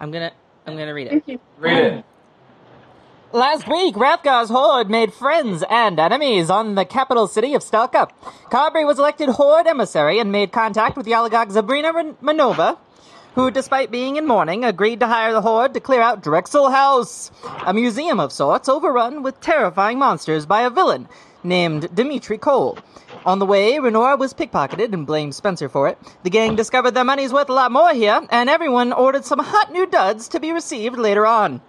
I'm gonna I'm gonna read it. Thank you. Read it. Last week, Rathgar's horde made friends and enemies on the capital city of Stalka. Carberry was elected horde emissary and made contact with Yalagog Zabrina Ren- Manova, who, despite being in mourning, agreed to hire the horde to clear out Drexel House, a museum of sorts overrun with terrifying monsters by a villain named Dimitri Cole. On the way, Renora was pickpocketed and blamed Spencer for it. The gang discovered their money's worth a lot more here, and everyone ordered some hot new duds to be received later on.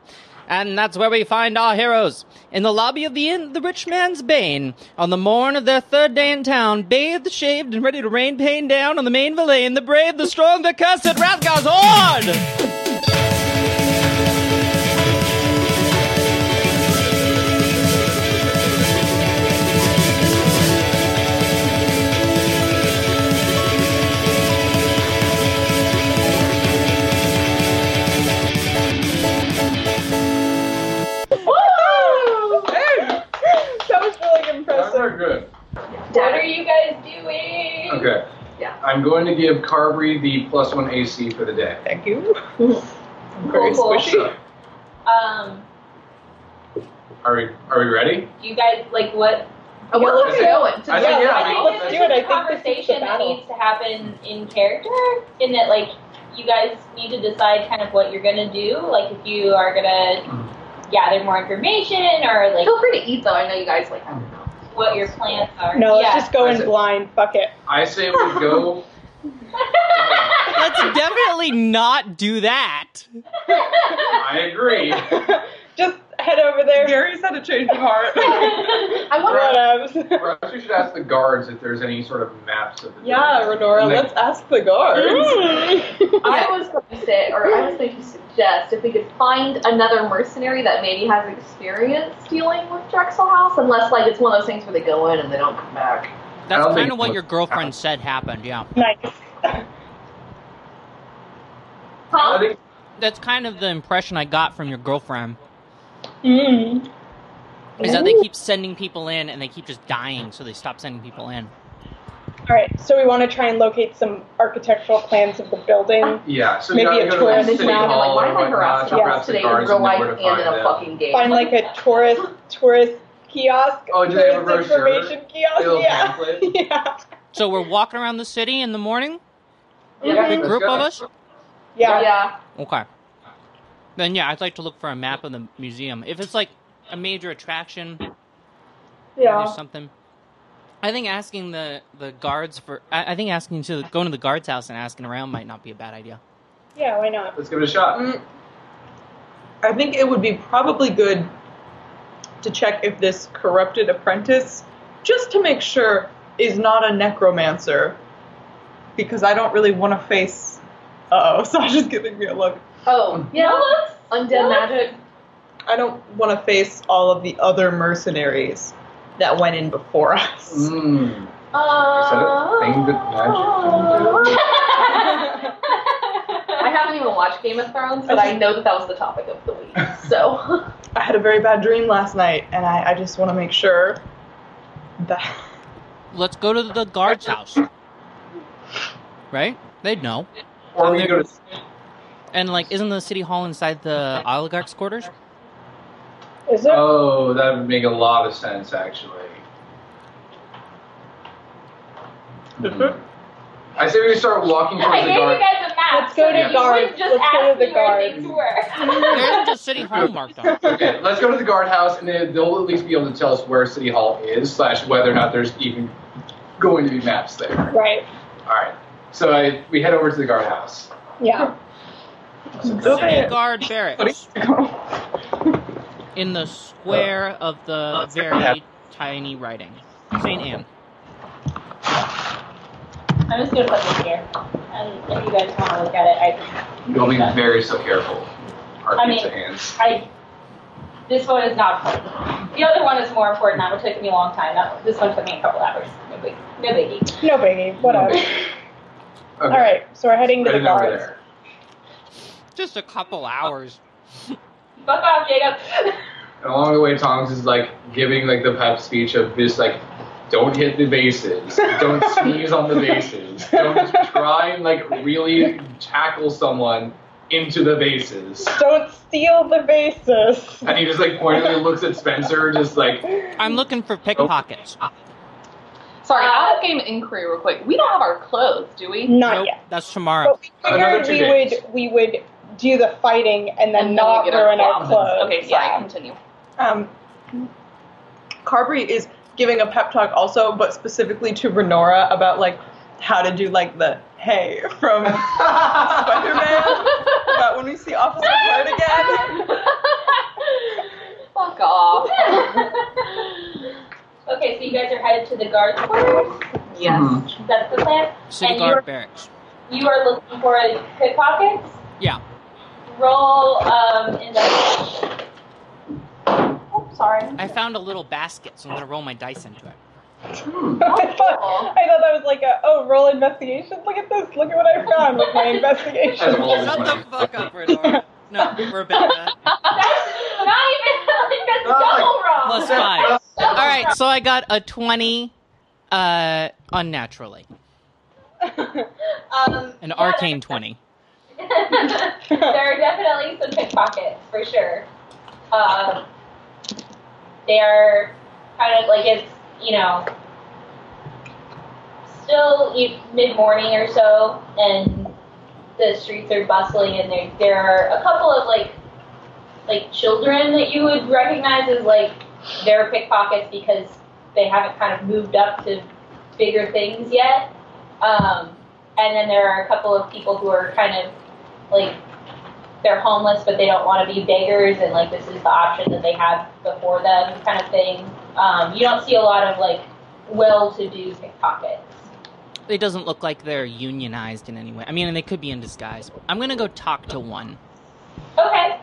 And that's where we find our heroes. In the lobby of the inn, the rich man's bane. On the morn of their third day in town, bathed, shaved, and ready to rain pain down on the main villain, the brave, the strong, the cursed Rathgar's horde! Woo! That was really That's impressive. not good. What are you guys doing? Okay. Yeah. I'm going to give Carberry the plus one AC for the day. Thank you. Very Cool, cool. squishy. Um, Are we are we ready? do you guys like what? Oh, well, let's Okay. go. It's I think, yeah, I mean, I let's think do this it. I think is a this is the conversation that battle. needs to happen in character, in that like you guys need to decide kind of what you're gonna do, like if you are gonna gather more information or like Feel free to eat, though. I know you guys like that. what your plans are. No, let's yeah. just go in blind. Fuck it. I say we go. Let's definitely not do that. I agree. just head over there. Gary's had a change of heart. I wonder. Whatevs. Perhaps we should ask the guards if there's any sort of maps of the. yeah, Renora, And then- let's ask the guards. Mm. I was going to say, or I was going to suggest, if we could find another mercenary that maybe has experience dealing with Drexel House, unless like it's one of those things where they go in and they don't come back. I That's don't kind of think- what your girlfriend said happened, yeah. nice. I Huh? think That's kind of the impression I got from your girlfriend. Mm. Is that they keep sending people in and they keep just dying, so they stop sending people in. All right, so we want to try and locate some architectural plans of the building. Yeah, so Maybe you a gotta tour go to of the the city town. hall or Like, why am I whatnot, harassing to Yeah. harass us the today in guards real and know life where to and in find a them. fucking game? Find like a tourist tourist kiosk, Oh, do they have a tourist brochure? information kiosk. Little yeah, pamphlet? yeah, So we're walking around the city in the morning? Yeah. Big Let's group go. of us? yeah. yeah. Okay. Then yeah, I'd like to look for a map of the museum. If it's like a major attraction or yeah. something, I think asking the the guards for I, I think asking to going to the guards house and asking around might not be a bad idea. Yeah, Why not? Let's give it a shot. Mm. I think it would be probably good to check if this corrupted apprentice, just to make sure, is not a necromancer. Because I don't really want to face. Uh oh, Sasha's giving me a look. Oh, Hmm. yeah. Undead magic. I don't want to face all of the other mercenaries that went in before us. Mm. Is that Uh, a thing that magic can do? I haven't even watched Game of Thrones, but I know that that was the topic of the week. So I had a very bad dream last night, and I, I just want to make sure that. Let's go to the guards house. Right? They'd know. Or we can go to. And like isn't the city hall inside the oligarch's quarters? Is it? Oh, that would make a lot of sense, actually. Hmm. I say we start walking I towards the gave you guard. guys a map. Let's go so to that you guards. wouldn't Just Let's ask go to the me where guards. things were. There isn't just city hall marked on. it. Okay, let's go to the guardhouse, and then they'll at least be able to tell us where City Hall is, slash whether or not there's even going to be maps there. Right. All right, so I, we head over to the guardhouse. Yeah. City Okay. guard barracks in the square of the very tiny writing. Saint Anne. I'm just gonna put this here, and if you guys want to look at it, I, You'll be very so careful. Our I pizza mean- hands. I, this one is not important. The other one is more important. That one took me a long time. That one, this one took me a couple hours. No big, no biggie. No biggie. Whatever. Okay. All right. So we're heading to the Right over guards. there. Just a couple hours. Fuck off, Jacob. And along the way, Tongs is like giving like the pep speech of this like, don't hit the bases, don't sneeze on the bases, don't try and like really tackle someone into the vases. Don't steal the vases. And he just like pointedly looks at Spencer, just like, I'm looking for pickpockets. Oh. Sorry, out of game inquiry real quick. We don't have our clothes, do we? Not Nope, yet. Oh, that's tomorrow. But we figured Another two we days. would we would do the fighting and then And then not we get ruin our clothes. clothes. Okay, sorry, yeah. continue. Um, Carberry is giving a pep talk also, but specifically to Renora about like how to do like the hey from Spider-Man. about when we see Officer Hart again. Fuck off. okay, so you guys are headed to the guards quarters. Yes. Mhm. That's the plan. City and Guard Barracks. You, you are looking for pickpockets. Yeah. Roll um, investigation. Oh, sorry. I found a little basket, so I'm gonna roll my dice into it. hmm. I thought, I thought that was like a oh roll investigation. Look at this. Look at what I found with my That's investigation. all this Shut money. the fuck up, Renora. No, Rebecca. That's not even like that's Oh, my- double wrong. Plus five. All right, so I got a 20 uh, unnaturally. Um, An yeah, arcane 20. there are definitely some pickpockets for sure. Um, they are kind of like it's you know still mid morning or so, and the streets are bustling, and there there are a couple of like like children that you would recognize as like their pickpockets because they haven't kind of moved up to bigger things yet. Um, and then there are a couple of people who are kind of like they're homeless but they don't want to be beggars and like this is the option that they have before them kind of thing. Um, you don't see a lot of like well-to-do pickpockets. It doesn't look like they're unionized in any way. I mean, and they could be in disguise. I'm gonna go talk to one. Okay.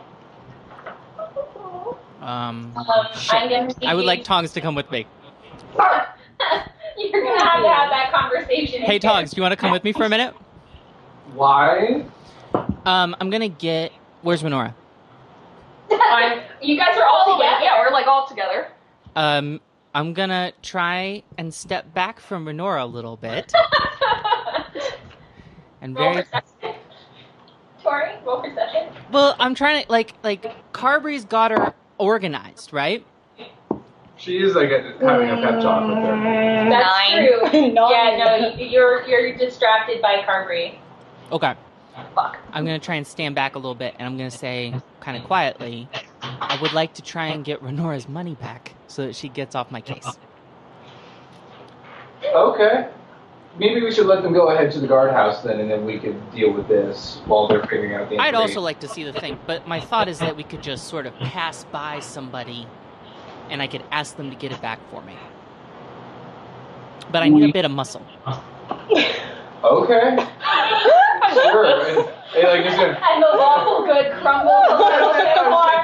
Um, Um, I'm shit. gonna need I would you- like Tongs to come with me. You're gonna have to have that conversation. Hey, in here. Tongs, do you want to come with me for a minute? Why? Um, I'm gonna get. Where's Minora? I'm- you guys are all together. yeah, we're like all together. Um, I'm gonna try and step back from Minora a little bit and roll very perception. Tori, roll perception. well. I'm trying to like like Carberry's got her organized, right? She's like having a pep talk with her. That's Nine. true. Nine. Yeah, no, you- you're you're distracted by Carberry. Okay. Fuck. I'm gonna try and stand back a little bit, and I'm gonna say kind of quietly, I would like to try and get Renora's money back so that she gets off my case. Okay. Maybe we should let them go ahead to the guardhouse then, and then we could deal with this while they're figuring out the. I'd information. also like to see the thing, but my thought is that we could just sort of pass by somebody, and I could ask them to get it back for me. But I need a bit of muscle. Okay. Sure. And, and like you said, And the lawful good crumbles a little bit more.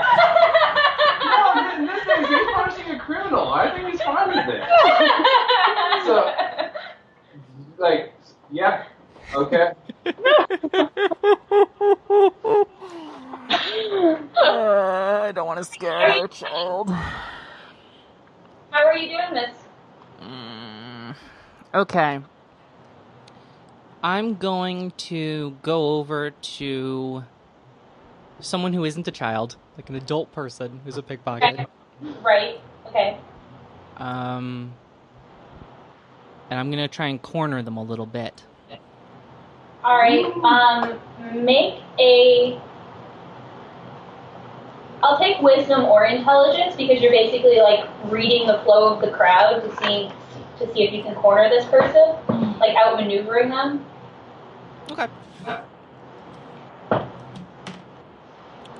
no, in this case, he's punishing a criminal. I think he's fine with it. So, like, yeah, okay. I don't want to scare her, child. How are you doing this? Mm, okay. I'm going to go over to someone who isn't a child, like an adult person who's a pickpocket. Right. Okay. Um, and I'm gonna try and corner them a little bit. All right. Um, make a. I'll take wisdom or intelligence because you're basically like reading the flow of the crowd to see to see if you can corner this person, like outmaneuvering them. Okay.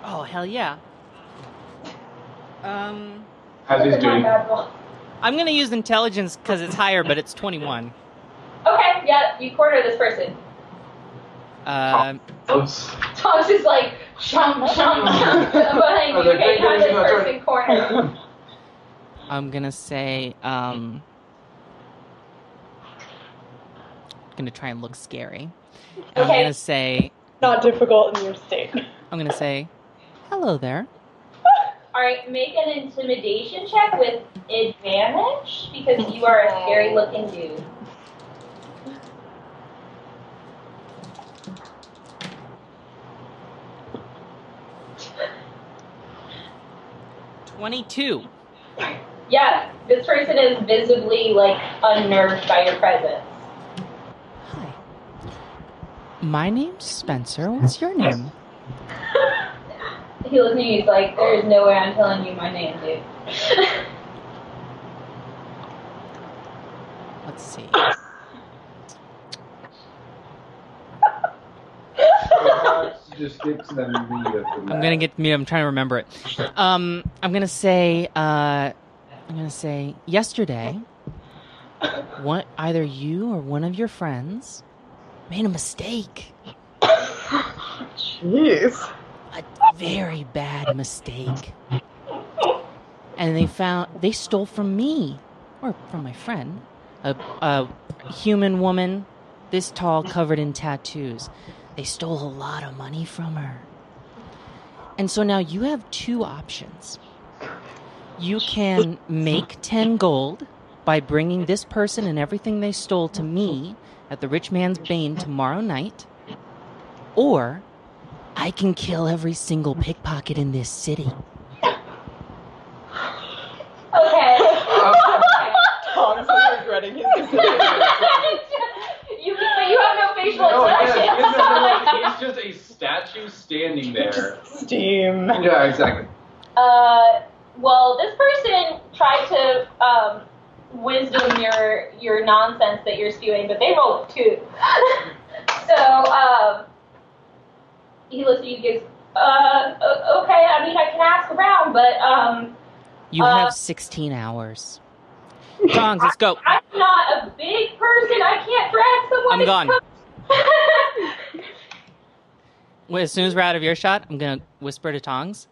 Oh hell yeah. Um, As he's Look at my doing. bad roll. I'm gonna use intelligence because it's higher, but it's 21. Okay. Yeah, you corner this person. Um, Oops. Tom's just like chomp chomp chomp I behind was you. like, Okay, "Thank now goodness this you're not person cornered. I'm gonna say, um, gonna try and look scary. And I'm Okay. gonna say, Not difficult in your state. I'm gonna say, hello there. All right, make an intimidation check with advantage because you are a scary looking dude. Twenty-two. Yeah, this person is visibly like unnerved by your presence. Hi. My name's Spencer. What's your name? He looks at you. He's like, "There is no way I'm telling you my name, dude." Let's see. Perhaps just get to the meat of the I'm gonna get me. I'm trying to remember it. Um, I'm gonna say. Uh, I'm gonna say yesterday. What either you or one of your friends made a mistake, Jeez. a very bad mistake, and they found they stole from me or from my friend, a, a human woman, this tall, covered in tattoos. They stole a lot of money from her. And so now you have two options. You can make 10 gold by bringing this person and everything they stole to me at the rich man's bane tomorrow night, or I can kill every single pickpocket in this city. Okay. Tom's is regretting his decision. you, but you have no facial No, yeah, expression. he doesn't know. he's just a statue standing there. Steam. Yeah, exactly. Uh, well, this person tried to um, wisdom your your nonsense that you're spewing, but they rolled two. so um, he looks at you, gives, uh, o- okay. I mean, I can ask around, but um, You Uh, have 16 hours. Tongs, let's go. I'm not a big person. I can't drag someone. I'm to gone. come- Well, As soon as we're out of earshot, I'm going to whisper to Tongs.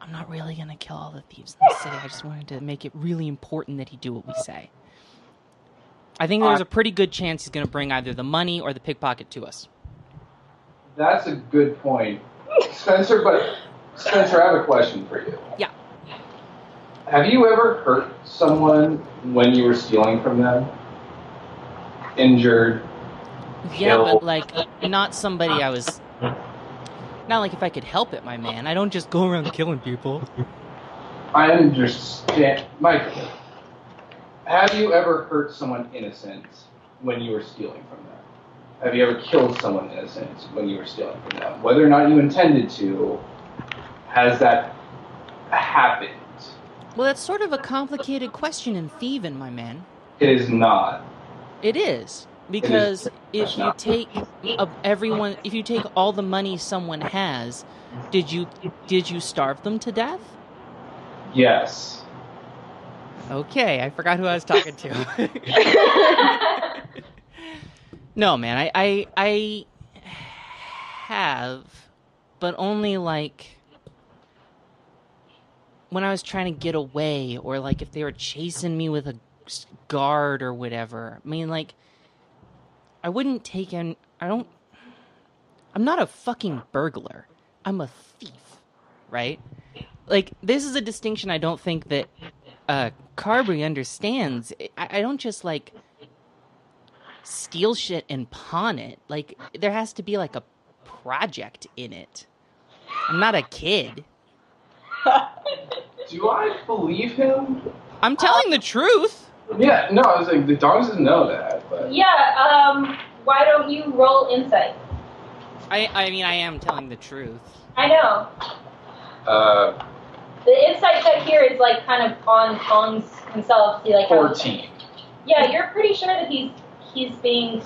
I'm not really going to kill all the thieves in the city. I just wanted to make it really important that he do what we say. I think there's a pretty good chance he's going to bring either the money or the pickpocket to us. That's a good point, Spencer. But Spencer, I have a question for you. Yeah. Have you ever hurt someone when you were stealing from them? Injured? Yeah, Kill. but like not somebody I was. Not like if I could help it, my man. I don't just go around killing people. I understand, Michael. Have you ever hurt someone innocent when you were stealing from them? Have you ever killed someone innocent when you were stealing from them? Whether or not you intended to, has that happened? Well, that's sort of a complicated question in thieving, my man. It is not. It is because if you not. take of everyone, if you take all the money someone has, did you did you starve them to death? Yes. Okay, I forgot who I was talking to. no, man, I, I I have, but only like when I was trying to get away, or like if they were chasing me with a s- guard or whatever. I mean, like I wouldn't take in. I don't. I'm not a fucking burglar. I'm a thief, right? Like this is a distinction I don't think that uh Carberry understands. I, I don't just like steal shit and pawn it. Like there has to be like a project in it. I'm not a kid. Do I believe him? I'm telling the truth. Yeah, no, I was like, the dog doesn't know that, but yeah. Um. Why don't you roll insight? I I mean I am telling the truth. I know. uh, The insight check here is like kind of on Kong's himself. See, like how- 14. yeah, you're pretty sure that he's he's being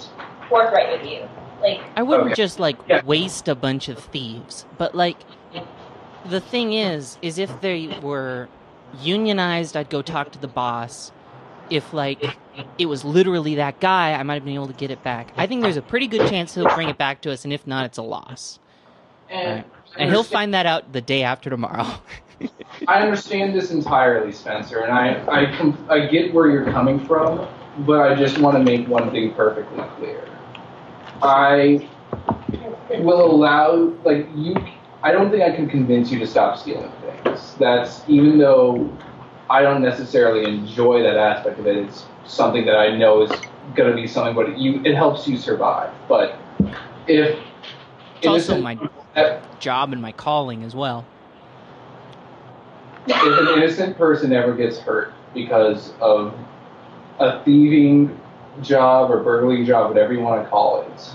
forthright with you. Like I wouldn't Okay. just like Yeah. waste a bunch of thieves, but like the thing is is if they were unionized, I'd go talk to the boss. If like it was literally that guy, I might have been able to get it back. I think there's a pretty good chance he'll bring it back to us and if not it's a loss. And, And he'll find that out the day after tomorrow. I understand this entirely, Spencer, and I, I, com- I get where you're coming from, but I just want to make one thing perfectly clear. I will allow, like, you, I don't think I can convince you to stop stealing things. That's, even though I don't necessarily enjoy that aspect of it, it's something that I know is going to be something, but you, it helps you survive. But if it's also innocent- my that- job and my calling as well. if an innocent person ever gets hurt because of a thieving job or burglary job, whatever you want to call it,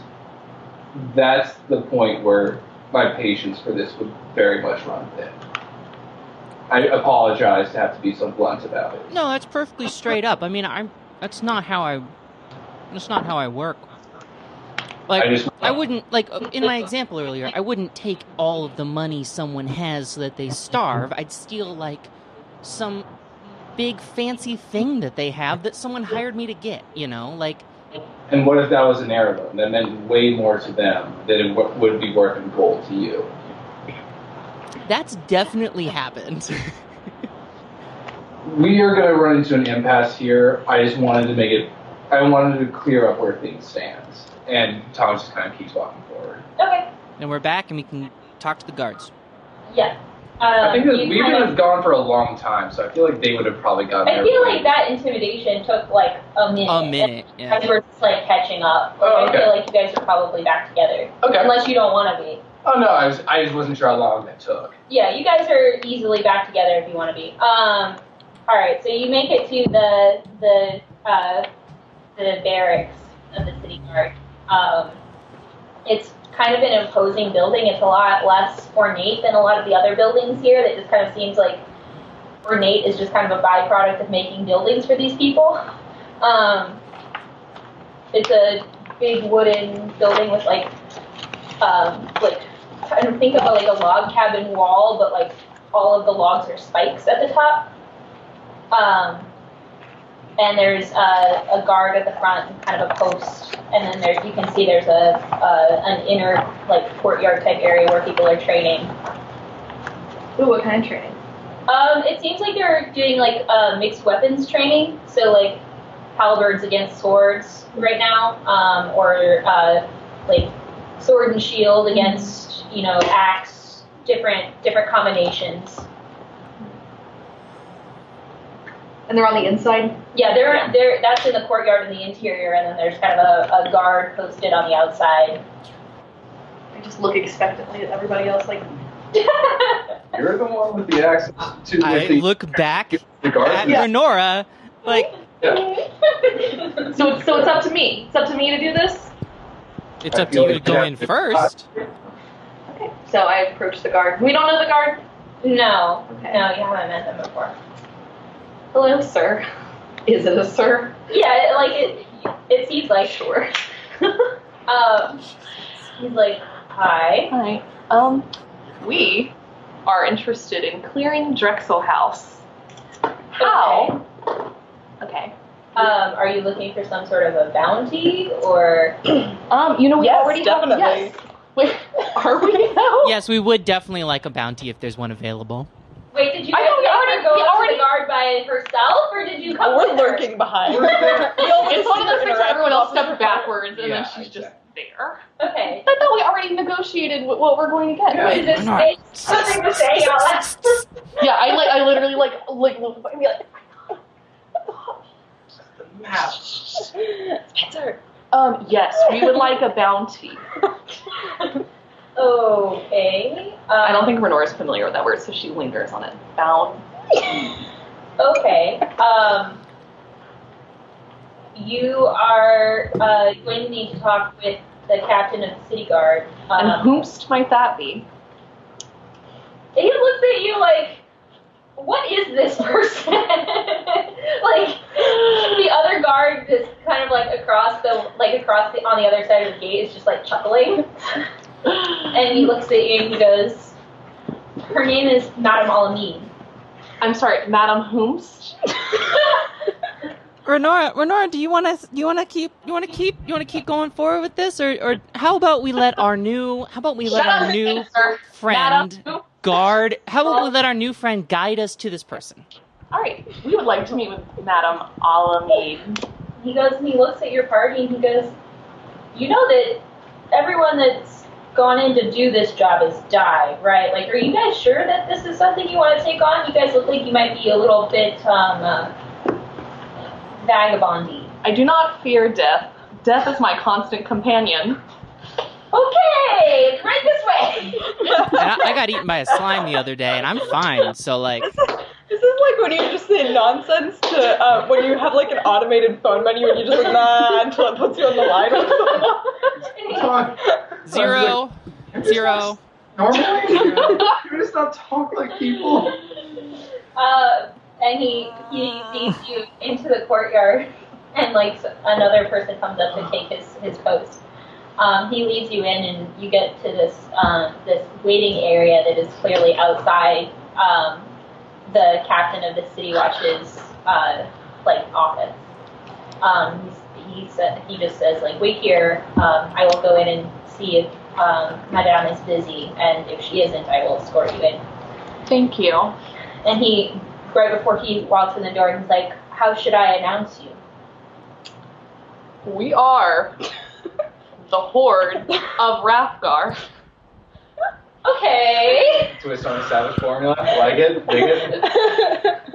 that's the point where my patience for this would very much run thin. I apologize to have to be so blunt about it. No, that's perfectly straight up. I mean, I'm. That's not how I. That's not how I work. Like, I just I wouldn't like uh, in my example earlier. I wouldn't take all of the money someone has so that they starve. I'd steal like some big fancy thing that they have that someone hired me to get. You know, like And what if that was an heirloom that meant way more to them than it w- would be worth in gold to you? that's definitely happened. We are going to run into an impasse here. I just wanted to make it, I wanted to clear up where things stand. And Tom just kind of keeps walking forward. Okay. and we're back, and we can talk to the guards. Yeah. Um, I think that you we've kind been of- gone for a long time, so I feel like they would have probably gotten I there feel before. like that intimidation took like a minute. A minute. As Yeah. we're just like catching up. Like, Oh, I feel okay. like you guys are probably back together. Okay. Unless you don't want to be. Oh, no, I, was, I just wasn't sure how long that took. Yeah, you guys are easily back together if you want to be. Um, all right, so you make it to the the uh, the barracks of the city guard. Um, it's kind of an imposing building. It's a lot less ornate than a lot of the other buildings here. That just kind of seems like ornate is just kind of a byproduct of making buildings for these people. Um, it's a big wooden building with like um, like trying to think of like a log cabin wall, but like all of the logs are spikes at the top. Um, and there's a, a guard at the front, and kind of a post, and then there you can see there's a, a an inner like courtyard type area where people are training. Ooh, what kind of training? Um, it seems like they're doing like uh, mixed weapons training, so like halberds against swords right now, um, or uh, like sword and shield against you know axe, different different combinations. And they're on the inside. Yeah, they're, they're that's in the courtyard in the interior, and then there's kind of a, a guard posted on the outside. I just look expectantly at everybody else, like You're the one with the access to with I the, look back the guard. at Yeah. Renora, like so. It's, so it's up to me. It's up to me to do this. it's I up to feel you to like go that- in first. Okay. So I approach the guard. We don't know the guard. no, Okay. no, you haven't met them before. Hello, sir. Is it a sir? Yeah, it- like it, it seems like Sure. um, he's like hi. Hi. Um, we are interested in clearing Drexel House. How? Okay. Okay. Um, are you looking for some sort of a bounty or? Um, you know we Yes, already definitely. Have, yes. Wait, are we now? Yes, we would definitely like a bounty if there's one available. Wait, did you I guys know, we make her already- go we up to already- the guard by herself, or did you come? We're with her? lurking behind. We're there. We always It's one of those things see her where interact everyone with else officers. stepped backwards and Yeah, then she's just there. Okay. I thought we already negotiated what, what we're going to get. Yeah. Is Like, this bitch something to say? Y'all ask? yeah, I like I literally like like look and be like, Wow. um, yes, we would like a bounty. Okay. Um, I don't think Renora's familiar with that word, so she lingers on it. Bound. Okay. Um, you are uh, going to need to talk with the captain of the city guard. And Um, whomst might that be? he looks at you like, what is this person? like the other guard that's kind of like across the like across the on the other side of the gate is just like chuckling. and he looks at you and he goes, Her name is Madame Alameen. I'm sorry, Madam Whomst? Renora, Renora, do you want to you want to keep you want to keep you want to keep going forward with this, or or how about we let our new how about we let Shut our up, new sir. friend Madam. guard how about we let our new friend guide us to this person? All right, we would like to meet with Madam Alamid. He goes and he looks at your party and he goes, You know that everyone that's gone in to do this job has died, right? Like, are you guys sure that this is something you want to take on? You guys look like you might be a little bit um, uh, vagabondy. I do not fear death. Death is my constant companion. Okay, right this way. And I, I got eaten by a slime the other day, and I'm fine. So like, when you just say nonsense to uh, when you have like an automated phone menu and you just like nah until it puts you on the line with someone. Talk. Zero. Zero. Normally, you just not talk like people. Uh, and he he leads you into the courtyard, and like s- another person comes up to take his his post. Um, he leads you in, and you get to this um, this waiting area that is clearly outside um, the captain of the city watch's uh, like office. Um, he's- he said he just says like wait here. Um, I will go in and see if um, Madame is busy, and if she isn't, I will escort you in. Thank you. And he, right before he walks in the door, he's like, "How should I announce you?" We are the horde of Rathgar. Okay. Twist on a savage formula. Like it. Dig it.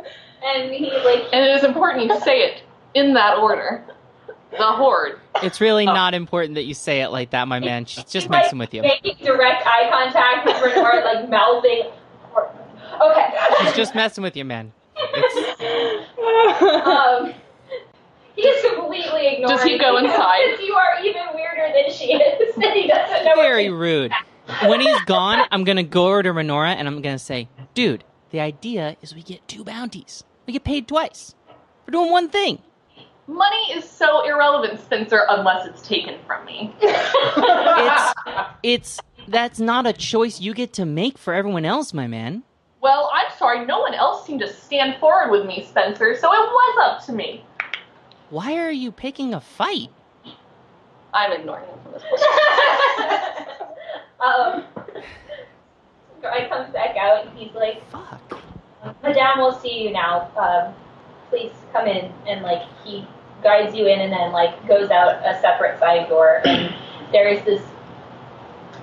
And he like, And it is important you say it in that order. The horde. It's really not important that you say it like that, my man. She's just he's, like, messing with you. making direct eye contact with Renard, like mouthing. She's Okay. just messing with you, man. It's, um, he is completely ignoring. Does he go you inside? because You are even weirder than she is, and he doesn't know. what very to- rude. When he's gone, I'm gonna go over to Renora and I'm gonna say, "Dude, the idea is we get two bounties. We get paid twice for doing one thing." Money is so irrelevant, Spencer, unless it's taken from me. It's it's that's not a choice you get to make for everyone else, my man. Well, I'm sorry, no one else seemed to stand forward with me, Spencer, so it was up to me. Why are you picking a fight? I'm ignoring him from this point. um, guy comes back out, and he's like. Fuck. Madame will see you now. Um, please come in. And like he guides you in, and then like goes out a separate side door. And there is this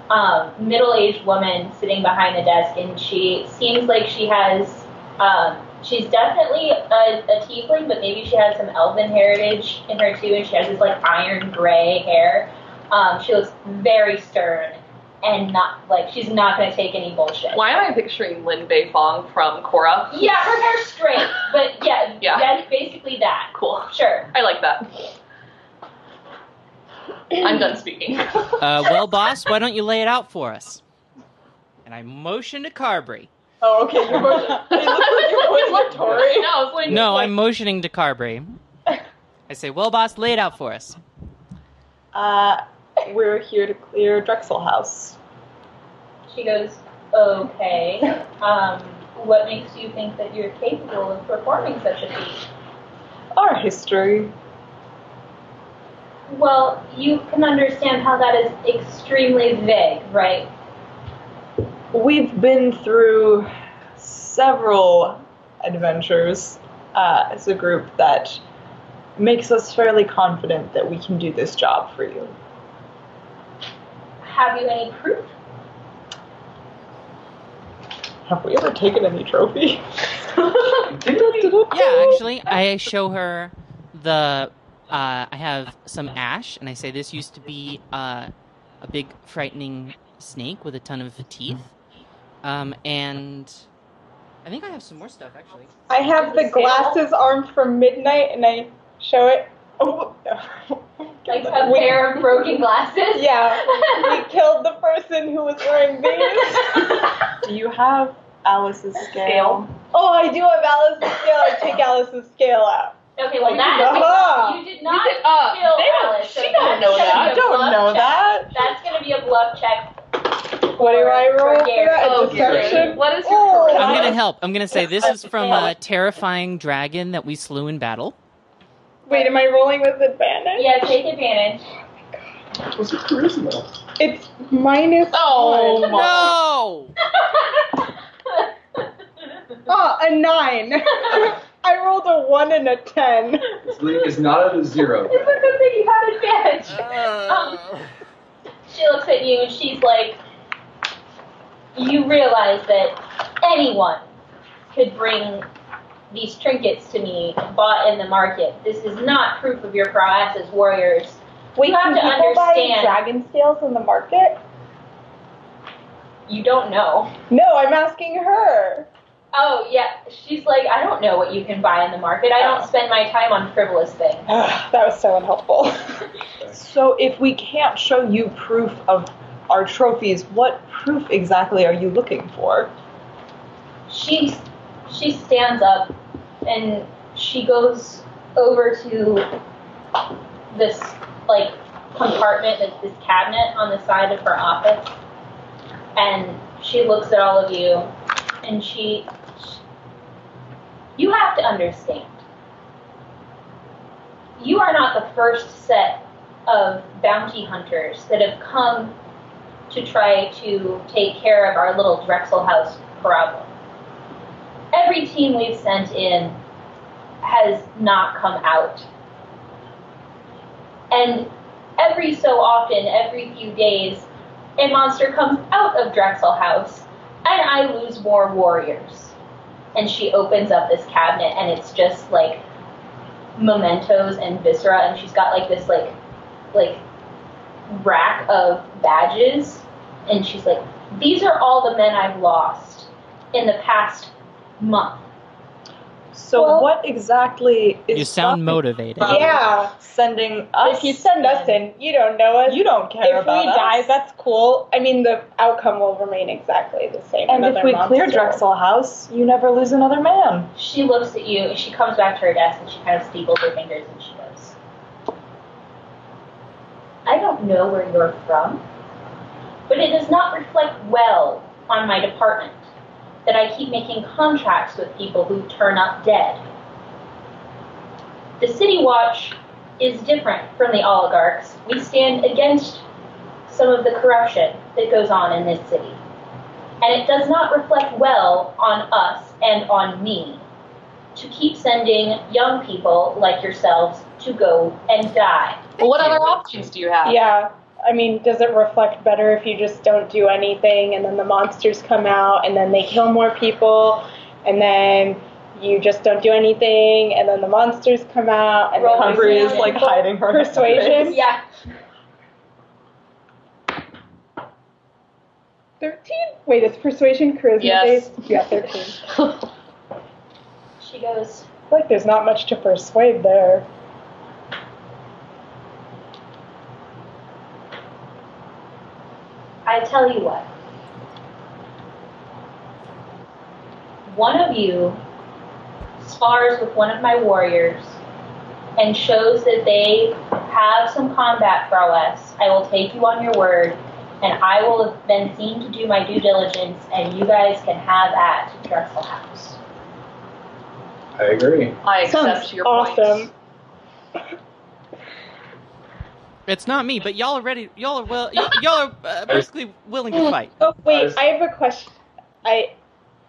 um, middle-aged woman sitting behind the desk, and she seems like she has. Um, she's definitely a, a tiefling, but maybe she has some elven heritage in her too, and she has this like iron gray hair. Um, she looks very stern and not like she's not going to take any bullshit. Why am I picturing Lin Beifong from Korra? Yeah, her hair's straight, but yeah, Yeah. that's basically that. Cool. Sure. I like that. I'm done speaking. Uh, well, boss, why don't you lay it out for us? And I motion to Carberry. Oh, okay. You're both, it looks like you're pointing at Tori. No, it's like, No, like, I'm motioning to Carberry. I say, well, boss, lay it out for us. Uh, we're here to clear Drexel House. She goes, okay. Um, what makes you think that you're capable of performing such a feat? Our history. Well, you can understand how that is extremely vague, right? We've been through several adventures uh, as a group that makes us fairly confident that we can do this job for you. Have you any proof? Have we ever taken any trophy? Yeah, actually, I show her the. Uh, I have some ash, and I say, this used to be uh, a big, frightening snake with a ton of teeth. Um, and I think I have some more stuff, actually. I have the glasses armed from midnight and I show it. Oh, Like a pair of broken glasses? Yeah, we killed the person who was wearing these. do you have Alice's Scale? Oh, I do have Alice's scale. I take Alice's scale out. Okay, well, that is Uh-huh. you did not You did- uh, kill they don't- Alice. so she that's don't know gonna that. be I a don't bluff know check. that. That's going to be a bluff check. What do I roll? For for that? Gary. oh, A deception? Gary, what is your Oh. Korra? I'm gonna help. I'm gonna say this is from a terrifying dragon that we slew in battle. Wait, am I rolling with advantage? Yeah, take advantage. What's your charisma? It's minus Oh, one. my- No! Oh, a nine. I rolled a one and a ten. It's, le- it's not a zero. It's a good thing you had advantage. Um, she looks at you and she's like, You realize that anyone could bring these trinkets to me bought in the market. This is not proof of your prowess as warriors. Wait, You have can to people buy understand. dragon scales in the market? You don't know. No, I'm asking her. Oh yeah, she's like, I don't know what you can buy in the market. I Uh. don't spend my time on frivolous things. Ugh, that was so unhelpful. So if we can't show you proof of our trophies, what proof exactly are you looking for? She she stands up and she goes over to this like compartment, this, this cabinet on the side of her office, and she looks at all of you, and she, she you have to understand. You are not the first set of bounty hunters that have come to try to take care of our little Drexel House problem. Every team we've sent in has not come out. And every so often, every few days, a monster comes out of Drexel House, and I lose more warriors. And she opens up this cabinet, and it's just like mementos and viscera, and she's got like this like like rack of badges, and she's like, "These are all the men I've lost in the past month." So Well- what exactly is You sound stopping motivated. Um, yeah. sending us? If you send us in, you don't know us. you don't care if we about us. die, that's cool. I mean, the outcome will remain exactly the same. and if Another we clear monster. Drexel House, you never lose another man. She looks at you, and she comes back to her desk, and she kind of steeples her fingers, and she goes, I don't know where you're from, but it does not reflect well on my department that I keep making contracts with people who turn up dead. The City Watch is different from the oligarchs. We stand against some of the corruption that goes on in this city and it does not reflect well on us and on me to keep sending young people like yourselves to go and die. Well, what other options do you have? Yeah. I mean, does it reflect better if you just don't do anything and then the monsters come out and then they kill more people and then you just don't do anything and then the monsters come out and Roll then Hungry Persuasion. is like hiding her Persuasion? Yeah. 13? Wait, it's persuasion, charisma Yes. based? Yeah, 13. She goes, like there's not much to persuade there. I tell you what. One of you spars with one of my warriors and shows that they have some combat prowess. I will take you on your word, and I will have been seen to do my due diligence, and you guys can have at Drexel House. I agree. I accept Sounds your awesome. point. It's not me, but y'all are ready. Y'all are well. Y- y'all are uh, basically willing to fight. Oh I wait, was- I have a question. I,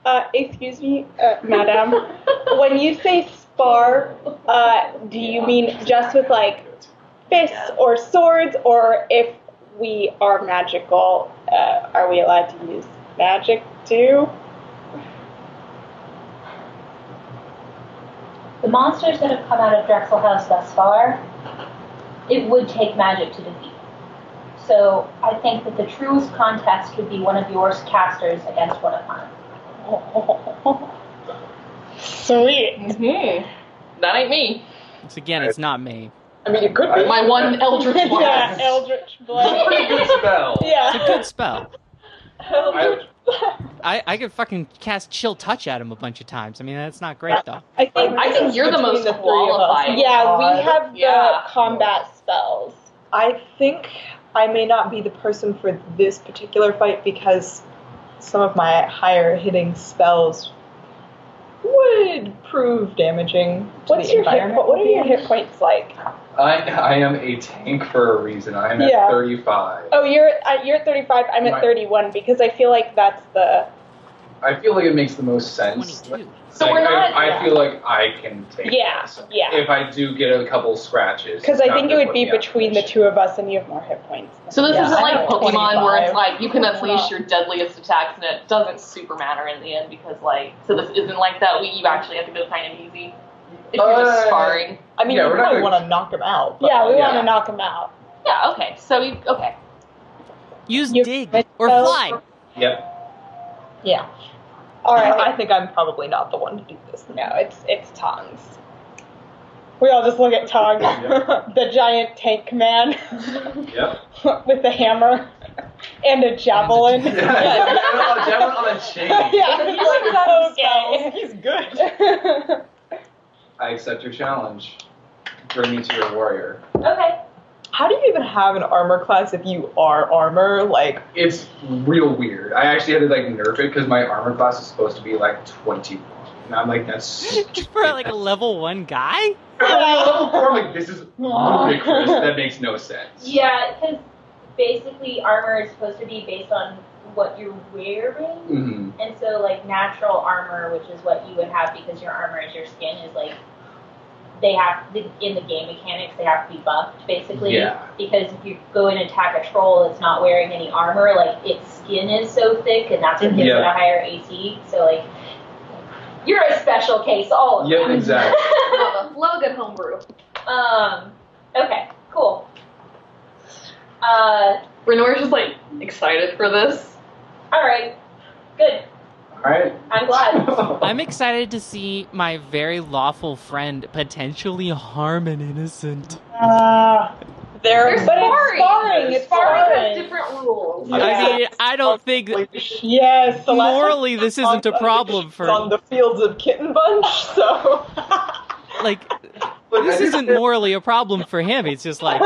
uh, excuse me, uh, madam. when you say spar, uh, do you mean just with like fists or swords, or if we are magical, uh, are we allowed to use magic too? The monsters that have come out of Drexel House thus far, it would take magic to defeat. So I think that the truest contest would be one of yours casters against one of mine. Sweet. hmm That ain't me. It's, again, it's not me. I mean, it could be. My one eldritch yeah, blast. eldritch It's a blood. pretty good spell. It's a Yeah. good spell. I, I, I could fucking cast chill touch at him a bunch of times. I mean, that's not great though. I think. I think you're the Between most the three of us. qualified. Yeah, we have the Yeah. combat spells. I think I may not be the person for this particular fight because some of my higher hitting spells would prove damaging. To What's the your hit? environment. po- What are your hit points like? I, I am a tank for a reason. I am at Yeah. 35. Oh, you're at, you're at 35. I'm at Right. 31 because I feel like that's the. I feel like it makes the most sense. Twenty-two. So we're Like, not- I, I feel like I can take. Yeah, this. yeah. If I do get a couple scratches. Because it's I not think it gonna would put be me out of between the commission. two of us, and you have more hit points. So this Yeah, isn't I like know, Pokemon where it's 25. like you can It's unleash not. your deadliest attacks and it doesn't super matter in the end because like so this isn't like that. We you actually have to go kind of easy if you're just Uh, sparring. I mean, Yeah, you we're not probably gonna- want to knock him out. but- yeah, we yeah. want to knock him out. Yeah. Okay. So you okay. Use You- dig or so- fly. Yep. yeah. All I right. think I'm probably not the one to do this. No, it's it's Tongs. We all just look at Tongs, Yeah. the giant tank man Yep. with the hammer and a javelin. Yeah, yeah, Javelin on a chain. yeah, He's like without okay. He's good. I accept your challenge. Bring me to your warrior. Okay. How do you even have an armor class if you are armor? Like, It's real weird. I actually had to like nerf it because my armor class is supposed to be like 21. And I'm like, that's. For like a level one guy? level four, I'm like, this is ludicrous. That makes no sense. Yeah, because basically armor is supposed to be based on what you're wearing, hmm and so like natural armor, which is what you would have because your armor is your skin, is like they have the, in the game mechanics they have to be buffed basically. Yeah. Because if you go and attack a troll that's not wearing any armor, like its skin is so thick, and that's what gives it Yeah. a higher AC. So like, you're a special case, all of Yep, them. exactly. Love, a- love a good homebrew. Um. Okay. Cool. Uh. Renoir's just like excited for this. All right. Good. Alright. I'm glad. I'm excited to see my very lawful friend potentially harm an innocent. they're There's But it's sparring. sparring, it's Sparring has sparring. different rules. Yeah. I mean, I don't think that yes, the last one- morally this isn't a problem It's on for the fields of Kitten Bunch, so like Look, I this think isn't that morally a problem for him. It's just like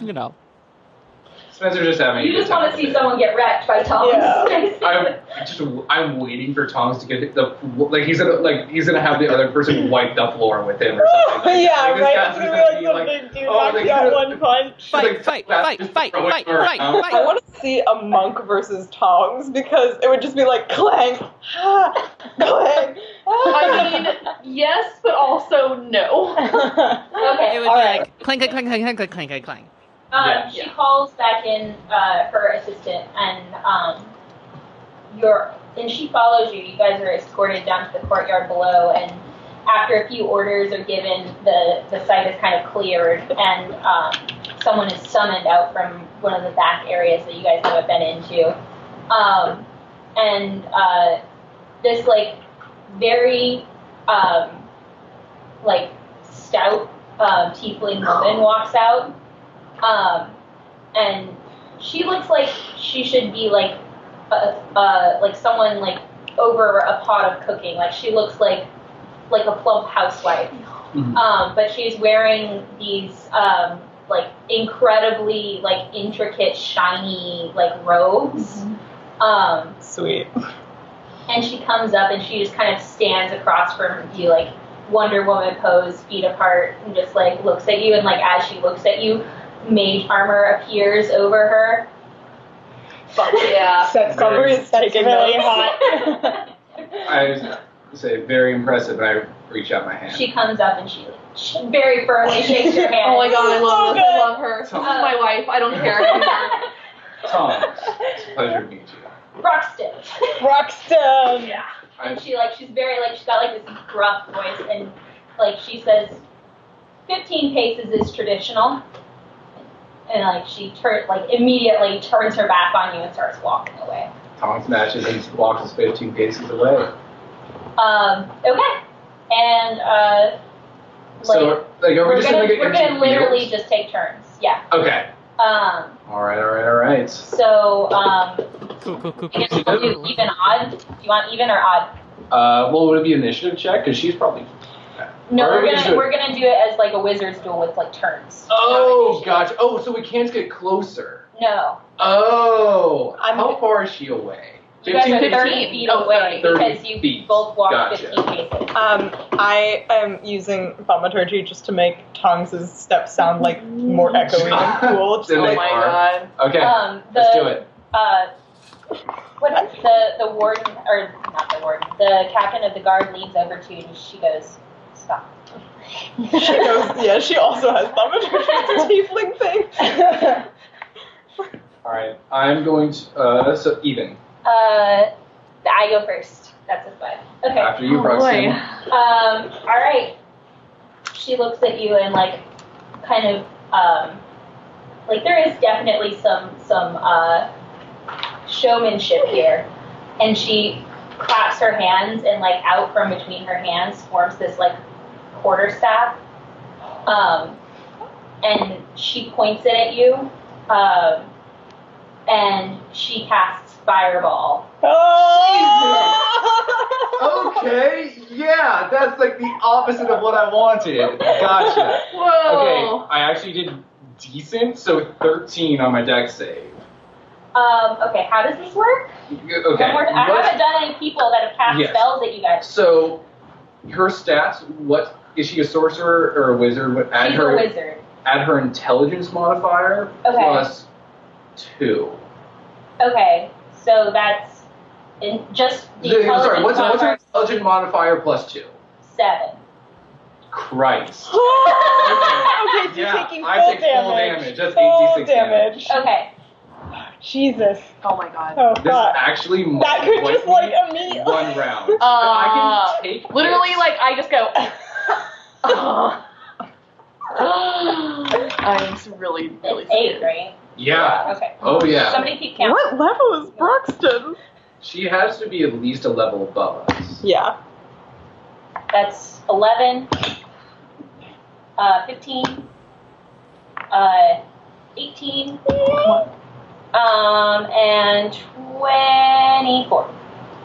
you know, Spencer's just having. a You good just want time to see with it. someone get wrecked by Tom. Yeah. I'm just I'm waiting for Tongs to get the like he's gonna like he's gonna have the other person wipe the floor with him or something. Like, yeah, like, this right. guy's It's gonna just be gonna like be some big dude oh, knocked like, out you- one punch. fight, like, fight, that's fight, just fight, throwing fight, her fight, out. I fight. want to see a monk versus Tongs because it would just be like clang, ah, clang. I mean, yes, but also no. Okay. It would be all right. like clang, clang, clang, clang, clang, clang, clang, clang, clang. Um, Yeah. She calls back in uh, her assistant, and um, your and she follows you. You guys are escorted down to the courtyard below, and after a few orders are given, the the site is kind of cleared, and um, someone is summoned out from one of the back areas that you guys haven't been into, um, and uh, this like very um, like stout um, tiefling woman walks out. Um, and she looks like she should be like, uh, uh, like someone like over a pot of cooking. Like she looks like like a plump housewife. Mhm. Um, but she's wearing these um, like incredibly like intricate shiny like robes. Um, Sweet. and she comes up and she just kind of stands across from you like Wonder Woman pose, feet apart, and just like looks at you and like as she looks at you, mage armor appears over her. Fuck yeah. That's Very- that's really hot. I say very impressive, and I reach out my hand. she comes up and she, she very firmly shakes your hand. Oh my god, I love So this. I good. love her. Uh, She's So- my wife. I don't care anymore. Tongs, it's a pleasure to meet you. Rockston. Rockston. yeah. I, And she like she's very like she's got like this gruff voice and like she says, fifteen paces is traditional. And like she tur- like immediately turns her back on you and starts walking away. Tongs matches and walks us 15 paces away. Um, okay. And uh, like so, like, are we we're just gonna gonna get we're into gonna literally fields? just take turns. Yeah. Okay. Um, All right. All right. All right. so um, Cool, cool, cool, I cool. guess we'll do even odd. Do you want even or odd? Uh, well, would it be initiative check? Because she's probably. No, Or we're we gonna should- we're gonna do it as like a wizard's duel with like turns. Oh gosh. Oh, so we can't get closer. No, Oh, I'm- how far is she away? you guys are 15, thirty 15. feet Oh, away sorry. because 30 you feet. both walked Gotcha. fifteen paces. Um, I am using thaumaturgy just to make Tongs' steps sound like more Oh, Mm. echoey and cool. Just Then Oh they like, my are. god. Okay, Um, the let's do it. uh, what the the warden or not the warden, the captain of the guard leans over to you and she goes, "Stop." she goes, yeah, she also has thaumaturgy. It's a tiefling thing. All right, I'm going to. Uh, so even Uh, I go first. That's a five. Okay. after you, Oh, Roxanne. boy. Um, all right. She looks at you and like, kind of, um, like there is definitely some some uh, showmanship here, and she claps her hands and like out from between her hands forms this like quarter staff. Um, and she points it at you. Um, and she casts fireball. Oh! Okay, yeah, that's like the opposite of what I wanted. Gotcha. Whoa. Okay, I actually did decent, so 13 on my deck save. Um, okay, how does this work? Okay. One more- I what- haven't done any people that have cast Yes. spells that you guys. so, her stats. What is she a sorcerer or a wizard? What- Add She's her a wizard. add her intelligence modifier Okay. plus two. Okay, so that's in just the The- intelligence sorry, what's, what's her modifier, intelligence modifier plus two? seven. Christ. okay, so you're yeah, taking full I take damage. full damage. That's Full 8d6 damage. damage. Okay, Jesus. Oh my god. Oh This is god. actually might That could wipe just me like immediately. one round. I Uh, can take literally, this. like I just go. Ugh. I'm really, really it's eight, scared. right? yeah. Okay. Oh yeah. Somebody keep counting. What level is Broxton? She has to be at least a level above us. Yeah. That's 11, uh, 15, uh, 18, um, and 24.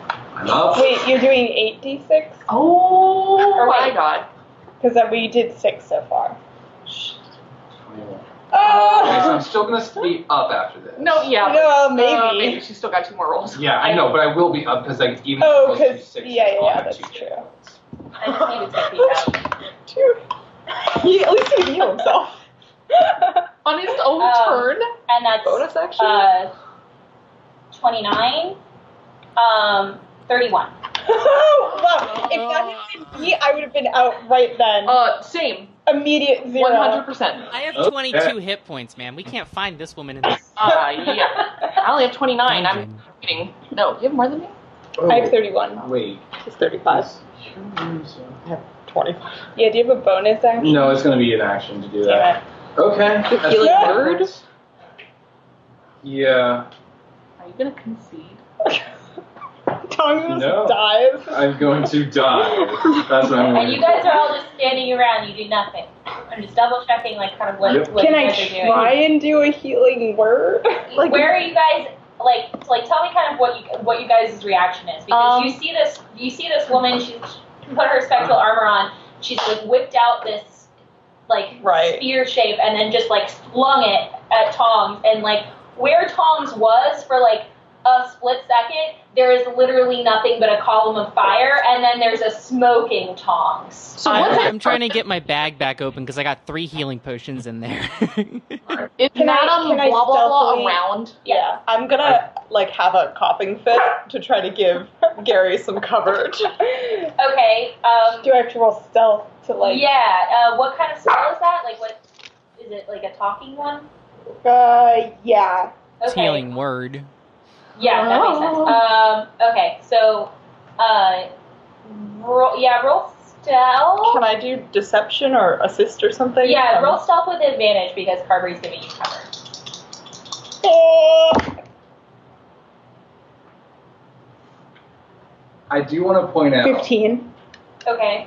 I'm up. Wait, you're doing eight d six? Oh Or my wait. god. Because we did six so far. Okay, so Oh I'm still gonna be up after this. No, Oh, yeah. no, but- maybe. uh, Um, maybe she's still got two more rolls. Yeah, I know, but I will be up because like even Oh, if it was 'cause- two sixes, yeah, yeah, I'll have that's two true. difficulties. I just need to take these out. Dude. He, at least he can heal himself. On his own Um, turn. And that's Bonus action. uh, 29, um, 31. wow. If that Oh. had been me, I would have been out right then. Uh, same. Immediate zero. One hundred percent. I have Okay. 22 hit points, man. We can't find this woman in this. Uh, yeah. I only have twenty nine. I'm Dungeon. kidding. No, you have more than me. Oh, I have 31. Wait. He's 35. I have 25. Yeah, do you have a bonus action? No, it's gonna be an action to do Damn that. Okay. That's healing the word? first. Yeah, Are you gonna concede? it. Tongue No. just dies. I'm going to die. That's what I'm going And to you guys are all just standing around, you do nothing. I'm just double checking, like, kind of what, Yep. what Can you I guys are doing. try and do a healing word? Like- where are you guys? Like, like, tell me kind of what you what you guys' reaction is because Um, you see this you see this woman. She's put her spectral armor on. She's like whipped out this like Right. spear shape and then just like flung it at Tongs and like where Tongs was for like a split second. There is literally nothing but a column of fire, and then there's a smoking Tongs. So what's I'm trying to get my bag back open because I got three healing potions in there. Is Can I- Madame can I blah blah blah stealthily- around? Yeah. I'm gonna like have a coughing fit to try to give Gary some coverage. Okay. Um, Do I have to roll stealth to like? yeah. Uh, what kind of spell is that? Like, what is it? Like a talking one? Uh, yeah. It's Okay. healing word. Yeah, that makes sense. Oh. Um, okay, so, uh, roll, yeah, roll stealth. Can I do deception or assist or something? Yeah, Um, roll stealth with advantage because Carberry's giving you cover. Oh, I do want to point out. 15. Okay,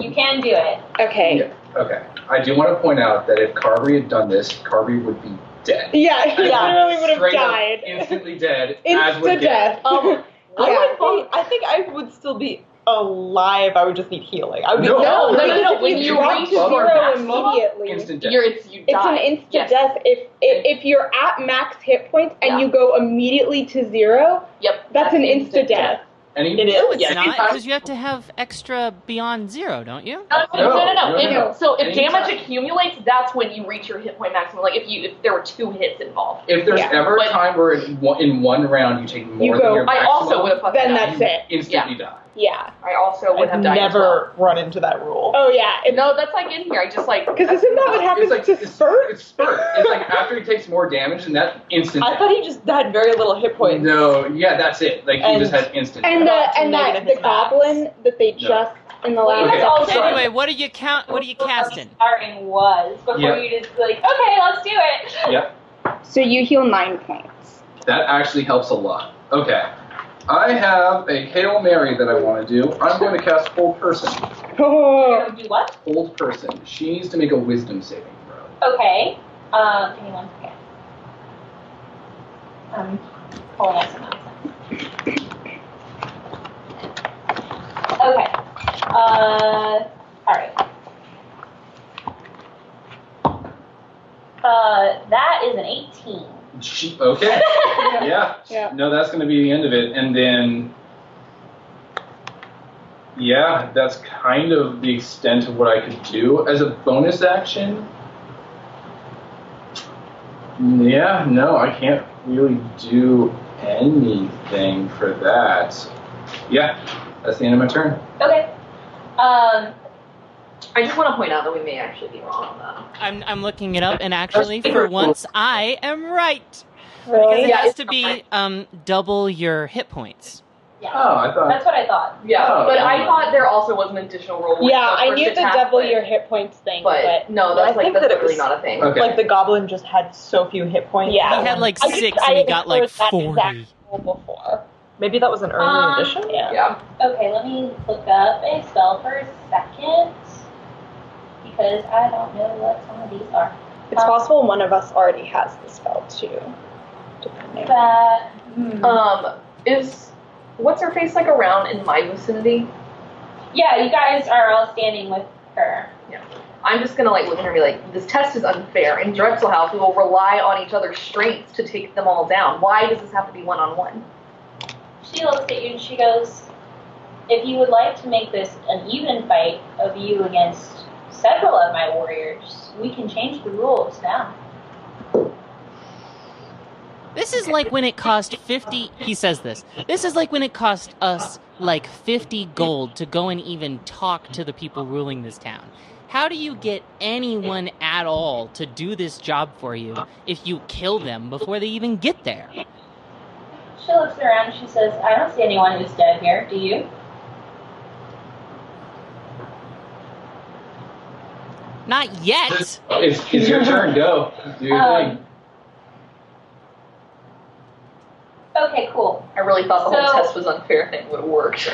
you can do it. Okay. Yeah, okay. I do want to point out that if Carvery had done this, Carvery would be dead. Yeah, he Yeah. literally would have Straight up died. instantly dead. as would Insta Gary. death. Um, I Yeah. would be. I think I would still be alive. I would just need healing. I would be No. no, no, no, no. Oh, because When if you drop reach to your zero maximum, immediately, Instant death. you're it's you it's die. an instant Yes. death. If, if if you're at max hit points and Yeah. you go immediately to zero, Yep. that's, an insta death. Any, It is. No, it's Yes. not because you have to have extra beyond zero, don't you? No, Uh, no, no, no, No, no. no, If- So if Anytime. damage accumulates, that's when you reach your hit point maximum. Like if you if there were two hits involved, If there's Yeah, ever a but- time where in one, in one round you take more You than go, your I maximum, also would have fucking Then died. that's it. instantly die. Yeah. I also would I've have died. as well. never run into that rule. Oh yeah. No, that's like in here. I just like Because isn't that what happens It's like to it's- spurt? It's spurt. It's like after he takes more damage, and that instant. I death. thought he just had very little hit points. No, yeah, that's it. Like he And- just had instant. and death. the That's and that negative the hit max. goblin that they just in the last you guys Okay. all Sorry. Anyway, what are you count? What are you casting? Starting was before Yeah. you just like, okay, let's do it. yeah, So you heal nine points. that actually helps a lot. Okay, I have a Hail Mary that I want to do. I'm going to cast Hold Person. You're gonna do what? Hold Person. She needs to make a Wisdom saving throw. Okay. Um, give me one second. I'm pulling up some nonsense. Okay. Uh, all right. Uh, that is an 18. She, okay. yeah. Yeah. No, that's going to be the end of it. And then, yeah, that's kind of the extent of what I could do as a bonus action. Yeah, no, I can't really do anything for that. Yeah, that's the end of my turn. okay. Um, I just want to point out that we may actually be wrong on I'm, I'm looking it up, and actually, for once, I am right. Because Really? it Yeah, has it's to be um, double your hit points. Oh, yeah. I thought. That's what I thought. that. Yeah, Oh. but I thought there also was an additional rule. when Yeah, the I first knew the attack, double but- your hit points thing, But but, no, I that's like think that's that it literally was- not a thing. Okay. Like the goblin just had so few hit points. yeah. He had like I just- six, I and he had got like heard that forty. exact rule before. Maybe that was an early Um, edition. Yeah. Yeah. Okay, let me look up a spell for a second. Because I don't know what some of these are. It's possible one of us already has the spell too. Depending. But, Mm-hmm. hmm. Um, is what's her face like around in my vicinity? yeah, you guys are all standing with her. I'm just gonna like look at her and be like, this test is unfair. In Drexel House, we will rely on each other's strengths to take them all down. Why does this have to be one on one? She looks at you and she goes, If you would like to make this an even fight of you against several of my warriors, we can change the rules now. This is like when it cost 50. He says this. This is like when it cost us like 50 gold to go and even talk to the people ruling this town. How do you get anyone at all to do this job for you if you kill them before they even get there? She looks around and she says, I don't see anyone who's dead here, do you? Not yet. It's, it's your turn. Go. Do your Um, thing. Okay, cool. I really thought the So- whole test was unfair thing would have worked.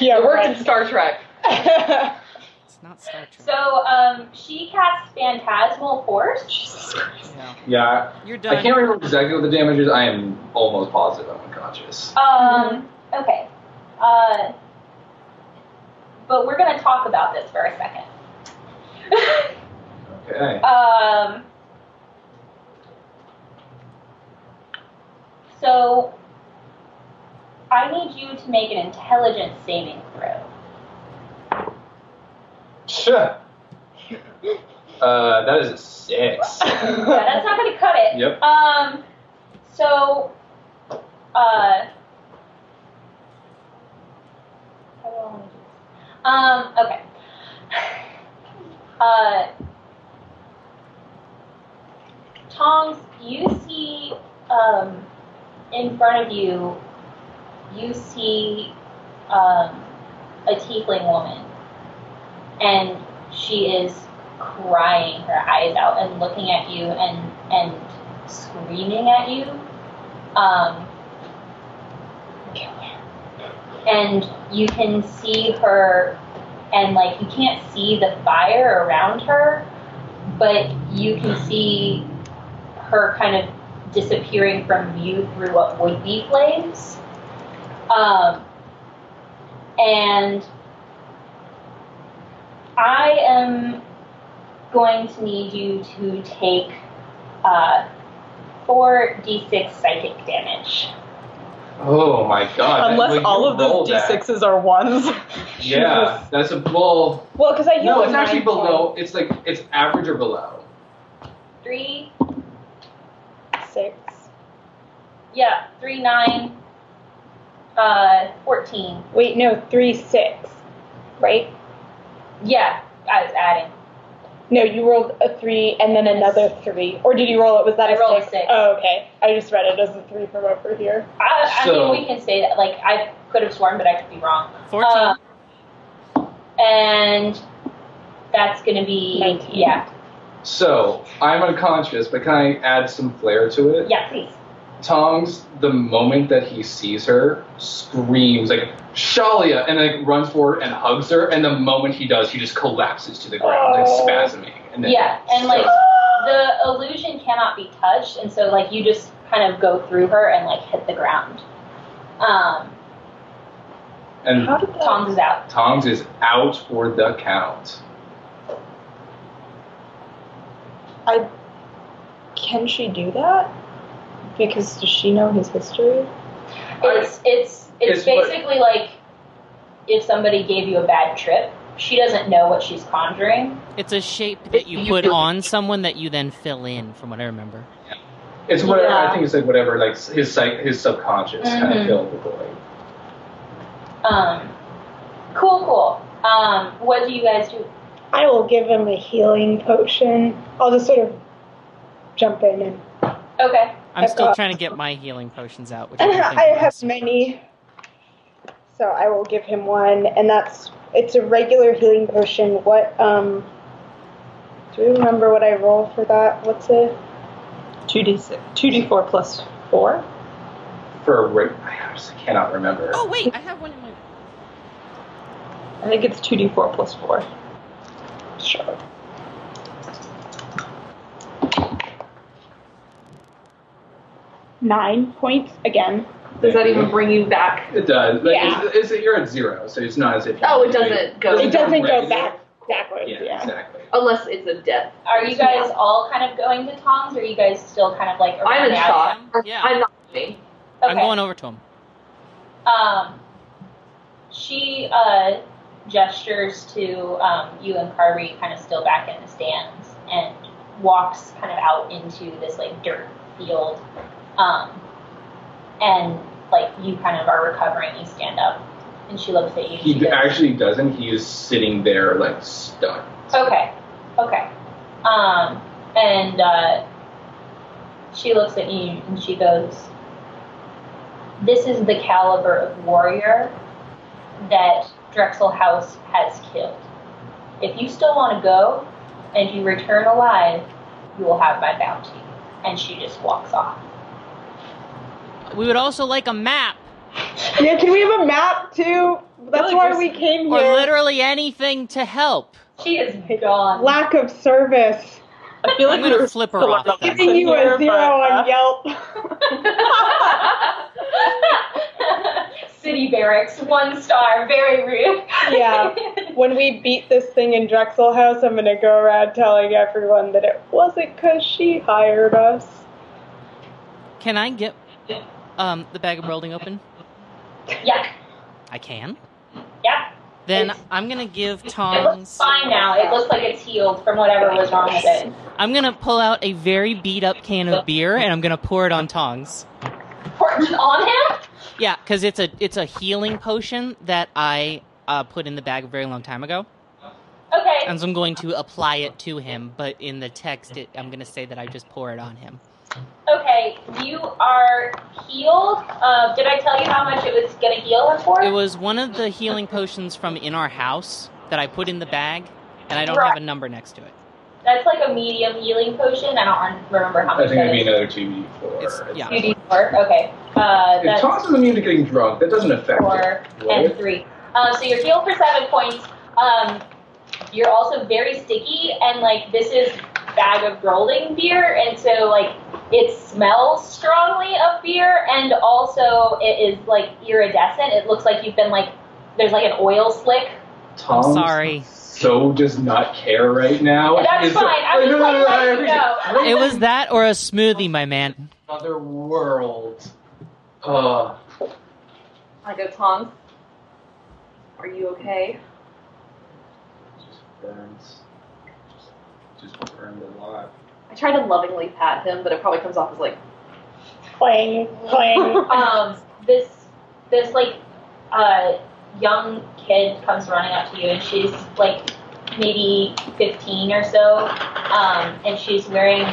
Yeah, it worked right. in Star Trek. It's not Star Trek. So um, she casts Phantasmal Force. No. Yeah, You're I done. can't remember exactly what the damage is. I am almost positive I'm unconscious. Um, okay. Uh, but we're going to talk about this for a second. Okay. Um, so I need you to make an intelligence saving throw. Sure. Uh, that is a six. Yeah, that's not going to cut it. Yep. Um, so, uh, how do I wanna do this? um, okay. Uh, Tongs, you see, um, in front of you, you see, um, a tiefling woman, and she is crying her eyes out and looking at you and and screaming at you. Um, and you can see her, and like you can't see the fire around her, but you can see her kind of disappearing from view through what would be flames. Um, and I am going to need you to take uh, 4d6 psychic damage. Oh my god. Unless Like, you all of roll those that. d6s are ones. Yeah, that's a well. well, because I healed No, with it's actually nine below. It's like it's average or below. Three, points. Six. yeah, three, nine, uh, 14. Wait, no, three six, right? Yeah, I was adding. No, you rolled a three and then another three, or did you roll it? Was that I a rolled a six? six. Oh, okay. I just read it as a three from over here. I, I So- mean, we can say that. Like, I could have sworn, but I could be wrong. 14. Uh, and that's going to be. Nineteen. Yeah. So I'm unconscious, but can I add some flair to it? Yeah, please. Tongs, the moment that he sees her, screams like Shalia, and like runs forward and hugs her. And the moment he does, he just collapses to the ground, like Oh. spasming. And then Yeah, and like the illusion cannot be touched, and so like you just kind of go through her and like hit the ground. Um, and How did that? Tongs is out. Tongs is out for the count. Can she do that? Because does she know his history? It's it's it's, It's what- basically like if somebody gave you a bad trip, she doesn't know what she's conjuring. It's a shape that you You put do- on someone that you then fill in, from what I remember. It's whatever. Yeah. I think it's like whatever, like his psych, his subconscious kind Mhm. of filled the void. Um, cool, cool. Um, what do you guys do? I will give him a healing potion. I'll just sort of jump in and Okay, I'm I've still got- trying to get my healing potions out. Which I, don't think I I'm have doing. many. So I will give him one and that's it's a regular healing potion. What um do you remember what I roll for that? What's it? Two d six, two d four plus four. For a re- I honestly cannot remember. Oh wait, I have one in my. I think it's two d four plus four. Sure. Nine points again. Does that even bring you back? It does. Like, Yeah. it's, it's, you're at zero, so it's not as if. you- Oh, it doesn't go- It doesn't go regular. back backwards, Yeah, yeah. exactly. Unless it's a death. are you guys all kind of going to Tongs? Or are you guys still kind of like? I'm around in the shock. outside? Yeah. I'm not moving. Okay. I'm going over to him. Um, she uh, gestures to um, you and Carby, kind of still back in the stands, and walks kind of out into this like dirt field, um, and like you kind of are recovering. You stand up, and she looks at you. and she He goes, actually doesn't. He is sitting there like stunned. Okay. Okay. Um, and uh, she looks at you and she goes, This is the caliber of warrior that Drexel House has killed. If you still want to go and you return alive, you will have my bounty. And she just walks off. We would also like a map Yeah, can we have a map too? That's like why there's- we came or here. literally anything to help. She is gone. Lack of service. I feel I'm like gonna we're flip her still off up then. in Giving you here, a zero but, uh, on Yelp. City barracks, one star, very rude. Yeah. when we beat this thing in Drexel House, I'm gonna go around telling everyone that it wasn't because she hired us. Can I get um, the bag of rolling open? yeah, I can. yeah. Then It's- I'm gonna give It looks Tongs. fine now. It looks like it's healed from whatever was wrong with it. I'm gonna pull out a very beat up can of beer and I'm gonna pour it on Tongs. Fortune on him? Yeah, because it's a it's a healing potion that I uh, put in the bag a very long time ago, Okay. and so I'm going to apply it to him. But in the text, it, I'm gonna say that I just pour it on him. Okay. You are healed. Uh, did I tell you how much it was going to heal him for? It was one of the healing potions from in our house that I put in the bag, and I don't have a number next to it. That's like a medium healing potion. I don't un- remember how I much think that it'd be is. another two d four. It's- yeah. You need four? Okay. Uh, If that's Tongs is immune to getting drunk, that doesn't affect four. it. and three. Um, so you're healed for seven points. Um, you're also very sticky, and like this is bag of rolling beer, and so like it smells strongly of beer, and also it is like iridescent. It looks like you've been like there's like an oil slick. Tongs I'm sorry. So does not care right now. That's It's- fine. I was no, no, like, no, no, let I you appreciate know. It was that or a smoothie, my man. Other world. Uh, I go, Tongs. Are you okay? just burns. Just, just burned a lot. I try to lovingly pat him, but it probably comes off as like Clang, clang. um, this this like uh, young kid comes running up to you, and she's like maybe 15 or so, um, and she's wearing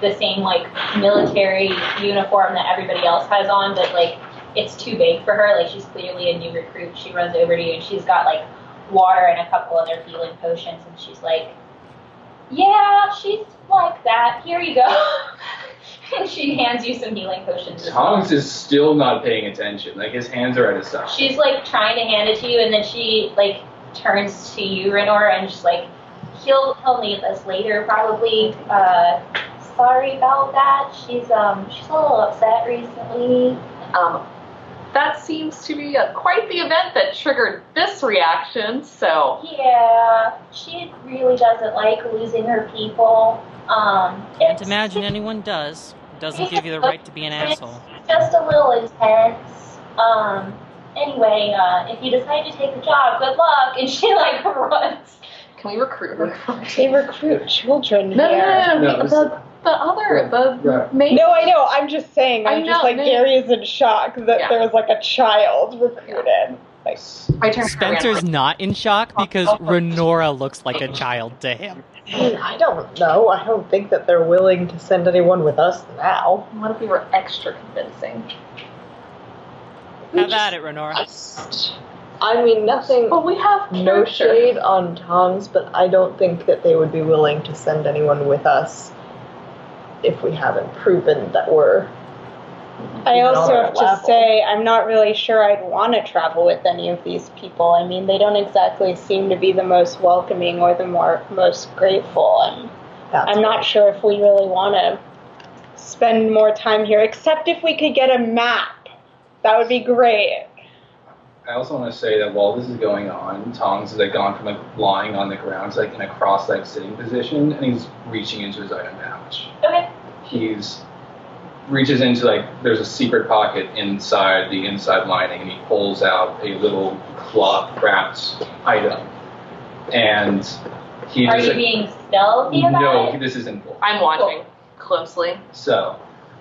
the same like military uniform that everybody else has on, but like it's too big for her. Like she's clearly a new recruit. She runs over to you, and she's got like water and a couple other healing potions, and she's like, "Yeah, she's like that. Here you go." And she hands you some healing potions. as well. Tongs is still not paying attention. Like his hands are at his side. She's like trying to hand it to you, and then she like turns to you, Renor, and just like he'll he'll need this later probably. Uh, sorry about that. She's um she's a little upset recently. Um, that seems to be a, quite the event that triggered this reaction. So Yeah, she really doesn't like losing her people. Um, Can't it's imagine anyone does. Doesn't give you the right to be an asshole. It's just a little intense. Um, anyway, uh, if you decide to take the job, good luck. And she like runs. can we recruit her? They recruit children No, no, here. no, no, No, the, this- the, the other, the Right. main. No, I know. I'm just saying. I I'm just know, like no. Gary is in shock that Yeah. there was like a child recruited. Like, I turned to Miranda. Spencer's not in shock because Renora looks like a child to him. I don't know. I don't think that they're willing to send anyone with us now. What if we were extra convincing? Have at it, Renora. I mean, nothing. But we have No character. shade on Tongs, but I don't think that they would be willing to send anyone with us if we haven't proven that we're. I even also on our have to level. say, I'm not really sure I'd want to travel with any of these people. I mean, they don't exactly seem to be the most welcoming or the more most grateful, and That's I'm not sure if we really want to spend more time here. Except if we could get a map, that would be great. I also want to say that while this is going on, Tongs is like gone from like lying on the ground to like in a cross-legged sitting position, and he's reaching into his item pouch. Okay. He's reaches into like there's a secret pocket inside the inside lining, and he pulls out a little cloth-wrapped item, and he Are just you like, being stealthy about no, it? this isn't full. I'm watching closely. So,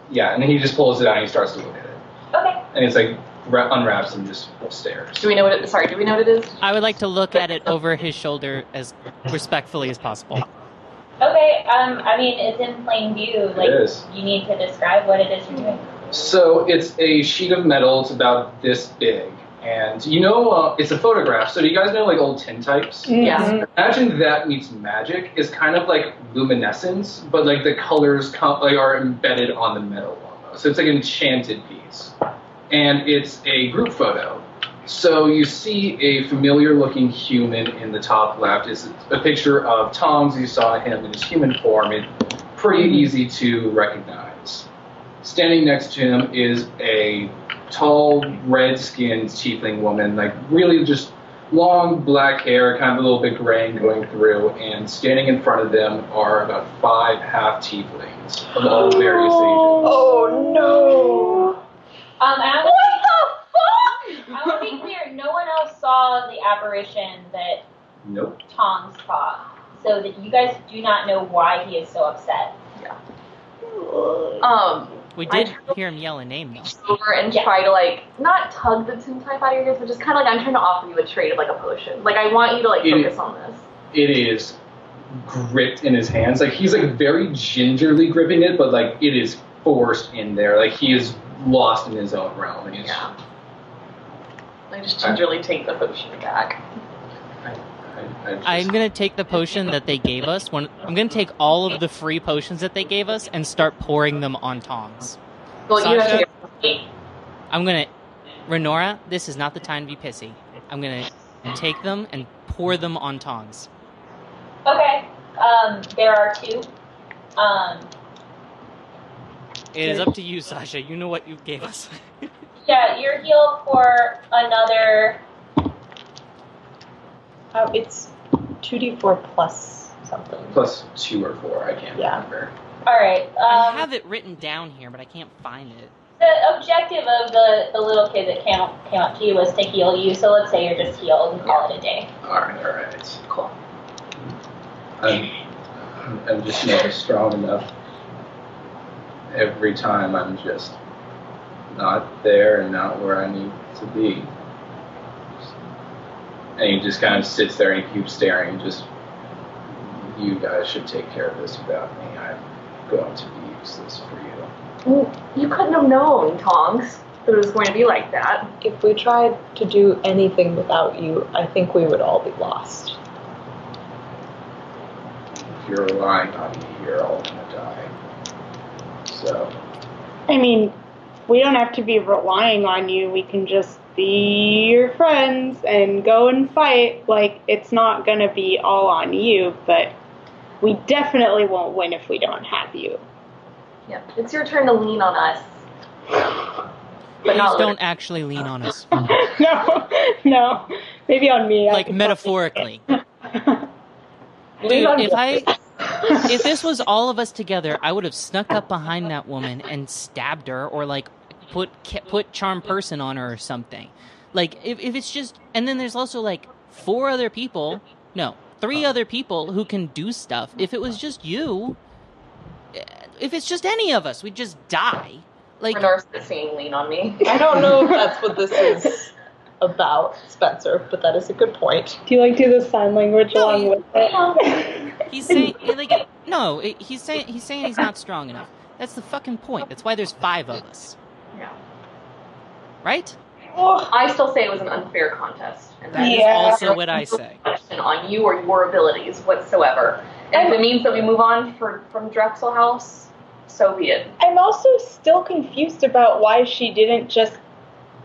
yeah, and then he just pulls it out and he starts to look at it, Okay. and it's like ra- unwraps and just stares. Do we know what it? Sorry, do we know what it is? I would like to look at it over his shoulder as respectfully as possible. Okay. Um, I mean, it's in plain view. Like, is. you need to describe what it is you're doing. So it's a sheet of metal. It's about this big, and you know uh, it's a photograph. So do you guys know like old tintypes? Yeah. Imagine that meets magic is kind of like luminescence, but like the colors come, like are embedded on the metal almost. So it's like an enchanted piece, and it's a group photo. So you see a familiar-looking human in the top left. It's a picture of Tom's. You saw him in his human form. It's pretty easy to recognize. Standing next to him is a tall, red-skinned tiefling woman, like really just long black hair, kind of a little bit graying going through, and standing in front of them are about five half tieflings of all various ages. Oh no! Um, I what the fuck? I want to be clear. No one else saw the apparition that Nope. Tom saw, so that you guys do not know why he is so upset. Um, We did hear him yell a name though. over and Yeah. try to like not tug the tintype out of your ears, but just kind of like I'm trying to offer you a trade of like a potion. Like I want you to like Yeah. focus on this. It is gripped in his hands. Like he's like very gingerly gripping it, but like it is forced in there. Like he is lost in his own realm. He's- Yeah. I just gingerly take the potion back. I, I just- I'm gonna take the potion that they gave us. One, I'm gonna take all of the free potions that they gave us and start pouring them on Tongs. Well, you have to Sasha? get I'm gonna, Renora. This is not the time to be pissy. I'm gonna take them and pour them on Tongs. Okay. Um, there are two. Um, It is up to you, Sasha. You know what you gave us. yeah, you're healed for another. Oh, it's 2d4 plus something. plus two or four. I can't Yeah. remember. All right. Um, I have it written down here, but I can't find it. The objective of the, the little kid that came up, came up to you was to heal you, so let's say you're just healed and call it a day. All right, all right. Cool. I'm, I'm just never strong enough. Every time I'm just not there and not where I need to be. And he just kind of sits there and he keeps staring. Just, you guys should take care of this without me. I'm going to be useless for you. You couldn't have known, Tongs, that it was going to be like that. If we tried to do anything without you, I think we would all be lost. If you're relying on me, you're all gonna die. So I mean, we don't have to be relying on you. We can just be your friends and go and fight. Like, it's not going to be all on you, but we definitely won't win if we don't have you. Yeah, it's your turn to lean on us. Please not don't actually lean on us. no, no. Maybe on me. I like could metaphorically. Lean Dude, on if I if this was all of us together, I would have snuck up behind that woman and stabbed her, or like put ca- put charm person on her or something. Like if if it's just and then there's also like four other people, no, three other people who can do stuff. If it was just you, eh, if it's just any of us, we'd just die. Like Renar's singing lean on me. I don't know if that's what this is. about Spencer, but that is a good point. Do you like do the sign language No, along you- with it? He's saying eh, like no, it- he's saying he's saying he's not strong enough. That's the fucking point. That's why there's five of us. Yeah. Right? Oh, I still say it was an unfair contest. And that That is is Yeah. also what I say. question on you or your abilities whatsoever. And if it means that we move on for, from Drexel House, so be it. I'm also still confused about why she didn't just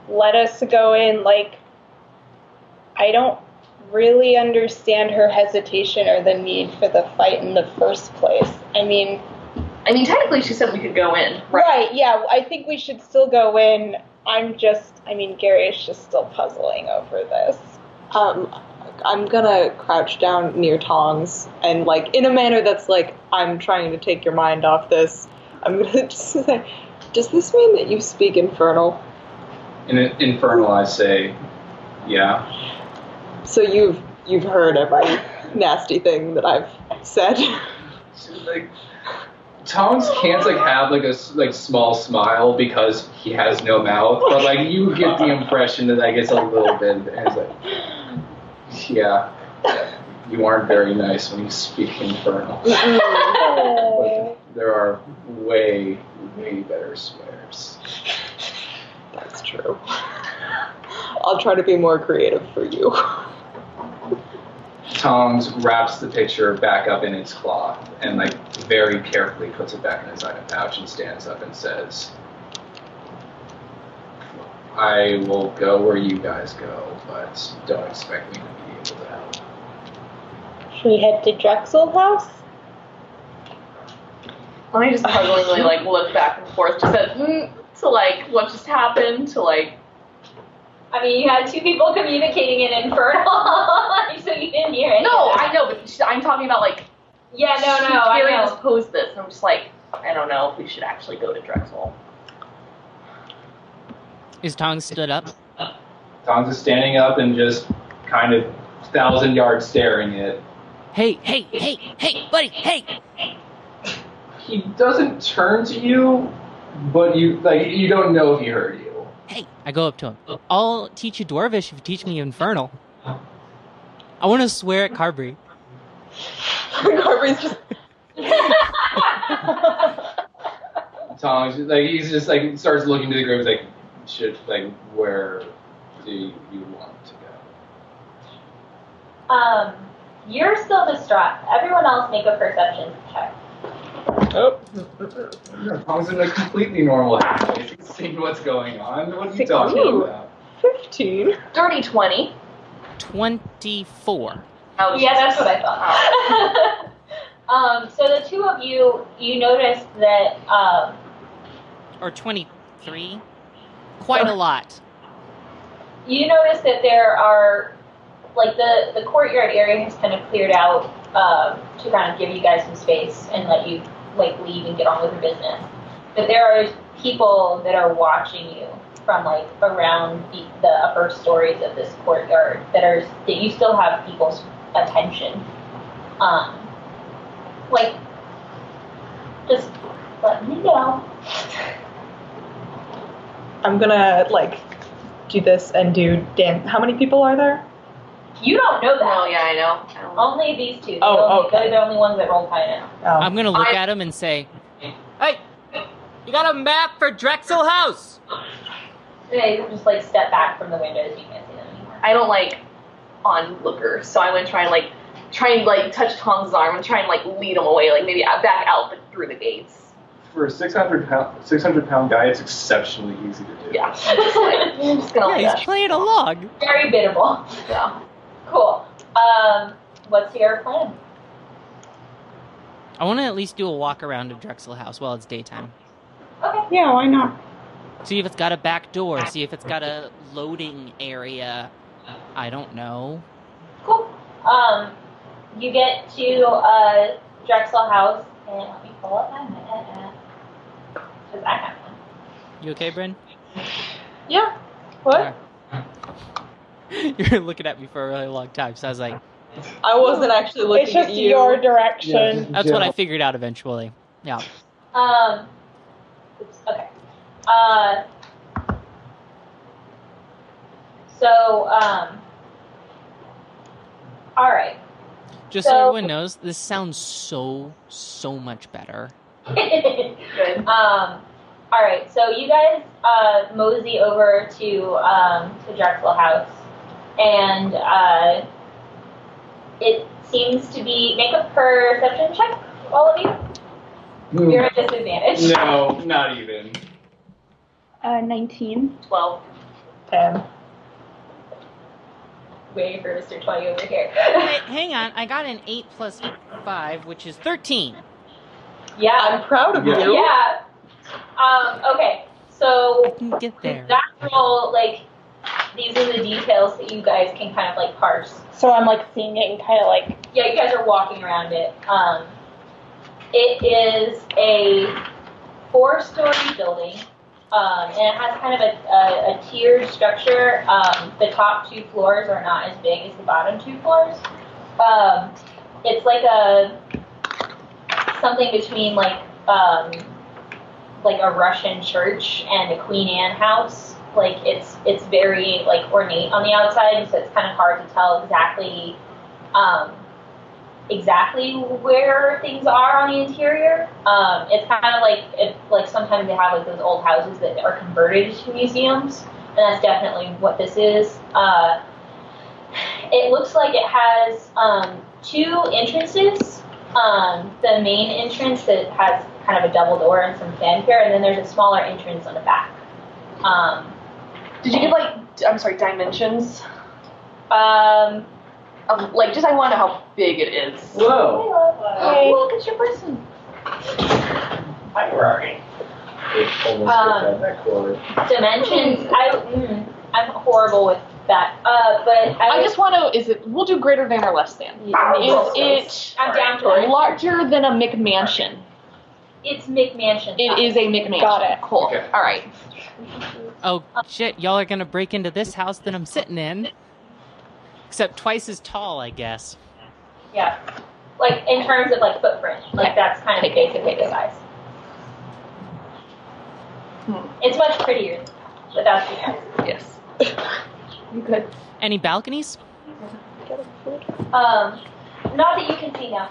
let us go in. Like, I don't really understand her hesitation or the need for the fight in the first place. I mean, I mean, technically, she said we could go in. right, yeah, I think we should still go in. I'm just, I mean, Gary is just still puzzling over this. Um, I'm gonna crouch down near Tongs and, like, in a manner that's like, I'm trying to take your mind off this. I'm gonna just say, does this mean that you speak infernal? in infernal, I say, yeah. So you've you've heard every nasty thing that I've said. She's like, Tongs can't like have like a s- like small smile because he has no mouth, but like you get the impression that I guess a little bit. And it's like, yeah, you aren't very nice when you speak infernal. Oh. But there are way way better swears. That's true. I'll try to be more creative for you. Tongs wraps the picture back up in its cloth and, like, very carefully puts it back in his item pouch and stands up and says, I will go where you guys go, but don't expect me to be able to help. Should we head to Drexel House? I just puzzlingly like look back and forth, just said mm, to like what just happened, to like I mean, you had two people communicating in Infernal, so you didn't hear it. no, I know, but she, I'm talking about like Yeah, no, no, she- I Gary know. just posed this, and I'm just like I don't know if we should actually go to Drexel. His tongue stood up. Tongs is standing up and just kind of thousand yard staring at. Hey, hey, hey, hey, buddy, hey. He doesn't turn to you, but you, like, you don't know if he heard you. Hey, I go up to him. I'll teach you Dwarvish if you teach me Infernal. I want to swear at Carberry. Carby's just Tongs, like he's just like starts looking to the ground. He's like, "Shit, like where do you want to go?" Um, you're still distraught. Everyone else make a perception check. Tongs is like completely normal. He's seeing what's going on. What are you talking Ooh. about? 15. Dirty twenty. 24. Ouch. Yeah, that's what I thought. um, so the two of you, you noticed that um, Or 23. Quite a lot. you notice that there are like the the courtyard area has kind of cleared out um, to kind of give you guys some space and let you like leave and get on with your business. But there are people that are watching you from like around the, the upper stories of this courtyard that are that you still have people's attention. Um, like just let me know. I'm gonna, like, do this and do Dan. How many people are there? You don't Oh, know that. No, yeah, I know. I don't know. Only these two. Oh, They're the only- okay. They're the only ones that roll high now. Oh. I'm going to look I- at him and say, Hey, you got a map for Drexel House? They just like step back from the windows. You can't see them anymore. I don't like onlookers, so I'm gonna try and like try and like touch Tom's arm and try and like lead him away, like maybe out- back out the, through the gates. for a 600 pound, 600 pound guy, it's exceptionally easy to do. Yeah. I'm just like, I'm just gonna Yeah, let he's playing a log. Very biddable. that go. Cool. Um, what's your plan? I want to at least do a walk around of Drexel House while it's daytime. Okay. Yeah, why not? See if it's got a back door. See if it's got a loading area. I don't know. Cool. Um, you get to uh, Drexel House, and let me pull up my map. Because I have one. You okay, Bryn? Yeah. What? You're looking at me for a really long time, so I was like, I wasn't actually looking it's just at you. your direction. that's what I figured out eventually. Yeah. Um, oops, okay. Uh, so, um, all right. Just so, So- everyone knows, this sounds so, so much better. Good. um, all right. So you guys uh, mosey over to um, to Drexel House, and uh, it seems to be make a perception check. All of you. You're at disadvantage. No, not even. Uh, 19. Twelve. Ten. Waiting for Mr. Twenty over here. Wait, hang on. I got an 8 plus 5, which is 13. yeah. I'm proud of Yeah. you. Yeah. Um, okay. So I can get there. That role, like, these are the details that you guys can kind of like parse. So I'm like seeing it and kind of like Yeah, you guys are walking around it. Um, it is a four-story building, um, and it has kind of a, a, a tiered structure. Um, the top two floors are not as big as the bottom two floors. Um, it's like a something between like um, like a Russian church and the Queen Anne house. Like it's it's very like ornate on the outside, so it's kind of hard to tell exactly um, exactly where things are on the interior. Um, it's kind of like if, like sometimes they have like those old houses that are converted to museums, and that's definitely what this is. Uh, it looks like it has um, two entrances. Um, the main entrance that has kind of a double door and some fanfare, and then there's a smaller entrance on the back. Um, Did you get like d- I'm sorry, dimensions? um, Um, like just I want to know how big it is. Whoa. Hey, look, it's your person. Hi, Rory. It almost Um, hit that chord. dimensions. I mm, I'm horrible with that. Uh, but I, I just want to. Is it? We'll do greater than or less than. Is it I'm down to it. larger than a McMansion? It's McMansion. It size. is a McMansion. Got it. Cool. Okay. All right. Oh, shit. Y'all are going to break into this house that I'm sitting in. Except twice as tall, I guess. Yeah. Like in terms of like footprint, like that's kind of basically the size. Hmm. It's much prettier, but that's the size. Yes. you could. Any balconies? Um, not that you can see now.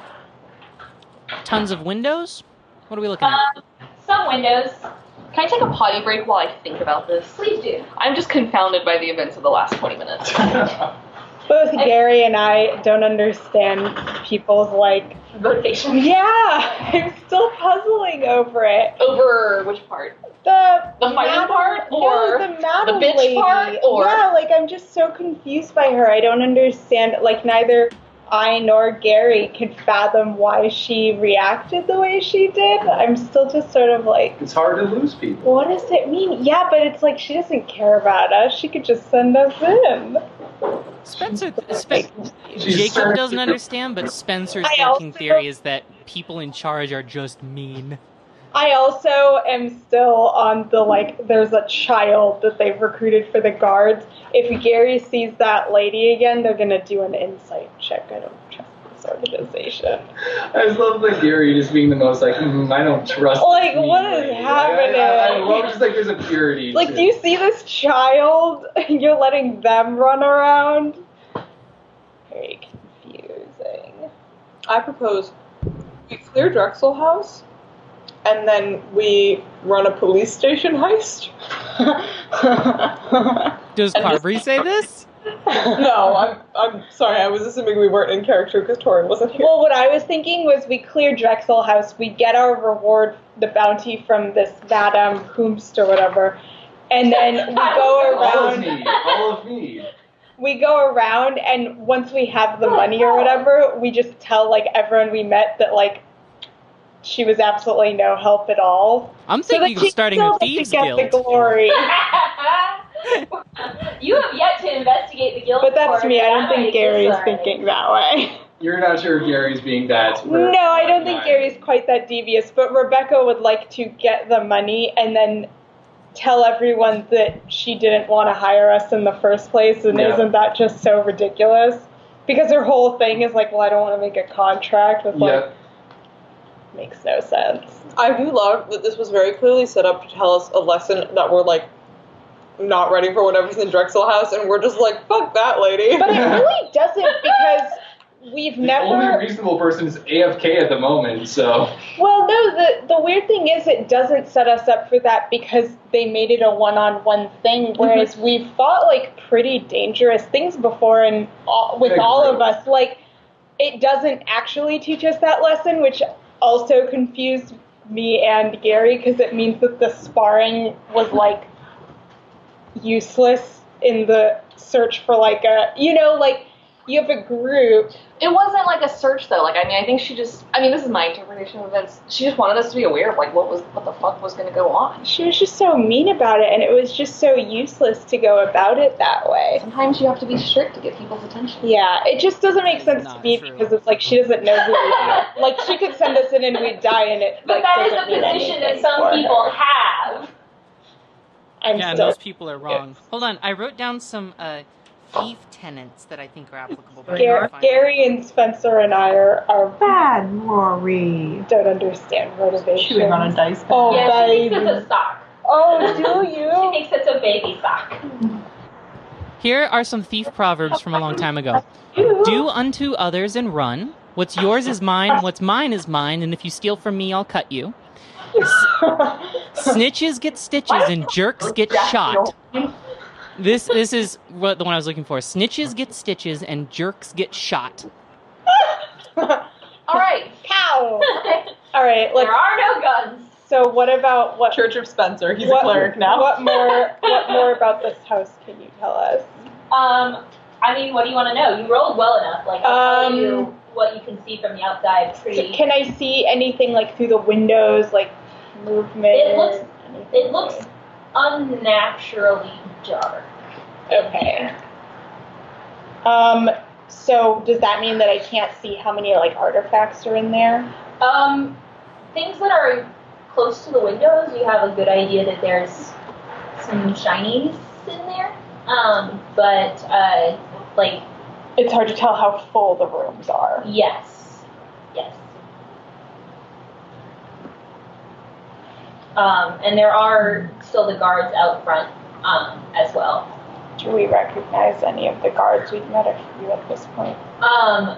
Tons of windows? What are we looking at? Um, some windows. Can I take a potty break while I think about this? Please do. I'm just confounded by the events of the last 20 minutes. both Gary and I don't understand people's like Motivation. yeah, I'm still puzzling over it. Over which part? The The fighting madam- part no, or the madam the bitch lady. part or- yeah, like I'm just so confused by her. I don't understand. Like neither I nor Gary could fathom why she reacted the way she did. I'm still just sort of like. It's hard to lose people. What does it mean? Yeah, but it's like she doesn't care about us. She could just send us in. Spencer, Spen- She's Jacob starting doesn't to- understand, but Spencer's I thinking also- theory is that people in charge are just mean. I also am still on the like, there's a child that they've recruited for the guards. If Gary sees that lady again, they're going to do an insight check. I don't trust this organization. I just love that Gary just being the most like, mm, I don't trust. Like, this what mean is lady." Like, happening? I, I, I love just like there's a purity. Like, to- do you see this child? You're letting them run around? Very confusing. I propose we clear Drexel House, and then we run a police station heist. Does Carberry say this? No, I'm, I'm sorry. I was assuming we weren't in character because Tori wasn't here. Well, what I was thinking was we clear Drexel House, we get our reward, the bounty from this Madame Hoomst or whatever, and then we go All of around. me. All of me. We go around, and once we have the money or whatever, we just tell like everyone we met that like she was absolutely no help at all. I'm So that thinking she of starting still a doesn't thieves get guild. the glory. you have yet to investigate the guild. But that's for me. I don't that think is Gary's alright. thinking that way. You're not sure if Gary's being that. No, I don't think Gary's quite that devious, but Rebecca would like to get the money and then tell everyone that she didn't want to hire us in the first place, and Yeah. isn't that just so ridiculous? Because her whole thing is like, well, I don't want to make a contract with like, Yeah. makes no sense. I do love that this was very clearly set up to tell us a lesson that we're like not ready for whatever's in Drexel House, and we're just like, fuck that lady. But it really doesn't because we've The never. only reasonable person is AFK at the moment, so Well, no, the the weird thing is it doesn't set us up for that because they made it a one-on-one thing, whereas we've fought like pretty dangerous things before and all, with Big all of group. us. Like, it doesn't actually teach us that lesson, which also confused me and Gary because it means that the sparring was like useless in the search for like a you know like you have a group It wasn't like a search though. Like I mean, I think she just. I mean, this is my interpretation of events. She just wanted us to be aware of like what was what the fuck was going to go on. She was just so mean about it, and it was just so useless to go about it that way. Sometimes you have to be strict to get people's attention. Yeah, it just doesn't make sense to Not me true. because it's like she doesn't know who we are. Like she could send us in and we'd die, and it. But like, that is a doesn't mean position that anything some for people her. have. I'm yeah, and still. those people are wrong. Hold on, I wrote down some uh, thief tenants that I think are applicable. but I Gar- can't find them. Gary and Spencer and I are, are Bad Rory. don't understand motivation. Chewing on a dice bag. Oh, yeah, she thinks baby. it's a sock. Oh, do She you? thinks it's a baby sock. Here are some thief proverbs from a long time ago. Do unto others and run. What's yours is mine, what's mine is mine, and if you steal from me, I'll cut you. S- snitches get stitches and jerks get shot. This this is what the one I was looking for. Snitches get stitches and jerks get shot. All right. Pow! All right, like there are no guns. so. What about what? Church of Spencer. He's what, a cleric now. What more? What more about this house can you tell us? Um, I mean, what do you want to know? You rolled well enough. Like, I'll Um, tell you what you can see from the outside. Pretty. Can I see anything like through the windows, like movement? It looks- anything? it looks unnaturally dark. okay. Um. So does that mean that I can't see how many like artifacts are in there? Um, things that are close to the windows, you have a good idea that there's some shinies in there. Um, but uh, like, It's hard to tell how full the rooms are. yes, yes. Um, and there are still the guards out front um, as well. Do we recognize any of the guards we've met a few at this point? Um,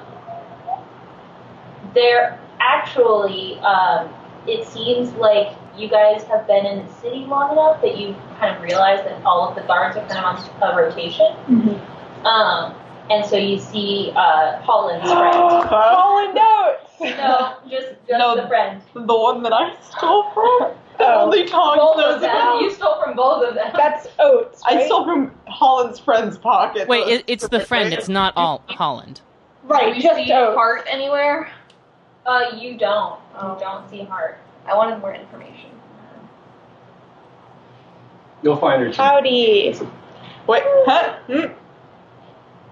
they're actually, um, it seems like you guys have been in the city long enough that you kind of realize that all of the guards are kind of on a rotation. Um, and so you see uh, Holland's friend. Colin notes. No, just, just Oh. No. the friend. the one that I stole from. The Oh, only Tongs Both of knows them. about. You stole from both of them. that's oats. Right? I stole from Holland's friend's pocket. Wait, That was it, it's the friend. It's not all Holland. Do right. we Just see oats. heart anywhere? Uh, you don't. Oh. You don't see heart. I wanted more information. you'll find her. too. Howdy. Wait, huh? Hmm?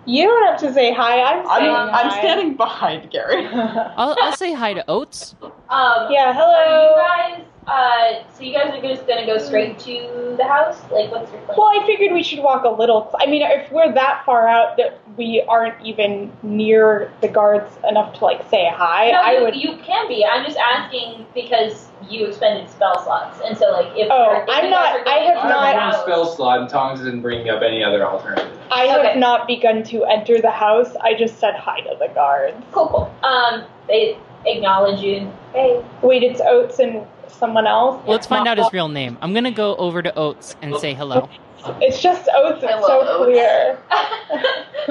You don't have to say hi. I'm I'm, saying I'm hi. standing behind Gary. I'll, I'll say hi to Oates. Um, Yeah. So Hello. you guys, uh, so you guys are just gonna go straight to the house? Like, what's your plan? Well, I figured we should walk a little. I mean, if we're that far out that we aren't even near the guards enough to like say hi, No, I you, would. you can be. I'm just asking because you expended spell slots, and so like if Oh, if you I'm guys not- are going I have to not- I the have house- one spell slot, and Tongs isn't bringing up any other alternative. I have okay. not begun to enter the house. I just said hi to the guards. Cool, cool. Um, they acknowledge you. Hey, Wait, it's Oates and someone else. Let's It's find not out his real name. I'm gonna go over to Oates and say hello. Oates. It's just Oates. I It's so love Oates. clear.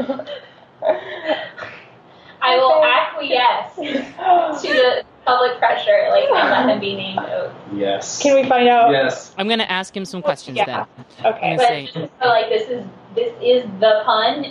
I will acquiesce to the public pressure. Like, and let him be named Oates. Yes. Can we find out? Yes. I'm gonna ask him some questions Yeah. then. Okay. Yes. But say- just so, like this is this is the pun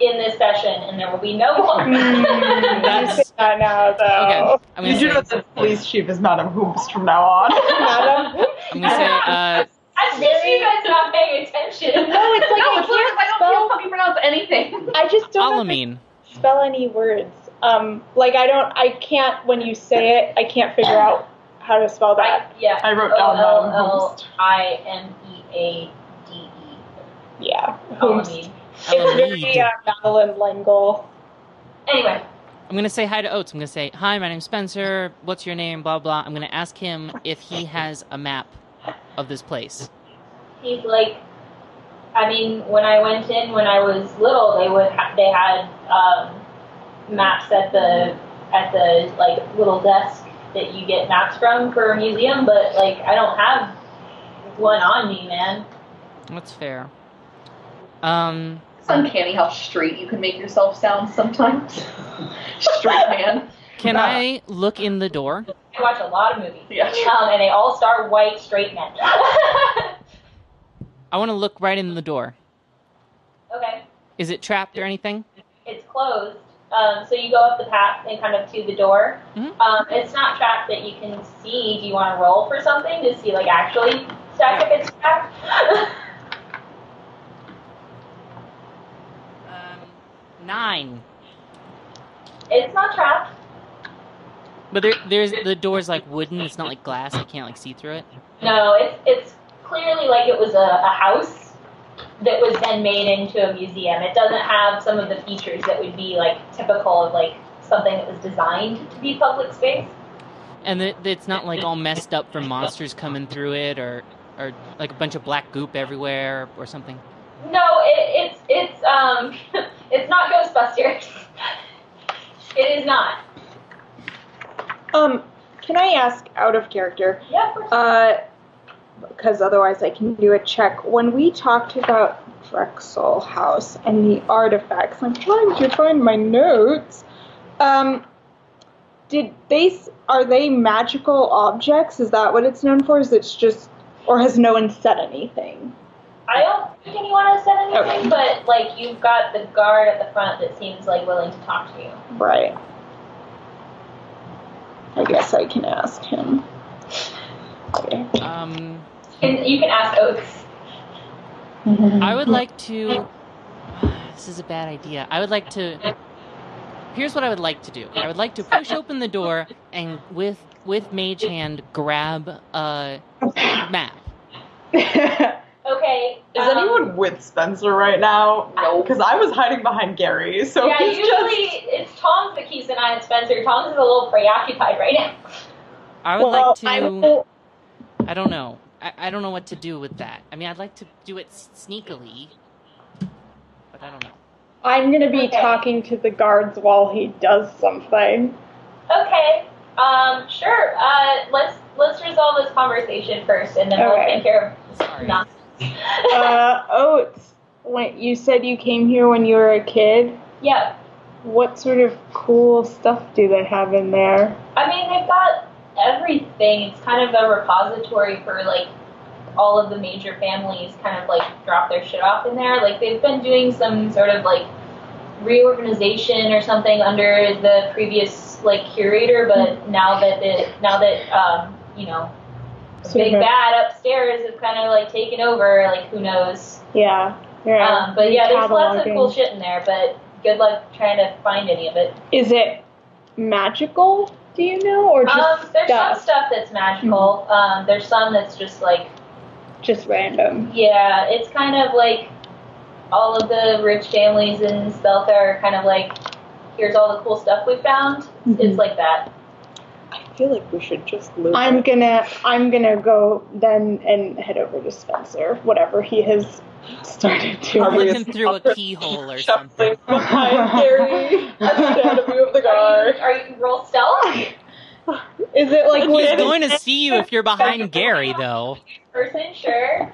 in this session, and there will be no pun. You say That's that now, though. okay. I'm You gonna do say, know that the police chief is Madam Hoops from now on. Madam. I'm gonna say uh, I think you guys are not paying attention. No, it's like no, I it's not can't because I don't spell. feel fucking pronounce anything. I just don't know if I Alameen. spell any words. Um, like I don't, I can't. When you say it, I can't figure out how to spell that. I, yeah. I wrote down Madam Hoops. I M E A D E. Yeah, Follow Oops. me. it's very uh, Alameen. Madeline Lengel. Anyway, I'm gonna say hi to Oates. I'm gonna say hi. My name's Spencer. What's your name? Blah blah. I'm gonna ask him if he has a map of this place. he's like, I mean, when I went in when I was little, they would ha- they had um, maps at the at the like little desk that you get maps from for a museum, but like I don't have one on me, man. That's fair. Um, It's uncanny how straight you can make yourself sound sometimes. straight man. can I look in the door? I watch a lot of movies, Yeah. um, and they all star white straight men. I want to look right in the door. okay, Is it trapped or anything? it's closed. Um, so you go up the path and kind of to the door. Mhm. Um, it's not trapped that you can see. Do you want to roll for something to see, like actually stack if it's trapped? Um, nine. it's not trapped. But there, there's the door's like wooden. It's not like glass. I can't like see through it. No, it's it's clearly like it was a, a house that was then made into a museum. It doesn't have some of the features that would be like typical of like something that was designed to be public space. And it, it's not like all messed up from monsters coming through it, or or like a bunch of black goop everywhere, or, something. No, it, it's it's um it's not Ghostbusters. it is not. Um, can I ask out of character? Yeah, of course. Uh, because otherwise I can do a check. When we talked about Drexel House and the artifacts, I'm trying to find my notes. Um, did they s- are they magical objects? Is that what it's known for? Is it's just or has no one said anything? I don't think anyone has said anything, but like you've got the guard at the front that seems like willing to talk to you. Right. I guess I can ask him. Okay. Um, And you can ask Oates. I would like to. This is a bad idea. I would like to. Here's what I would like to do. I would like to push open the door and with with mage hand grab a map. Okay. Is um, anyone with Spencer right now? No. Because I was hiding behind Gary, so yeah, he's usually just. it's Tom's that keeps an eye on Spencer. Tom's is a little preoccupied right now. I would well, like to. I will- I don't know. I, I don't know what to do with that. I mean, I'd like to do it s- sneakily, but I don't know. I'm gonna be Okay. talking to the guards while he does something. Okay. Um, sure. Uh, let's let's resolve this conversation first, and then we'll Okay. take care of Sorry. not. uh, Oates, when you said you came here when you were a kid, yeah. what sort of cool stuff do they have in there? I mean, they've got everything. It's kind of a repository for like all of the major families kind of like drop their shit off in there. Like they've been doing some sort of like reorganization or something under the previous like curator, but now that the now that um, you know big Sort of- bad upstairs has kind of like taken over. Like who knows? Yeah. Yeah. Um, but yeah, there's lots of Cataloging. cool shit in there. But good luck trying to find any of it. Is it magical? Do you know, or just Um, there's stuff? some stuff that's magical. Um, there's some that's just like Just random. Yeah, it's kind of like all of the rich families in Spelka are kind of like, here's all the cool stuff we found. Mm-hmm. It's like that. I feel like we should just move. I'm it. gonna I'm gonna go then and head over to Spencer, whatever he has started Are I'm we- doing. looking through a keyhole or something. Shuffling behind Gary. That's the enemy of the Are guard. you, are you roll stealth? Is it like He's when- going to see you if you're behind Gary, though. Person, sure.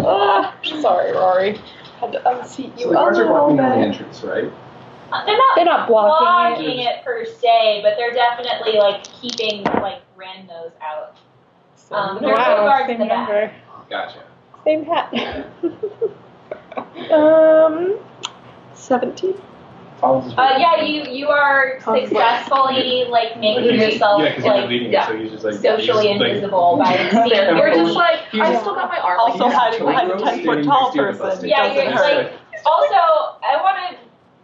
Ah, sorry, Rory. Had to unseat So the guards Oh, are blocking down the entrance, right? Uh, They're not They're not blocking blocking it per se, but they're definitely like keeping like randos out. Um, there's no Wow, guards same in the back. number. Gotcha. Same hat. um, 17? Follows Uh, yeah, you you are successfully like making yourself Yeah, because you're like leading, yeah, so he's just like socially he's, like, invisible by seeing. There, you're You're just like, I still got my arm. Also like, hiding behind a Totoro 10 foot standing next tall to you with a person. stick. Yeah, you're Doesn't like. Also, I want to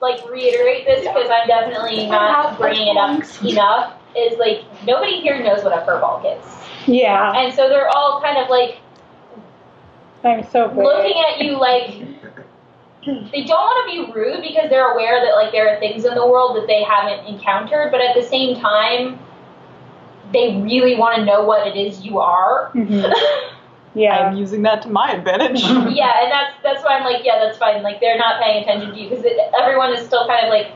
like reiterate this because I'm definitely not bringing it up enough. Is like nobody here knows what a furball is, yeah, and so they're all kind of like I'm so brave. looking at you like they don't want to be rude because they're aware that like there are things in the world that they haven't encountered, but at the same time, they really want to know what it is you are. Mhm. I'm Yeah, using that to my advantage. yeah, and that's that's why I'm like, yeah, that's fine. Like they're not paying attention to you because everyone is still kind of like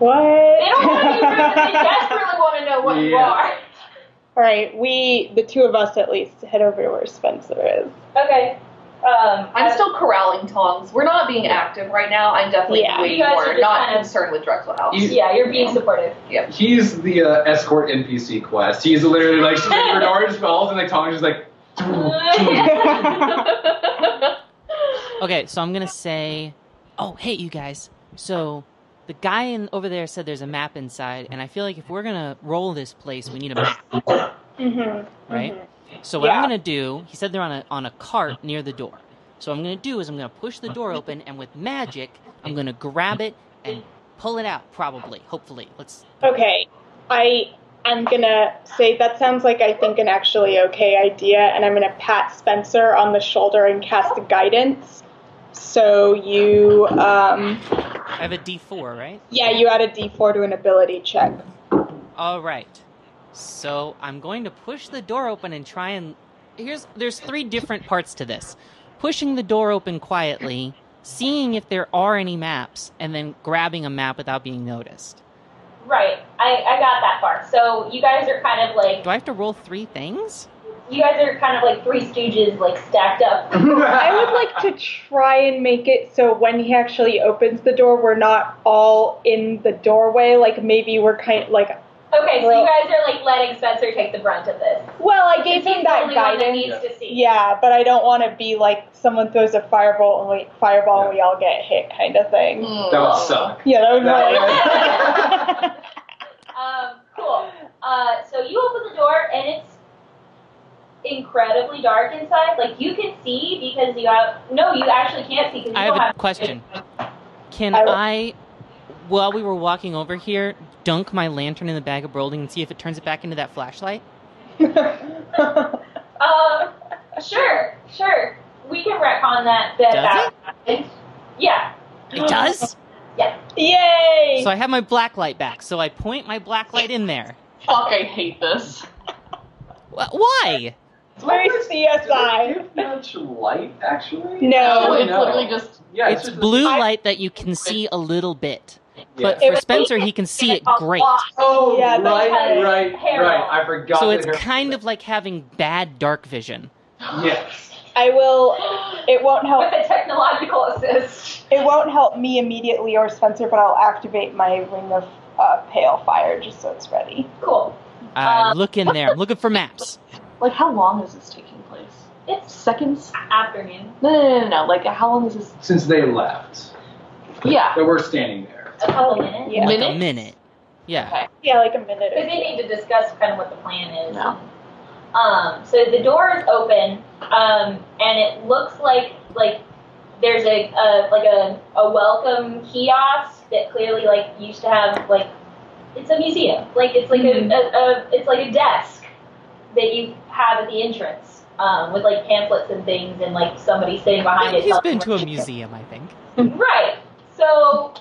what? they don't want to be rude, but they desperately want to know what you Yeah. are. All right, we, the two of us at least, head over to where Spencer is. Okay, um, I'm still corralling tongs. We're not being active right now. I'm definitely Yeah. way You guys are more just not kind of- concerned with Drexel House. You- yeah, you're being supportive. He's the uh, escort NPC quest. He's literally like straight for Orange Falls, and like Tom's just like. Okay, so I'm gonna say, oh hey you guys. So the guy in over there said there's a map inside, and I feel like if we're gonna roll this place, we need a map, Mm-hmm. right? So what Yeah. I'm gonna do, he said they're on a on a cart near the door. So what I'm gonna do is I'm gonna push the door open, and with magic, I'm gonna grab it and pull it out. Probably, hopefully. Let's. Okay, I am gonna say that sounds like I think an actually okay idea, and I'm gonna pat Spencer on the shoulder and cast guidance. So you, um, I have a D4, right? yeah, you add a D4 to an ability check. All right. So I'm going to push the door open and try and here's there's three different parts to this. Pushing the door open quietly, seeing if there are any maps, and then grabbing a map without being noticed. Right, I, I got that far. So you guys are kind of like Do I have to roll three things? you guys are kind of like three stooges, like stacked up. I would like to try and make it so when he actually opens the door, we're not all in the doorway. Like maybe we're kind like, Okay, so Well- you guys are like letting Spencer take the brunt of this. well, I gave him He's the that only one that guidance. needs to see. Yeah, but I don't want to be like someone throws a fireball and we fireball and we all get hit kind of thing. Mm. That would suck. Yeah, that would be That like. Um, cool. Uh, so you open the door and it's incredibly dark inside. Like you can see because you have no, you actually can't see because you I don't have a have question. Can I- I, while we were walking over here, dunk my lantern in the bag of brolding and see if it turns it back into that flashlight? Um, sure, sure. We can retcon that. that Does that Yeah. It does? Yay! So I have my black light back, so I point my black light in there. Fuck, I hate this. Wh- Why? it's very CSI. Natural light, actually. No. it's no. literally just Yeah, It's just- blue I- light that you can see a little bit. But yeah. It for was- Spencer, he can see it great. Oh, Yeah, that's right, how it- right, Harold. right. I forgot. So that it's Harold- kind of like having bad dark vision. yes. I will. It won't help. With a technological assist. It won't help me immediately or Spencer, but I'll activate my ring of uh, pale fire just so it's ready. Cool. I Uh, look in there. I'm looking for maps. like how long is this taking place? It's Seconds? afternoon. No, no, no, no. Like how long is this? Since they left, Yeah. that we're standing there. A couple minutes. Yeah. Like a Minutes? minute. Yeah. Yeah, like a minute Because they or need to discuss kind of what the plan is. No. Um, so the door is open, um, and it looks like like there's a, a like a, a welcome kiosk that clearly like used to have like it's a museum. Like it's like a, a, a it's like a desk that you have at the entrance. Um, with like pamphlets and things, and like somebody sitting behind it. He's telling been to a them- museum, I think. Right. So,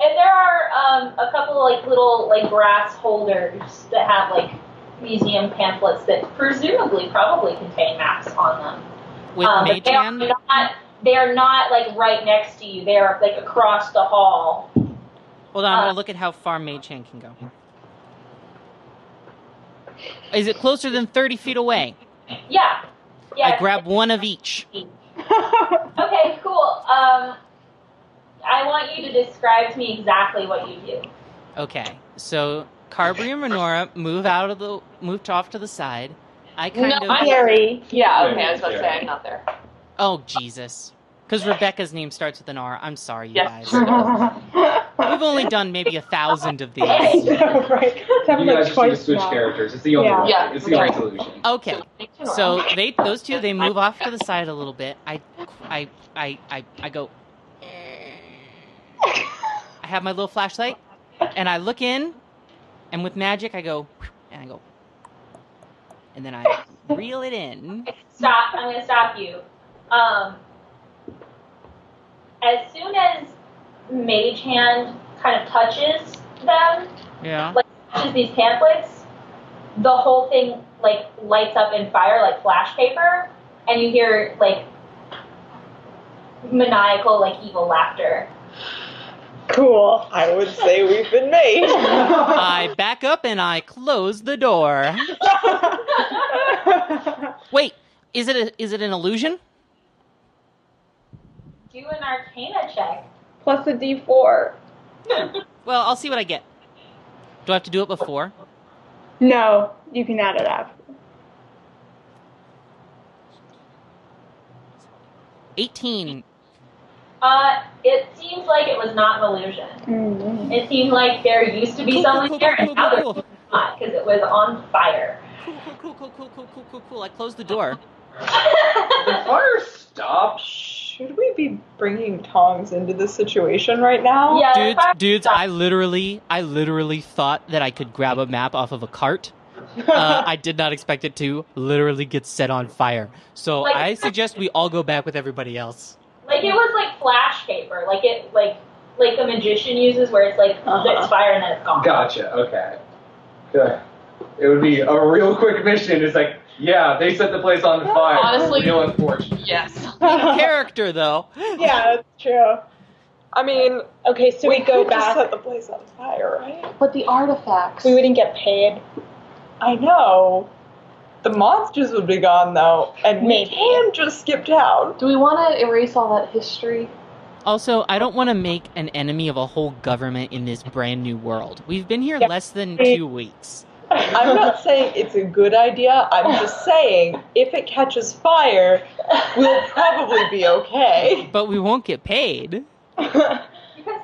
and there are um, a couple like little like brass holders that have like museum pamphlets that presumably probably contain maps on them. With um, Mage but they are Hand, not. They are not like right next to you. They are like across the hall. hold on, I'm uh, gonna look at how far Mage Hand can go. Is it closer than 30 feet away? Yeah. Yeah. I grab one of each. Okay, cool. Um, I want you to describe to me exactly what you do. Okay, so Carberry and Renora move out of the move off to the side. I kind No, of I'm- Carrie. Yeah, okay, I was about to say I'm not there. oh Jesus, because Rebecca's name starts with an R. I'm sorry, you Yes. guys. We've only done maybe a thousand of these. right. It's You happened like guys just need to twice switch now. characters. It's the only Yeah. way. Yeah, It's the only right. solution. Okay, so they those two they move off to the side a little bit. I I I I, I go. I have my little flashlight, and I look in, and with magic I go, and I go, and then I reel it in. Stop. I'm going to stop you. Um, as soon as Mage Hand kind of touches them, Yeah. touches these pamphlets, the whole thing like lights up in fire like flash paper, and you hear like maniacal, like evil laughter. Cool. I would say we've been made. I back up and I close the door. Wait, is it a, is it an illusion? Do an Arcana check. Plus a D4. Well, I'll see what I get. Do I have to do it before? No, you can add it up. 18. Uh, it seems like it was not an illusion. It seems like there used to be Cool, someone cool, there, cool, and now cool, there's cool. not because it was on fire. Cool, cool, cool, cool, cool, cool, cool, cool, cool. I close the door. The fire stopped. Should we be bringing tongs into this situation right now? yeah, the Dudes, fire dudes, stopped. I literally, I literally thought that I could grab a map off of a cart. Uh, I did not expect it to literally get set on fire. So Like- I suggest we all go back with everybody else. like it was like flash paper, like it like like the magician uses where it's like Uh-huh. it's fire and then it's gone. Gotcha. Okay. Good. It would be a real quick mission. It's like, yeah, they set the place on fire. honestly- real unfortunate. Yes. Character though. Yeah, that's true. I mean, Okay, so we, we go could just back. set the place on fire, right? But the artifacts. we wouldn't get paid. I know. The monsters would be gone though, and we Maybe. can just skip town. Do we want to erase all that history? Also, I don't want to make an enemy of a whole government in this brand new world. We've been here Yeah. less than two weeks. I'm not saying it's a good idea. I'm just saying if it catches fire, we'll probably be okay. But we won't get paid. You guys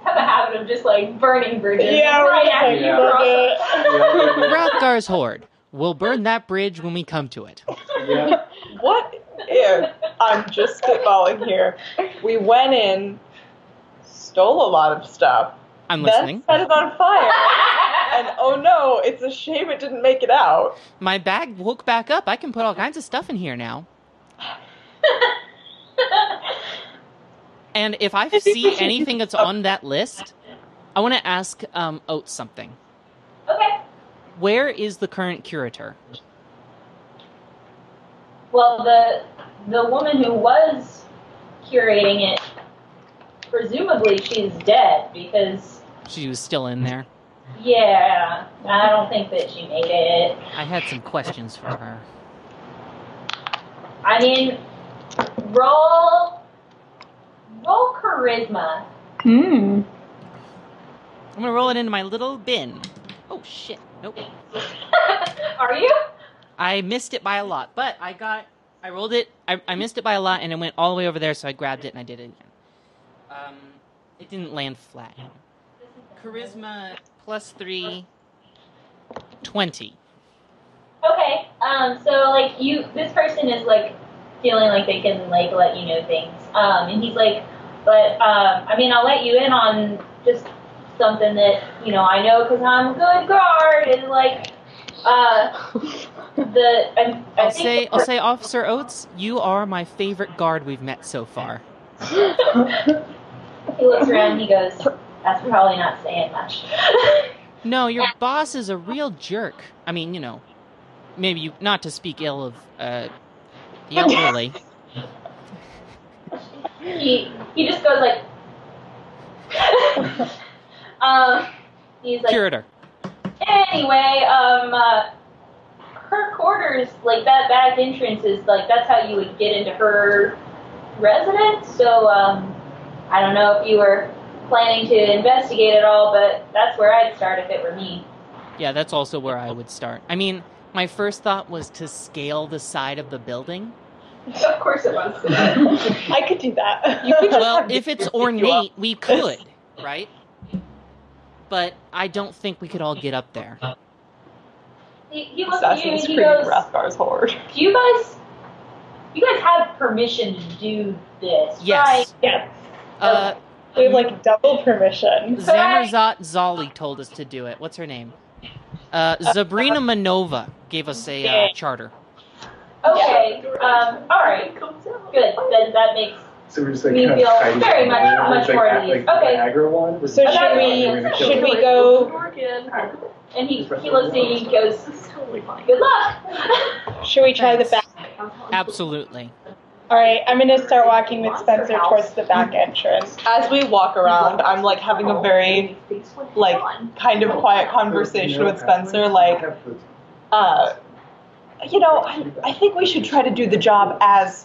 have a habit of just like burning bridges. Yeah, we're right just after like, you yeah. cross "Fuck them. Rathgar's horde. We'll burn that bridge when we come to it. Yeah. What if I'm just spitballing here? We went in, stole a lot of stuff, I'm then listening. set it on fire, and oh no, it's a shame it didn't make it out. My bag woke back up. I can put all kinds of stuff in here now. and if I see anything that's on that list, I want to ask um, Oates something. Okay. Where is the current curator? Well, the the woman who was curating it, presumably she's dead because She was still in there. yeah, I don't think that she made it. I had some questions for her. I mean, roll roll charisma. Hmm. I'm gonna roll it into my little bin. Oh shit! Nope. Are you? I missed it by a lot, but I got. I rolled it. I, I missed it by a lot, and it went all the way over there. So I grabbed it and I did it again. Um, it didn't land flat. Charisma plus three. Twenty. Okay. Um. So like you, this person is like feeling like they can like let you know things. Um. And he's like, but um. I mean, I'll let you in on just something that you know I know because I'm a good guard and like uh the I, I I'll think say. I'll say, Officer Oates, you are my favorite guard we've met so far. he looks around and he goes, that's probably not saying much. No, your boss is a real jerk. I mean, you know, maybe you not to speak ill of uh, the elderly. he he just goes like. um. He's like. Curator. Anyway, um, uh, her quarters, like that back entrance is like that's how you would get into her residence. So um, I don't know if you were planning to investigate at all, but that's where I'd start if it were me. Yeah, that's also where I would start. I mean, my first thought was to scale the side of the building. Of course it was. I could do that. You could, well, if it's ornate, we could, right? But I don't think we could all get up there. He, he looks at you and Assassin's he Creed goes, Rathgar's Horde. "Do you guys, you guys have permission to do this, Yes. right?" Yes. Uh, We have like double permission. Zamarzat Zali told us to do it. What's her name? Uh, Zabrina Manova gave us a uh, charter. Okay. Um, all right. Good. Then that makes So we're just like We kind feel of fighting very each much- other much with, like, more at that, ease. like, Okay. Niagara one. Was So like, should oh, we- we're gonna kill should them. we go? and he, he looks at you and goes, It's totally fine. "Good luck." Should we try the back? Thanks. Absolutely. All right, I'm gonna start walking with Spencer towards the back entrance. As we walk around, I'm like having Oh. a very like kind of quiet conversation with Spencer, like uh, you know, I, I think we should try to do the job as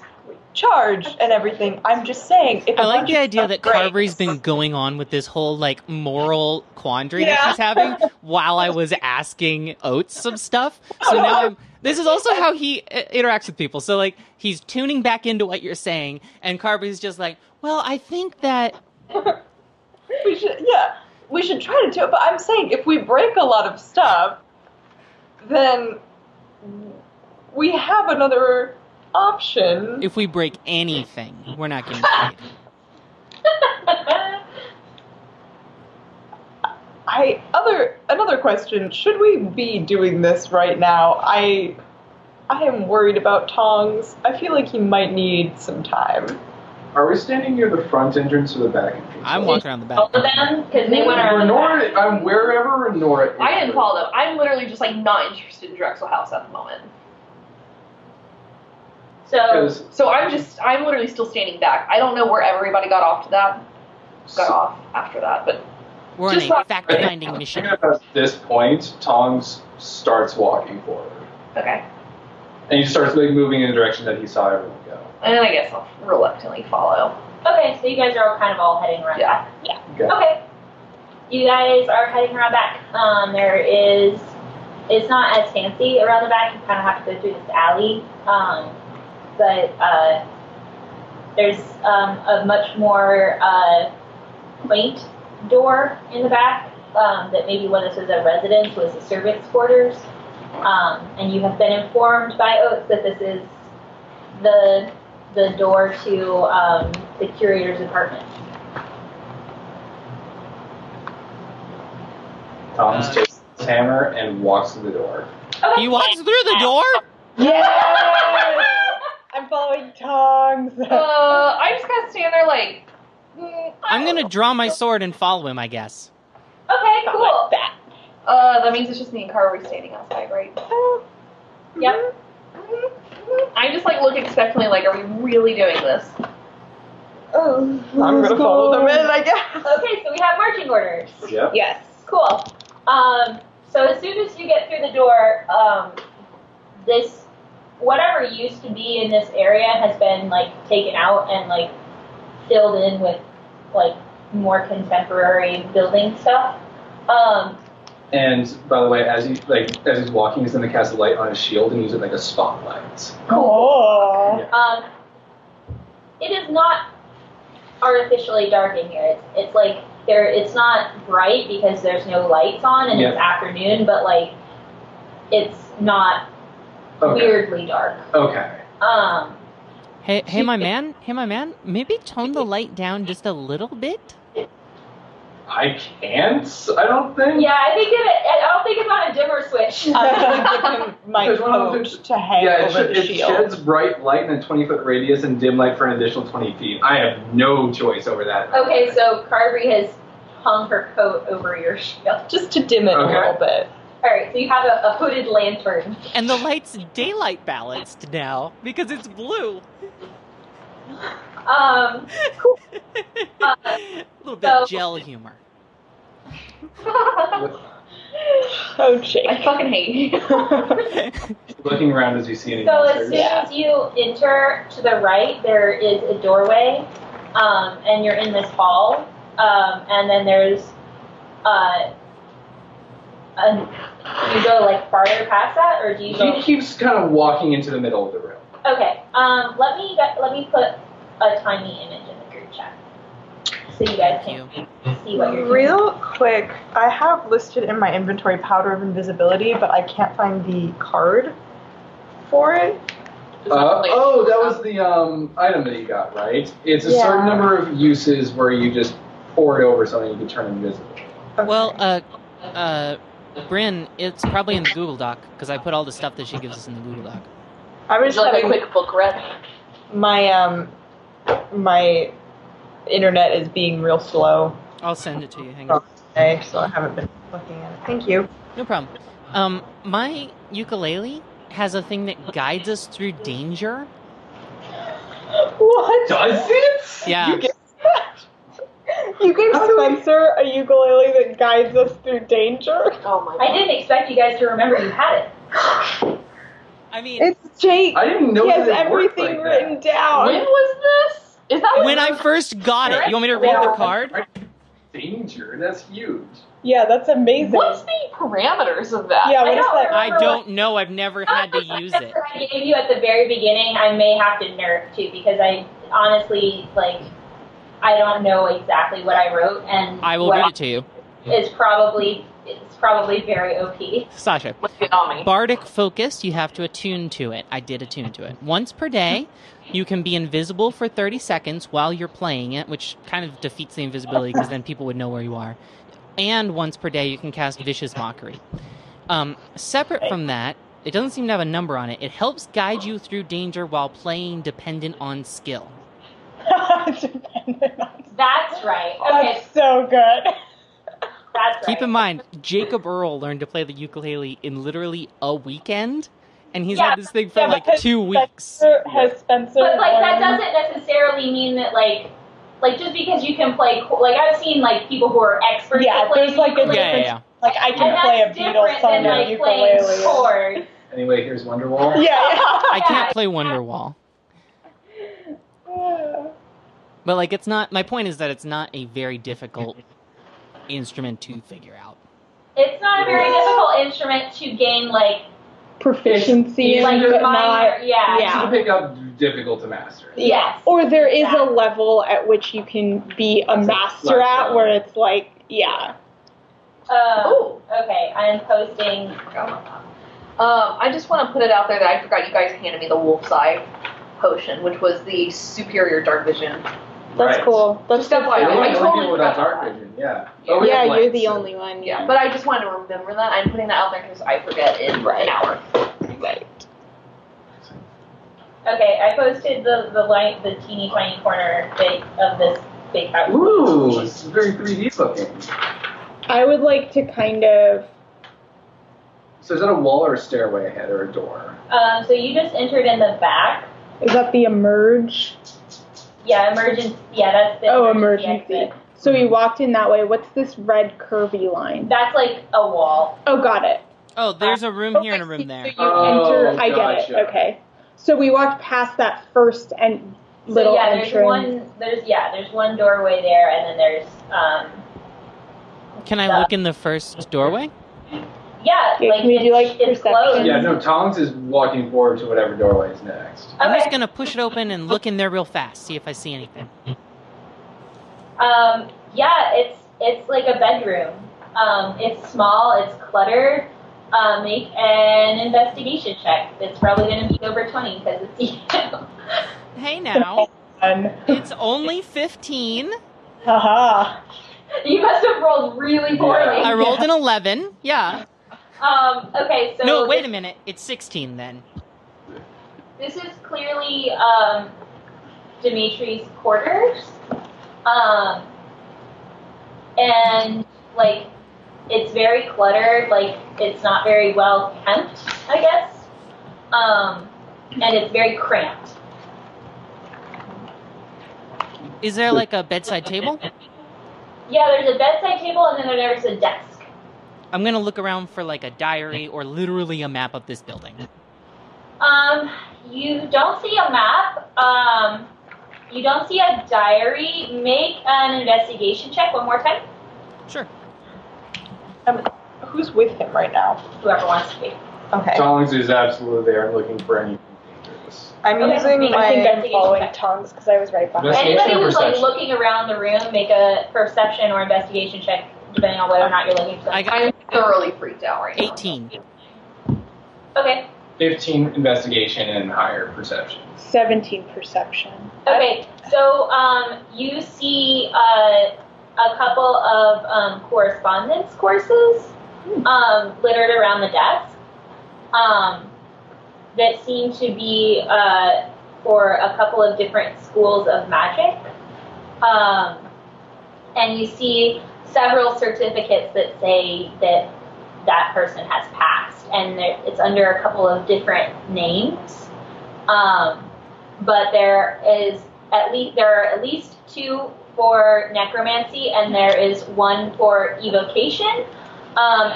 charged and everything. I'm just saying. If a I like bunch the of idea stuff that breaks- Carberry's been going on with this whole like moral quandary that she's having while I was asking Oates some stuff. So now I'm. This is also how he uh, interacts with people. So like he's tuning back into what you're saying, and Carberry's just like, "Well, I think that we should, yeah, we should try to do it. But I'm saying if we break a lot of stuff, then we have another option. if we break anything, we're not getting paid." I other another question: Should we be doing this right now? I I am worried about Tongs. I feel like he might need some time. Are we standing near the front entrance or the back entrance? I'm walking around the All back. of them, because they went around. the back. Renora, I'm wherever Renora is. I didn't follow them. I'm literally just like not interested in Drexel House at the moment. So Because So I'm just I'm literally still standing back. I don't know where everybody got off to that. Got off after that, but We're on Just a walk- fact-finding mission. At about this point, Tongs starts walking forward, okay. and he starts like moving in the direction that he saw everyone go. And I guess I'll reluctantly follow. okay, so you guys are all kind of all heading around. Yeah. Okay. Okay. You guys are heading around back. Um, there is, it's not as fancy around the back. You kind of have to go through this alley. Um, but uh, there's um, a much more uh, quaint door in the back um, that maybe when this was a residence was the servants' quarters. Um, and you have been informed by Oates that this is the the door to um, the curator's apartment. Tongs Uh, takes his hammer and walks through the door. Okay. He walks through the door. Yes! I'm following Tongs. Uh, I just gotta stand there like. mm, I I'm don't gonna know. draw my sword and follow him. I guess. Okay, cool. Uh, that means it's just me and Carver standing outside, right? Yep. I just like look expectantly, like, are we really doing this? I'm gonna follow them in, I guess. Okay, so we have marching orders. Yep. Yes. Cool. Um, so as soon as you get through the door, um, this whatever used to be in this area has been like taken out and like filled in with like more contemporary building stuff. Um, And by the way, as he like as he's walking, he's gonna cast a light on his shield and use it like a spotlight. Cool. Um, it is not artificially dark in here. It's, it's like there. It's not bright because there's no lights on, and it's afternoon. But like, it's not Okay. weirdly dark. Okay. Um, Hey, hey, my man. Hey, my man. Maybe tone the light down just a little bit. I can't. I don't think. yeah, I think it. I don't think it's on a dimmer switch. I'm gonna give him my There's one of those- coat to hang Yeah, it, over sh- the it shield. sheds bright light in a 20 foot radius and dim light for an additional 20 feet. I have no choice over that. okay, so Carvery has hung her coat over your shield. Just to dim it Okay. a little bit. All right, so you have a, a hooded lantern. And the light's daylight balanced now because it's blue. Um, a little bit so- gel humor. so Oh, Jake. I fucking hate you. Looking around as you see any So as monsters. soon as you enter to the right, there is a doorway, um, and you're in this hall, um, and then there's, uh, an, you go like farther past that, or do you go? Mm-hmm. He keeps kind of walking into the middle of the room. Okay. Um, let me let me put a tiny image in the group chat so you guys can see what you're doing. Real quick, I have listed in my inventory powder of invisibility, but I can't find the card for it. Uh, oh, that was the um, item that he got, right? It's a Yeah. certain number of uses where you just pour it over something you can turn invisible. Well, uh, uh, Bryn, it's probably in the Google Doc because I put all the stuff that she gives us in the Google Doc. I was like a having- quick book read. my um my internet is being real slow I'll send it to you. Hang on. today, so I haven't been looking at it. Thank you. No problem. Um, my ukulele has a thing that guides us through danger. What? Does it? Yeah. You gave How do I- Spencer a ukulele that guides us through danger. Oh my god. I didn't expect you guys to remember you had it. I mean, It's Jake. I didn't know He has that it worked everything like written down. When was this? Is that when I first got it, you want me to read the card? that. Danger. That's huge. Yeah, that's amazing. What's the parameters of that? Yeah, I what is don't that? I don't know. I've never had to use it. I gave you at the very beginning. I may have to nerf too because I honestly like I don't know exactly what I wrote and I will what read it to you, is probably it's probably very OP. Sasha. Look at on me. Bardic focus, you have to attune to it. I did attune to it. Once per day, you can be invisible for 30 seconds while you're playing it, which kind of defeats the invisibility because then people would know where you are. And once per day, you can cast Vicious Mockery. Um, separate from that, it doesn't seem to have a number on it. It helps guide you through danger while playing dependent on skill. Dependent on- That's right. Okay, That's so good. that's right. Keep in mind, Jacob Earl learned to play the ukulele in literally a weekend, and he's Yeah, had this thing for yeah, like because two weeks. Spencer has Spencer. But like that learned- doesn't necessarily mean that like like just because you can play co- like I've seen like people who are experts. Yeah, at playing there's, like, a Yeah, ukulele, yeah, yeah. Like I and can that's play a Beatles different song than on like playing ukulele. chords. Anyway, here's Wonderwall. Yeah, I can't Yeah, play Wonderwall. yeah. But like, it's not. My point is that it's not a very difficult instrument to figure out. It's not a very difficult instrument to gain like Proficiency. like but minor. not. yeah. Yeah. To pick up difficult to master. Yes. Or there is a Exactly. level at which you can be a That's a master flat at where it's like, yeah. Um, Oh. okay, I'm posting. Um, I just want to put it out there that I forgot you guys handed me the wolf's eye potion, which was the superior dark vision. That's Right. cool. That's Just good for FYI. We're you. one of Oh, I the only totally people without forgot dark that. vision. Yeah. Oh, Yeah. we yeah, have you're lights, the so- only one. Yeah, but I just wanted to remember that. I'm putting that out there because I forget in Right. an hour. Right. Okay, I posted the the light, the teeny tiny corner big of this big house. Ooh, it's very 3D looking. I would like to kind of. So is that a wall or a stairway ahead or a door? Um, so you just entered in the back. Is that the emerge? Yeah, emergency. Yeah, that's the Oh, exit. emergency. So we walked in that way. What's this red curvy line? That's like a wall. Oh, got it. Oh, there's a room here and a Okay, room there. So you Oh, enter. I get gotcha. it. Okay. So we walked past that first and little so yeah, entrance. there's one. There's yeah, there's one doorway there, and then there's um. Can I look in the first doorway? Yeah, Yeah, like can we it's, do, like, it's perception? closed. Yeah, no, Tongs is walking forward to whatever doorway is next. I'm just Okay. gonna push it open and look in there real fast, see if I see anything. Um, yeah, it's it's like a bedroom. Um, it's small. It's cluttered. Uh, make an investigation check. It's probably going to be over twenty because it's you. Hey now, Fun. it's only 15. Uh-huh. Haha. you must have rolled really poorly. I rolled an 11. Yeah. Um, okay, so No, wait a minute. It's 16 then. This is clearly um, Dimitri's quarters. Um, and, like, it's very cluttered. Like, it's not very well kempt, I guess. Um, and it's very cramped. Is there like a bedside table? Yeah, there's a bedside table and then there's a desk. I'm gonna look around for like a diary or literally a map of this building. Um, you don't see a map. Um, you don't see a diary. Make an investigation check one more time. Sure. Who's with him right now? Whoever wants to be. Okay. Tongs is absolutely there looking for anything dangerous. I'm Okay, using make an my. I think I'm investigation following check. tongues because I was right behind. Investigation Anybody or who's like perception? looking around the room, make a perception or investigation check, depending on whether or not you're looking for. I Something. got I'm thoroughly freaked out right now. 18. Okay. 15 investigation and higher perception. 17 perception. Okay. So um, you see uh, a couple of um, correspondence courses um, littered around the desk um, that seem to be uh, for a couple of different schools of magic. Um, and you see several certificates that say that that person has passed, and there, it's under a couple of different names. Um, but there is at least there are at least two for necromancy, and there is one for evocation, um,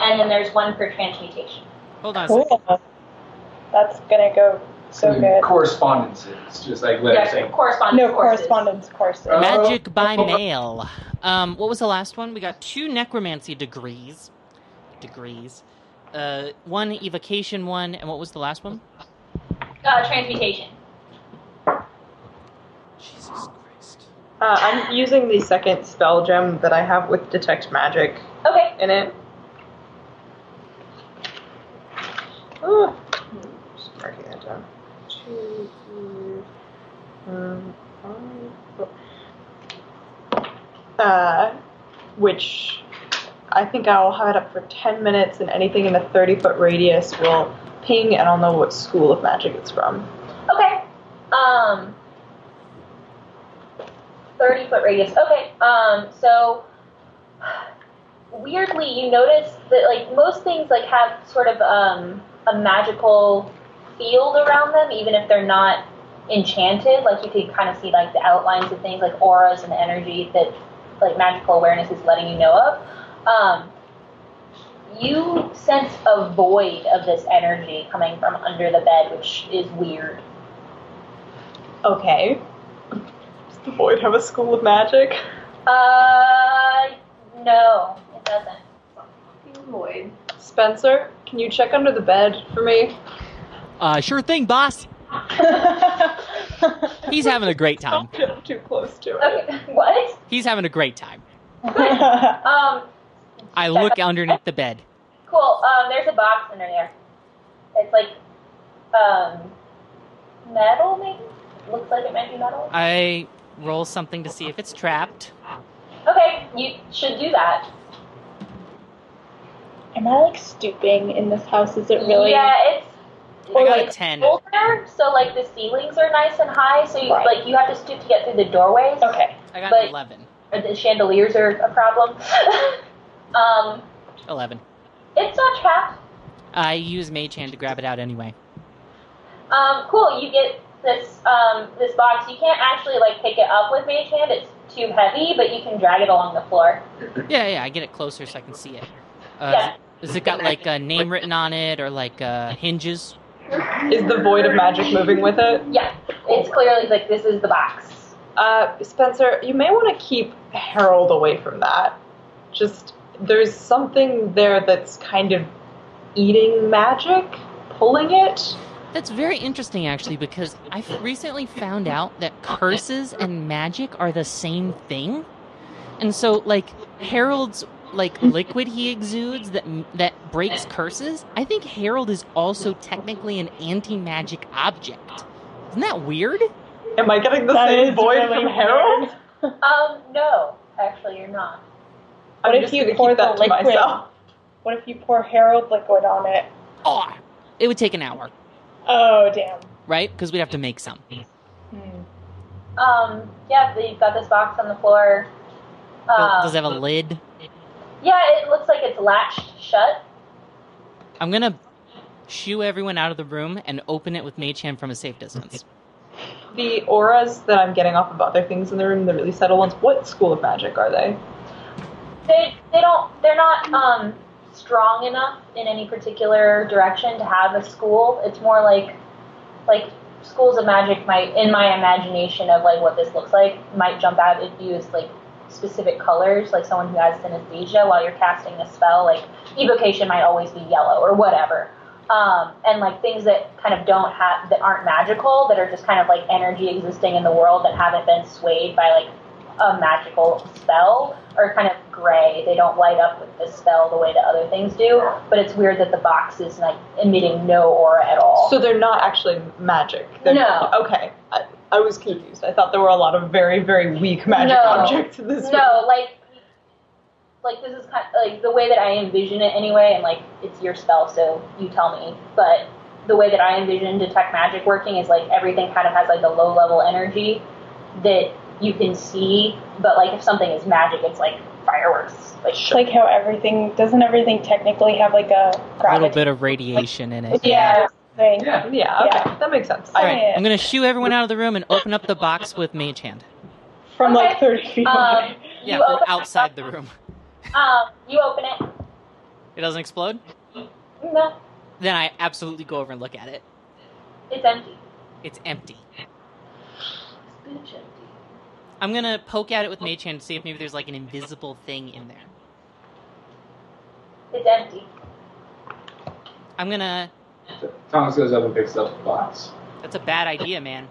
and then there's one for transmutation. Hold on a second. Cool. That's gonna go so good. Correspondences, just like letters Yeah, saying. correspondence. No courses. correspondence courses. Oh. Magic by mail. Um, what was the last one? We got two necromancy degrees. Degrees. Uh, one evocation one, and what was the last one? Uh, transmutation. Jesus Christ. Uh, I'm using the second spell gem that I have with detect magic Okay. in it. Oh, just marking that down. Two, three, um, five, four. Uh, which I think I'll have it up for 10 minutes, and anything in a 30 foot radius will ping, and I'll know what school of magic it's from. Okay. Um. Thirty foot radius. Okay. Um. So. Weirdly, you notice that like most things like have sort of um a magical field around them, even if they're not enchanted. Like you could kind of see like the outlines of things, like auras and energy that like magical awareness is letting you know of. Um. You sense a void of this energy coming from under the bed, which is weird. Okay. Does the void have a school of magic? Uh, no, it doesn't. Lloyd. Spencer, can you check under the bed for me? Uh, sure thing, boss. He's having a great time. Don't get too close to it. Okay, what? He's having a great time. Um, I look underneath the bed. cool. Um, there's a box under there. It's like, um, metal maybe. Looks like it might be metal. I roll something to see if it's trapped. Okay, you should do that. Am I like stooping in this house? Is it really? Yeah, it's. I got a it's 10. Older, so like the ceilings are nice and high, so you, Right. like you have to stoop to get through the doorways. Okay. I got But- an 11. Or the chandeliers are a problem. um, 11. it's not trapped. I use Mage Hand to grab it out anyway. Um, cool. You get this um, this box. You can't actually like pick it up with mage hand. It's too heavy, but you can drag it along the floor. Yeah, yeah, I get it closer so I can see it. Uh, Yeah. Has it got like a name written on it or like uh, hinges? Is the void of magic moving with it? Yeah, it's clearly like this is the box. Uh, Spencer, you may want to keep Harold away from that. Just, there's something there that's kind of eating magic, pulling it. That's very interesting actually because I f- recently found out that curses and magic are the same thing. And so like Harold's like liquid he exudes that that breaks curses, I think Harold is also technically an anti-magic object. Isn't that weird? Am I getting the That same is void really from Harold? weird. Um, no, actually you're not. I'm What if just you gonna pour keep the that to liquid? myself. What if you pour Harold liquid on it? Oh, it would take an hour, Oh damn. right? Because we'd have to make some. Hmm. Um, yeah, but you've got this box on the floor. Um, Does it have a lid? yeah, it looks like it's latched shut. I'm gonna shoo everyone out of the room and open it with Mage Hand from a safe distance. The auras that I'm getting off of other things in the room, the really subtle ones, what school of magic are they? They they don't they're not um strong enough in any particular direction to have a school. It's more like like schools of magic might in my imagination of like what this looks like might jump out if you use like specific colors, like someone who has synesthesia while you're casting a spell, like evocation might always be yellow or whatever. Um, and like things that kind of don't have that aren't magical, that are just kind of like energy existing in the world that haven't been swayed by like a magical spell are kind of gray. They don't light up with the spell the way that other things do. But it's weird that the box is like emitting no aura at all. So they're not actually magic. They're- No. Okay. I, I was confused. I thought there were a lot of very, very weak magic No. objects in this. no, like like this is kind like the way that I envision it anyway, and like it's your spell, so you tell me. But the way that I envision detect magic working is like everything kind of has like a low level energy that you can see, but like if something is magic, it's like fireworks. Like Like how everything doesn't everything technically have like A a little gravity bit of radiation in it. yeah thing? Yeah. Yeah. Okay. Yeah. That makes sense. All I, right, I'm gonna shoo everyone out of the room and open up the box with mage hand. From like Okay. thirty feet. away. um, Yeah, you from open outside the room. Um, you open it. It doesn't explode. No, Then I absolutely go over and look at it. it's empty. It's empty. I'm gonna poke at it with mage hand to see if maybe there's like an invisible thing in there. It's empty. I'm gonna. Thomas goes up and picks up the box. That's a bad idea, man.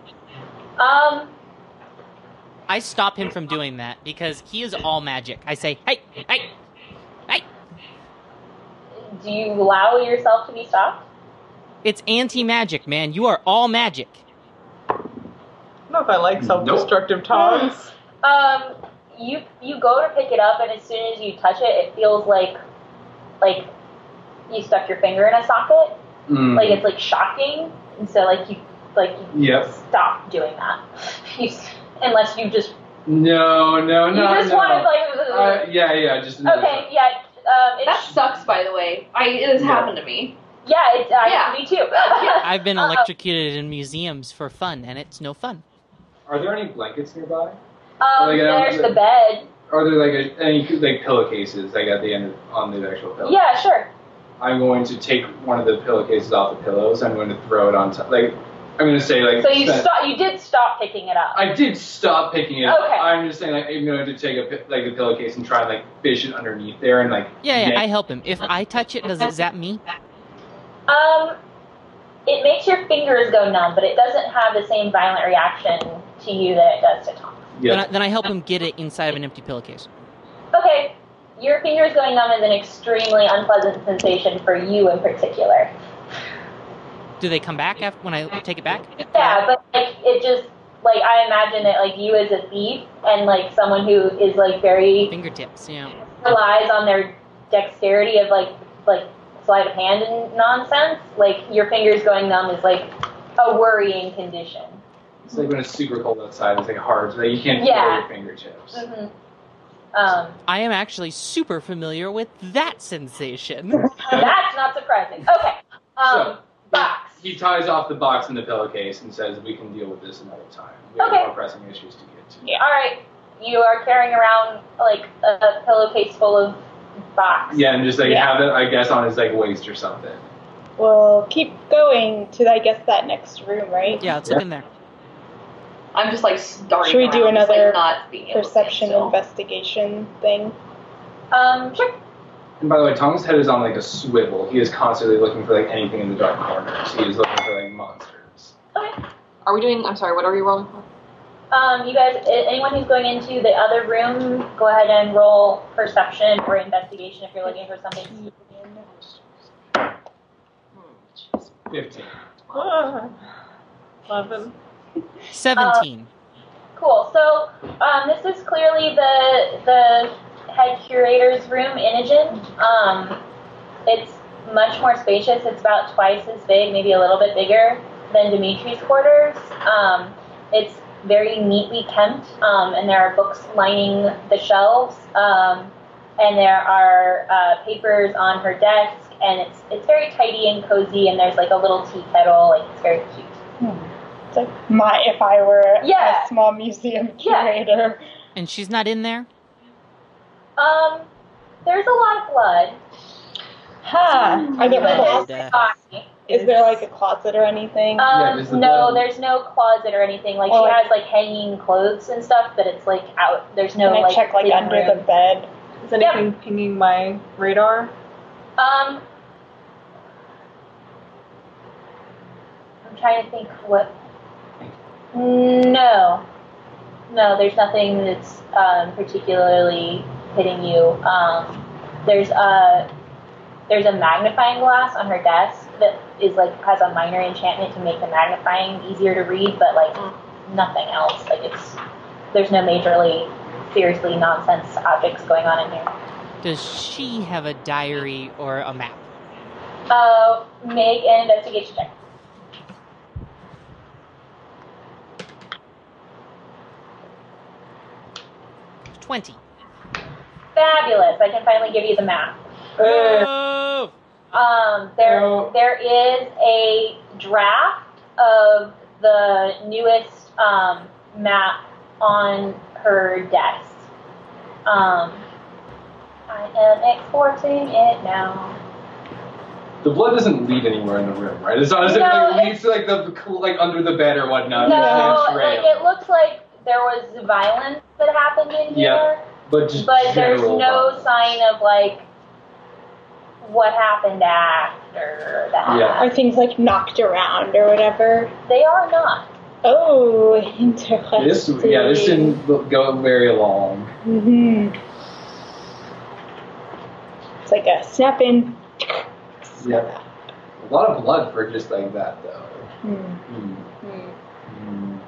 Um, I stop him from doing that because he is all magic. I say, hey, hey, do you allow yourself to be stopped? it's anti magic, man. You are all magic. don't know if I like self-destructive tongs. Um, you you go to pick it up, and as soon as you touch it, it feels like like you stuck your finger in a socket. Mm. Like it's like shocking, and so like you like you Yep. stop doing that. You, s- unless you just No, Oh, no, no, you just no. wanted like uh, yeah, yeah, just another okay yeah um it, That sucks, by the way. I it has Yeah. happened to me. yeah it, I, Yeah. me too I've been electrocuted in museums for fun, and it's no fun. Are there any blankets nearby? um Like, I don't- there's the bed Are there like a, any like pillowcases like at the end of, on the actual pillow? yeah sure I'm going to take one of the pillowcases off the pillows. I'm going to throw it on top. Like I'm going to say like. so you spend- stop you did stop picking it up I did stop picking it. up. Okay. I'm just saying like I'm going to take a pi- like the pillowcase and try and like fish it underneath there and like. Yeah, yeah, yank- I help him. If I touch it, does it zap me? Um, it makes your fingers go numb, but it doesn't have the same violent reaction to you that it does to Tom. yeah. Then, I, then I help him get it inside of an empty pillowcase. Okay, your fingers going numb is an extremely unpleasant sensation for you in particular. Do they come back after when I take it back? Yeah, but like it just like I imagine that like you as a thief and like someone who is like very Fingertips, yeah. relies on their dexterity of like like sleight of hand and nonsense. Like your fingers going numb is like a worrying condition. It's like when it's super cold outside. It's like hard. So that you can't Yeah. feel your fingertips. hmm Um. I am actually super familiar with that sensation. That's not surprising. Okay. Um, So- box. He ties off the box in the pillowcase and says, "We can deal with this another time. We Okay. have more pressing issues to get to." All right. You are carrying around like a, a pillowcase full of box. Yeah, and just like Yeah. have it, I guess, on his like waist or something. We'll keep going to I guess that next room, right? Yeah, let's Yeah. look in there. I'm just like darting. Should we do around, just, like, another not being able to stand Perception still. investigation thing. Um. Sure. And by the way, Tom's head is on like a swivel. He is constantly looking for like anything in the dark corners. He is looking for like monsters. Okay. Are we doing? I'm sorry. What are we rolling for? Um. You guys. a- Anyone who's going into the other room, go ahead and roll perception or investigation if you're looking for something. Fifteen. Ah, Eleven. Uh, 17. Cool. So um, this is clearly the the head curator's room, Inogen. Um, it's much more spacious. It's about twice as big, maybe a little bit bigger than Dimitri's quarters. Um, it's very neatly kept, um, and there are books lining the shelves, um, and there are uh, papers on her desk, and it's it's very tidy and cozy. And there's like a little tea kettle. Like it's very cute. It's like my if I were Yeah. a small museum Yeah. curator. And she's not in there? Um, there's a lot of blood. Ha! Are there But clothes? And, that's uh, fine. Is there like a closet or anything? Um, just the no, clothes. there's no closet or anything. Like Or, she like- has like hanging clothes and stuff, but it's like out. There's no Can I like check like hidden under room. the bed? Is anything pinging my radar? Um, I'm trying to think what. No, no, there's nothing that's um, particularly hitting you. Um, there's a there's a magnifying glass on her desk that is like has a minor enchantment to make the magnifying easier to read, but like nothing else. Like it's there's no majorly seriously nonsense objects going on in here. Does she have a diary or a map? Uh, make an investigation check. Twenty. Fabulous! I can finally give you the map. Oh! Um, there, Oh. there is a draft of the newest um, map on her desk. Um, I am exporting it now. The blood doesn't lead anywhere in the room, right? It's not as No, if like, it's- leads to like the like under the bed or whatnot. no, it's like, it looks like there was violence that happened in here. Yeah. but just but there's general no vibe. sign of like what happened after that. Yeah. Are things like knocked around or whatever? They are not. Oh, interesting. This yeah, this didn't go very long. hmm It's like a snap in. Yeah, a lot of blood for just like that though. Hmm. Hmm. Hmm.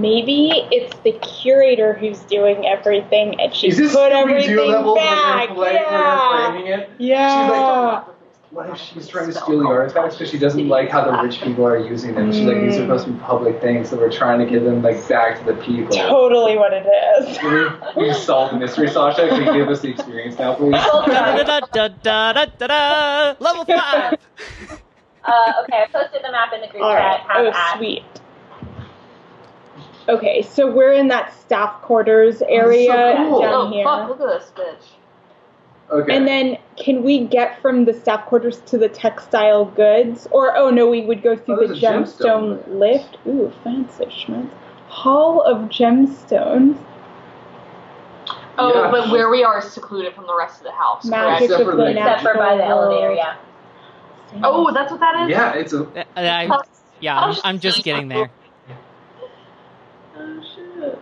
Maybe it's the curator who's doing everything, and she Is this put Scooby-Doo everything level when back. they're, like, when they're yeah. framing it? Yeah. What if she's trying to steal the artifacts because she doesn't like how the rich people are using them? She's like, these Mm. are supposed to be public things, so we're trying to give them like back to the people. totally what it is. Can we, we solve the mystery, Sasha? Can you give us the experience now, please? Da-da-da-da-da-da-da. Level five. Uh, okay, I posted the map in the group All right. chat. Have Oh, at. sweet. Okay, so we're in that staff quarters area cool. down Oh here. fuck! Look at this bitch. Okay. And then, can we get from the staff quarters to the textile goods? Or, oh no, we would go through the Oh, there's a gemstone gemstone lift. Ooh, fancy schmancy. Hall of Gemstones. Oh, Yeah. but where we are is secluded from the rest of the house. Magic Correct? Except of for the the- Except for by the elevator, yeah. Oh, that's what that is. yeah, it's a Uh, I- yeah, I'm, I'm just getting there. Oh shit.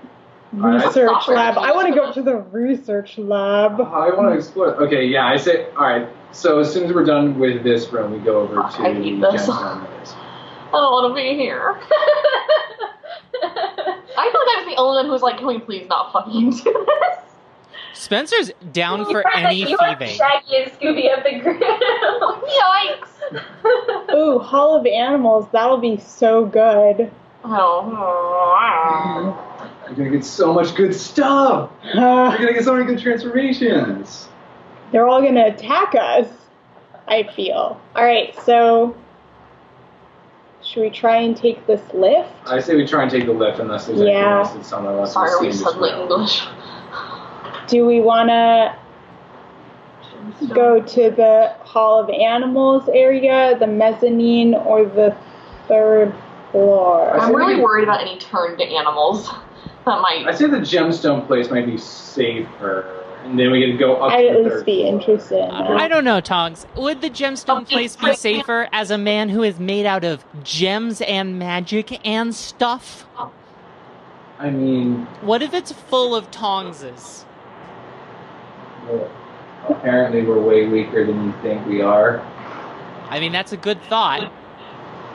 Research Alright. lab. I want to go to the research lab. I want to explore. Okay, yeah, I say. All right. So as soon as we're done with this room, we go over to I hate the this. gentleman's. I don't want to be here. I feel like I was the only one who was like, "Can we please not fucking do this?" Spencer's down you for are the- any you are the thieving. Shaggy and Scooby of the group. Yikes! Ooh, Hall of Animals. That'll be so good. Mm, Oh. You're gonna get so much good stuff. You're Ah, gonna get so many good transformations. they're all going to attack us, I feel. All right, so should we try and take this lift? I say we try and take the lift unless there's anything Yeah. else that someone else Sorry, are we has seen suddenly this room. English? Do we want to go to the Hall of Animals area, the mezzanine, or the third floor. I'm really worried about any turned animals that I might. say the gemstone place might be safer, and then we can go up. I'd to the at least third be floor. interested in that. I don't know, Tongs. Would the gemstone place be safer as a man who is made out of gems and magic and stuff? I mean, What if it's full of Tongses? well, apparently we're way weaker than you think we are. I mean, that's a good thought.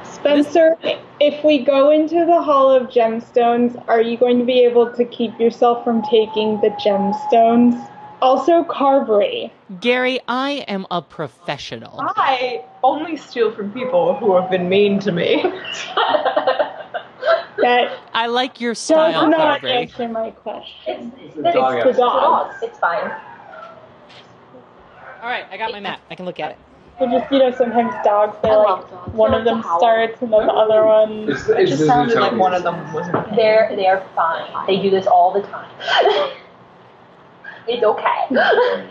Spencer, if we go into the Hall of Gemstones, are you going to be able to keep yourself from taking the gemstones? Also, Carvery. Gary, I am a professional. I only steal from people who have been mean to me. That I like your does style, not Carvery. answer my question. It's it's, a it's, dog It's the ass. dogs. it's fine. All right, I got my map. I can look at it. They're just, you know, sometimes dogs, they're I like, love dogs. one They're of like them the howl. starts and then the other one. It's, It it's just the sounded like Zootopia. one of them was an They're they are fine. They do this all the time. it's okay.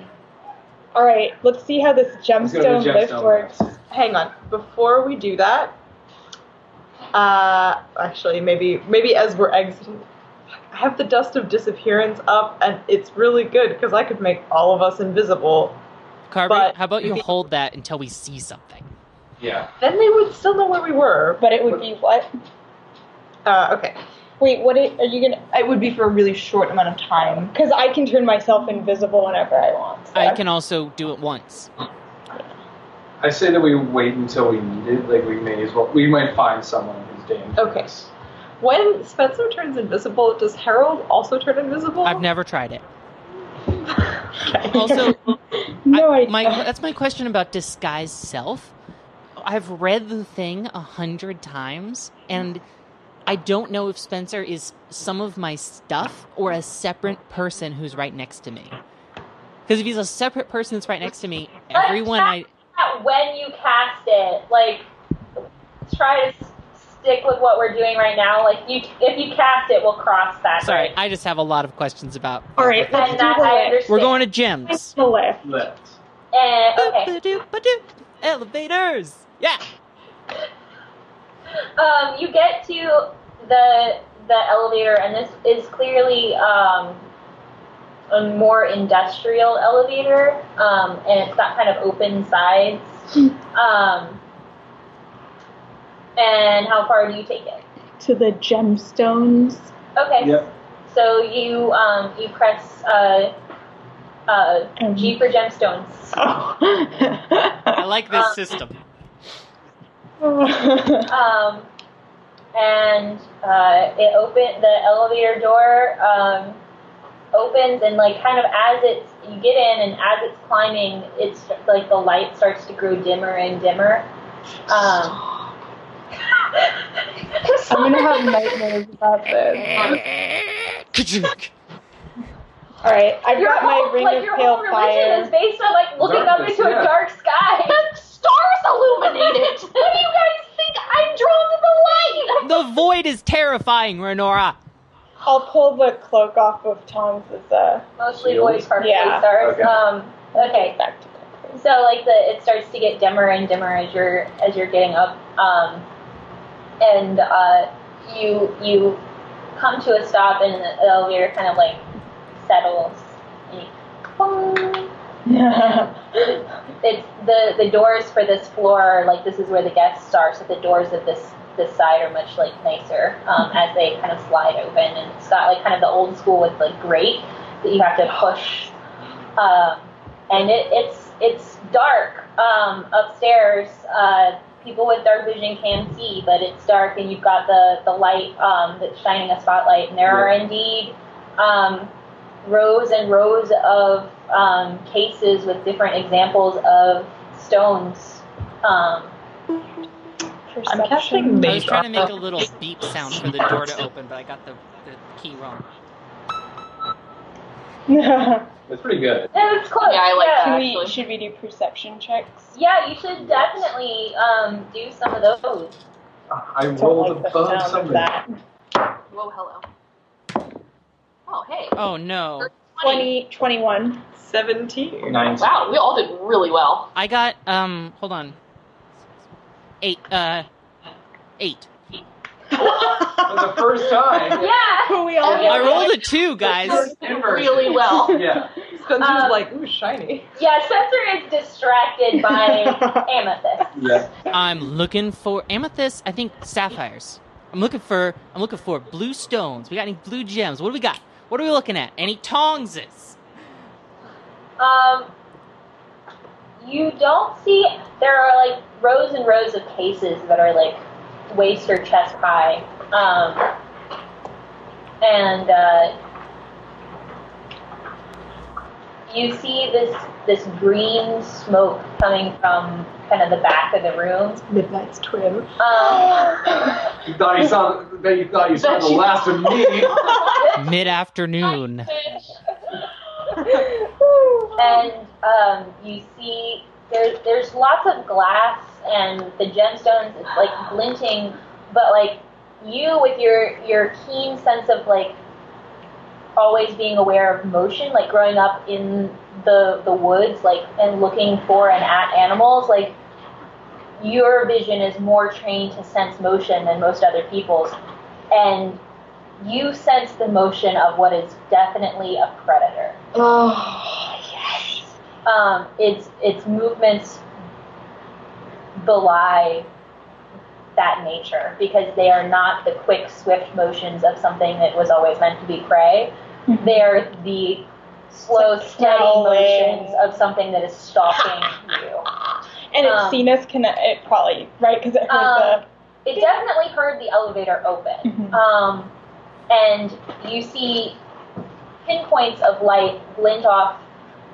all right, let's see how this Let's go gemstone to the lift gemstone works. next. Hang on. Before we do that, uh, actually, maybe maybe as we're exiting, I have the dust of disappearance up, and it's really good because I could make all of us invisible. Carby, But- how about you hold that until we see something? Yeah. Then they would still know where we were. But it would be what? Uh, okay, Wait, what i- are you gonna? it would be for a really short amount of time. Because I can turn myself invisible whenever I want. so- I can also do it once. I say that we wait until we need it. Like we may as well. We might find someone who's dangerous. Okay. When Spencer turns invisible, does Harold also turn invisible? I've never tried it. Also, no I- idea. my, that's my question about disguise self. I've read the thing a hundred times, and I don't know if Spencer is some of my stuff or a separate person who's right next to me. Because if he's a separate person that's right next to me, everyone I That when you cast it, like try to s- stick with what we're doing right now. Like you, if you cast it, we'll cross that. sorry, bridge. I just have a lot of questions about. all right, let's do and the that I lift. understand. We're going to gyms. The lift. Left. And, okay. Boop-a-doop-a-doop. Elevators. Yeah. Um, you get to the the elevator, and this is clearly um, a more industrial elevator, um, and it's got kind of open sides. um, and how far do you take it? to the gemstones. Okay. Yep. So you um, you press uh, uh, Um, G for gemstones. I like this Um, system. Um, and uh, it open the elevator door um, opens and like kind of as it's you get in and as it's climbing, it's like the light starts to grow dimmer and dimmer. Um, I'm gonna have nightmares about this. Ka-chunk. All right, I've your got my whole, ring like, of your pale whole religion fire. is based on like looking up Darkness, into yeah. a dark sky. Stars illuminated. what do you guys think? I'm drawn to the light. the void is terrifying, Renora. I'll pull the cloak off of Tom's as a Mostly Shield? voice perfectly Yeah. stars. Okay. Um, okay. back to So like the it starts to get dimmer and dimmer as you're as you're getting up, um, and uh, you you come to a stop and the elevator kind of like settles. And you, boom. it's the the doors for this floor are like this is where the guests are, so the doors of this this side are much like nicer um, as they kind of slide open, and it's got like kind of the old school with like grate that you have to push. Um, and it, it's it's dark um, upstairs. Uh, people with dark vision can see, but it's dark, and you've got the the light um, that's shining a spotlight. And there are indeed um, rows and rows of um, cases with different examples of stones. Um, I'm casting Perception. I was mage. trying to make a armor. little beep sound for the door to open, but I got the, the key wrong. That's pretty good. and it's close. Yeah, I like yeah. that. should, we, should we do perception checks? Yeah, you should definitely um, do some of those. I Don't rolled like the above sound of somebody. that. Whoa, hello. Oh, hey. Oh no. 20, 21. 17. Nineteen. Wow, we all did really well. I got um hold on. Eight uh eight. For the first time. Yeah. We all I I rolled a two, guys. Inverse. Really well. Yeah. Spencer's Uh, Um, like, ooh, shiny. Yeah, Spencer is distracted by Amethyst. Yeah. I'm looking for amethyst, I think sapphires. I'm looking for I'm looking for blue stones. We got any blue gems. What do we got? What are we looking at? Any tongses? Um, you don't see there are like rows and rows of cases that are like waist or chest high, um, and uh, you see this this green smoke coming from kind of the back of the room. Midnight's twin. Um, You thought you saw. That you thought you saw Bet the you- last of me. Oh Mid afternoon. and um, you see there, there's lots of glass and the gemstones it's like glinting but like you with your your keen sense of like always being aware of motion, like growing up in the the woods, like and looking for and at animals, like your vision is more trained to sense motion than most other people's, and you sense the motion of what is definitely a predator. Oh, yes. Um, its its movements belie that nature because they are not the quick, swift motions of something that was always meant to be prey. They are the slow, It's like steady prowling. motions of something that is stalking you. And it's Um, seen us connect. It probably right because it heard Um, the. it definitely heard the elevator open. Mm-hmm. Mhm. Um, and you see pinpoints of light glint off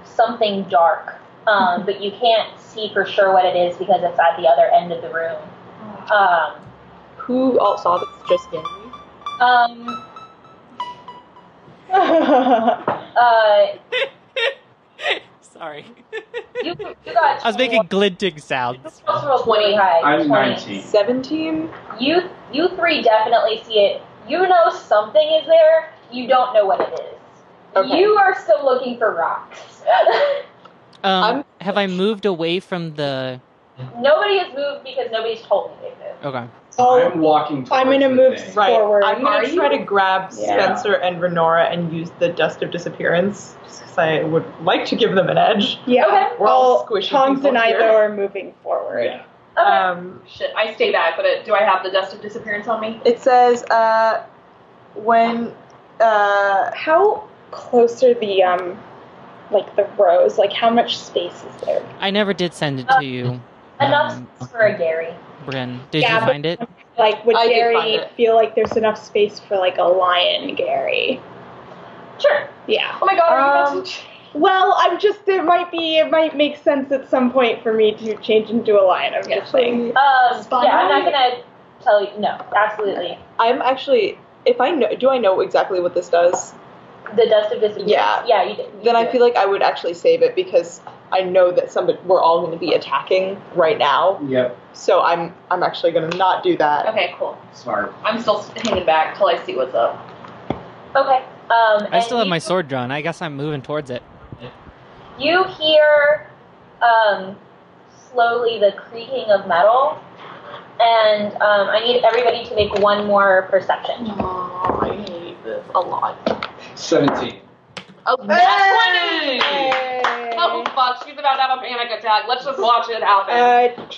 something dark, um, Mm-hmm. but you can't see for sure what it is because it's at the other end of the room. Um, Who all saw this? Just Gary. um, uh, Sorry. you, you got. I was making glinting sounds. twenty high. I'm 20. 19. Seventeen. You you three definitely see it. You know something is there. You don't know what it is. Okay. You are still looking for rocks. Um, I'm- have I moved away from the? Nobody has moved because nobody's told me they moved. Okay. I'm walking. Towards Oh. I'm gonna the move thing. Right. forward. I'm gonna Are try you? to grab Yeah. Spencer and Renora and use the dust of disappearance, just because I would like to give them an edge. Yeah. Okay. We're all Well, squishy Tongs people and I here. though are moving forward. Yeah. Okay. Um, Shit, I stay back, but it, do I have the dust of disappearance on me? It says uh, when uh, How close are the um, like the rows? Like how much space is there? I never did send it to you, Enough um, space for a Gary. Bryn. Did Yeah, you but- find it? Like would I did find Gary it. feel like there's enough space for like a lion, Gary? Sure. Yeah. Oh my god, are you Um, about to Well, I'm just it might be it might make sense at some point for me to change into a lion. I'm just saying. Um, Spy? yeah, I'm not gonna tell you. No, absolutely. I'm actually, if I know, do I know exactly what this does? The dust of disappearance. Yeah. Yeah. You did. you Then I did. feel like I would actually save it because I know that somebody we're all going to be attacking right now. Yep, So I'm I'm actually going to not do that. Okay, cool. smart. I'm still hanging back till I see what's up. Okay. Um, I still and have you- my sword drawn. I guess I'm moving towards it. You hear um, slowly the creaking of metal, and um, I need everybody to make one more perception. Oh, I hate this a lot. Seventeen. Oh, Hey! that's funny! Oh fuck, she's about to have a panic attack. Let's just watch it happen. Uh,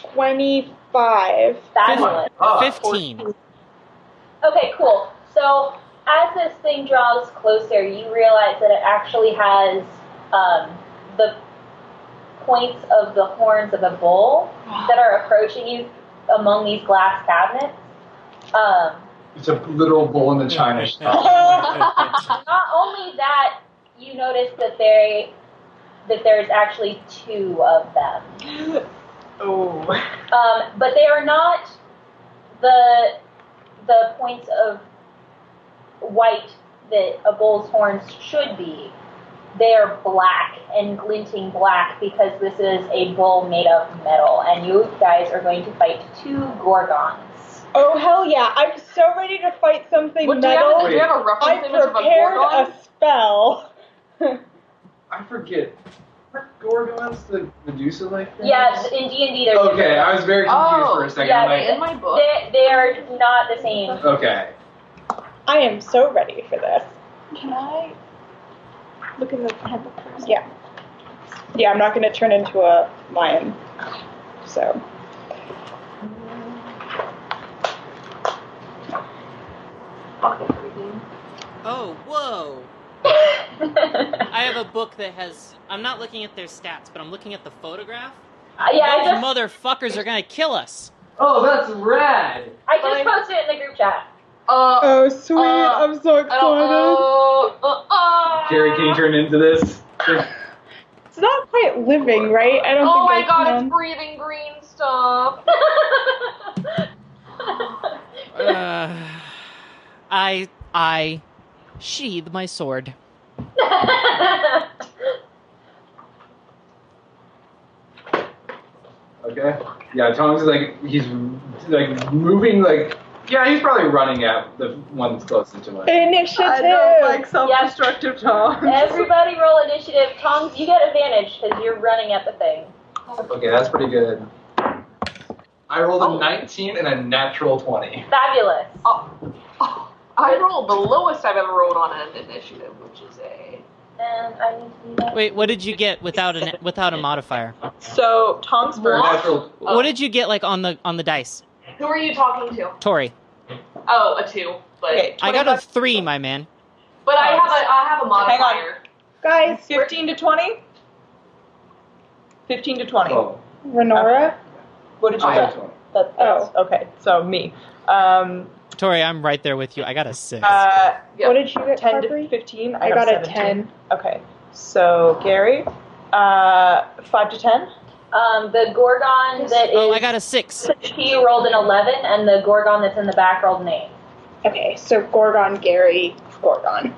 25. Fabulous. Oh, Ah. Fifteen. Okay, cool. So as this thing draws closer, you realize that it actually has um, the points of the horns of a bull that are approaching you among these glass cabinets. Um, It's a little bull in the china shop. Not only that, you notice that they that there's actually two of them. oh. Um, but they are not the the points of white that a bull's horns should be. They are black and glinting black because this is a bull made of metal, and you guys are going to fight two gorgons. Oh, hell yeah. I'm so ready to fight something What, do, you have, do metal. you have a I reference image of a prepared Gorgon? a spell. I forget. Are Gorgons the Medusa like? thing? Yes, in D and D, they're Okay, different. I was very confused Oh, for a second. yeah, I'm Wait, like, in my book. They, they are not the same. okay. I am so ready for this. Can I look in the handbook first? Yeah. Yeah, I'm not going to turn into a lion. So. Oh, whoa! I have a book that has. I'm not looking at their stats, but I'm looking at the photograph. Uh, yeah, I Those just motherfuckers are gonna kill us. Oh, that's rad. I just posted it in the group chat. Uh, Oh, sweet. Uh, I'm so I don't excited. know. Uh, uh, Gary, can you turn into this? It's not quite living, right? I don't Oh my think I god, can. it's breathing green stuff. Uh, I I sheathe my sword. Okay. Yeah, Tom's like he's like moving like Yeah, he's probably running at the one that's closest to him. Initiative. I don't like self-destructive talk. Everybody roll initiative. Tongs, you get advantage because you're running at the thing. Okay, that's pretty good. I rolled a 19 and a natural 20. Fabulous. I rolled the lowest I've ever rolled on an initiative, which is a. And I need to do that. Wait, what did you get without an without a modifier? So Tom's For a first. natural, What did you get like on the on the dice, Who are you talking to? Tori? Oh, a two. But Okay, I got a three, my man. but I have a I have a Hang on. modifier. Guys, 15 to 20? 15 to 20. oh, Renora? What did you I have get? 20. That, that's, Okay, so me. Um, Tori, I'm right there with you. I got a six. uh, Yeah. What did you get, 10 Carberry? to 15. I, I got a 17. 10. Okay, so Gary, uh, 5 to 10? Um, the Gorgon that is oh, I got a six. he rolled an 11, and the Gorgon that's in the back rolled an 8. Okay, so Gorgon, Gary, Gorgon.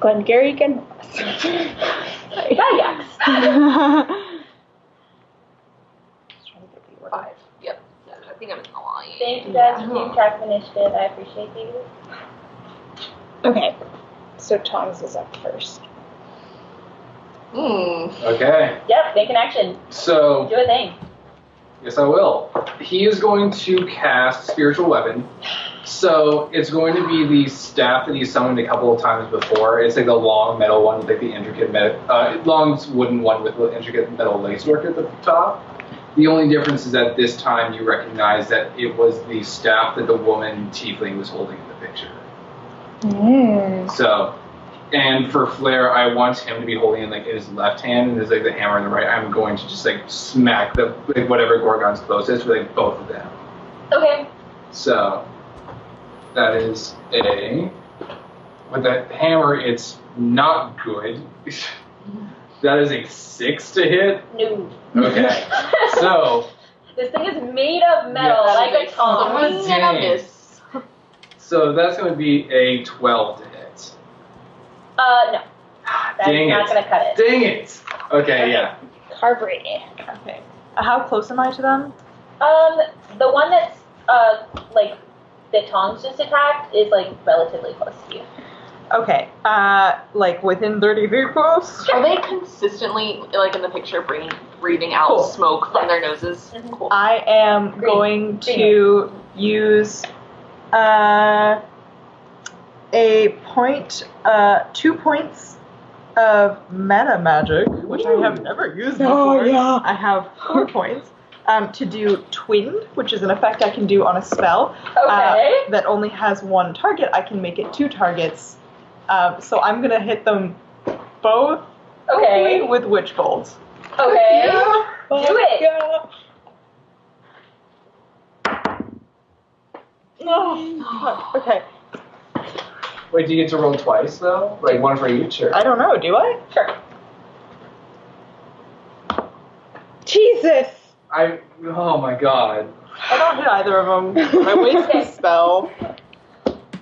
Glenn Gary again. Yeah, Five. Yep. I think I'm in the line. Thank you guys for keeping track of initiative. I appreciate you. okay, so Tongs is up first. Mm. Okay, Yep, make an action. so Do a thing. yes, I will. He is going to cast Spiritual Weapon. So it's going to be the staff that he summoned a couple of times before. It's like the long metal one with like the intricate metal, uh, long wooden one with the intricate metal lacework at the top. The only difference is that this time you recognize that it was the staff that the woman tiefling was holding in the picture. So, and for Flair, I want him to be holding it like in his left hand, and there's like the hammer in the right. I'm going to just like smack the like whatever Gorgon's closest with like both of them. Okay. So that is a with that hammer. It's not good. that is a six to hit. No. Okay, so this thing is made of metal, Yeah. like a tongue. Someone's Dang. cannabis. so that's going to be a twelve to hit. Ah, Uh, no. That's Dang not it. gonna cut it. Dang it. Okay, yeah. Carberry. Okay. How close am I to them? Um, the one that's, uh, like, the tongs just attacked is, like, relatively close to you. Okay, uh, like within 30 feet close? Are they consistently like in the picture breathing breathing out Cool. Uh, smoke from their noses? Mhm. Cool. I am Green. going Green. to use uh, a point, uh, two points of meta magic, which I have never used Oh, before. yeah. I have four points um, to do twinned, which is an effect I can do on a spell uh, Okay. that only has one target. I can make it two targets. Um, so I'm gonna hit them both okay. with witch bolt. Okay. Do it. Oh, okay. Wait, do you get to roll twice though? Like one for each, or I don't know. Do I? Jesus! I? Oh my god. I don't hit either of them. I waste the spell.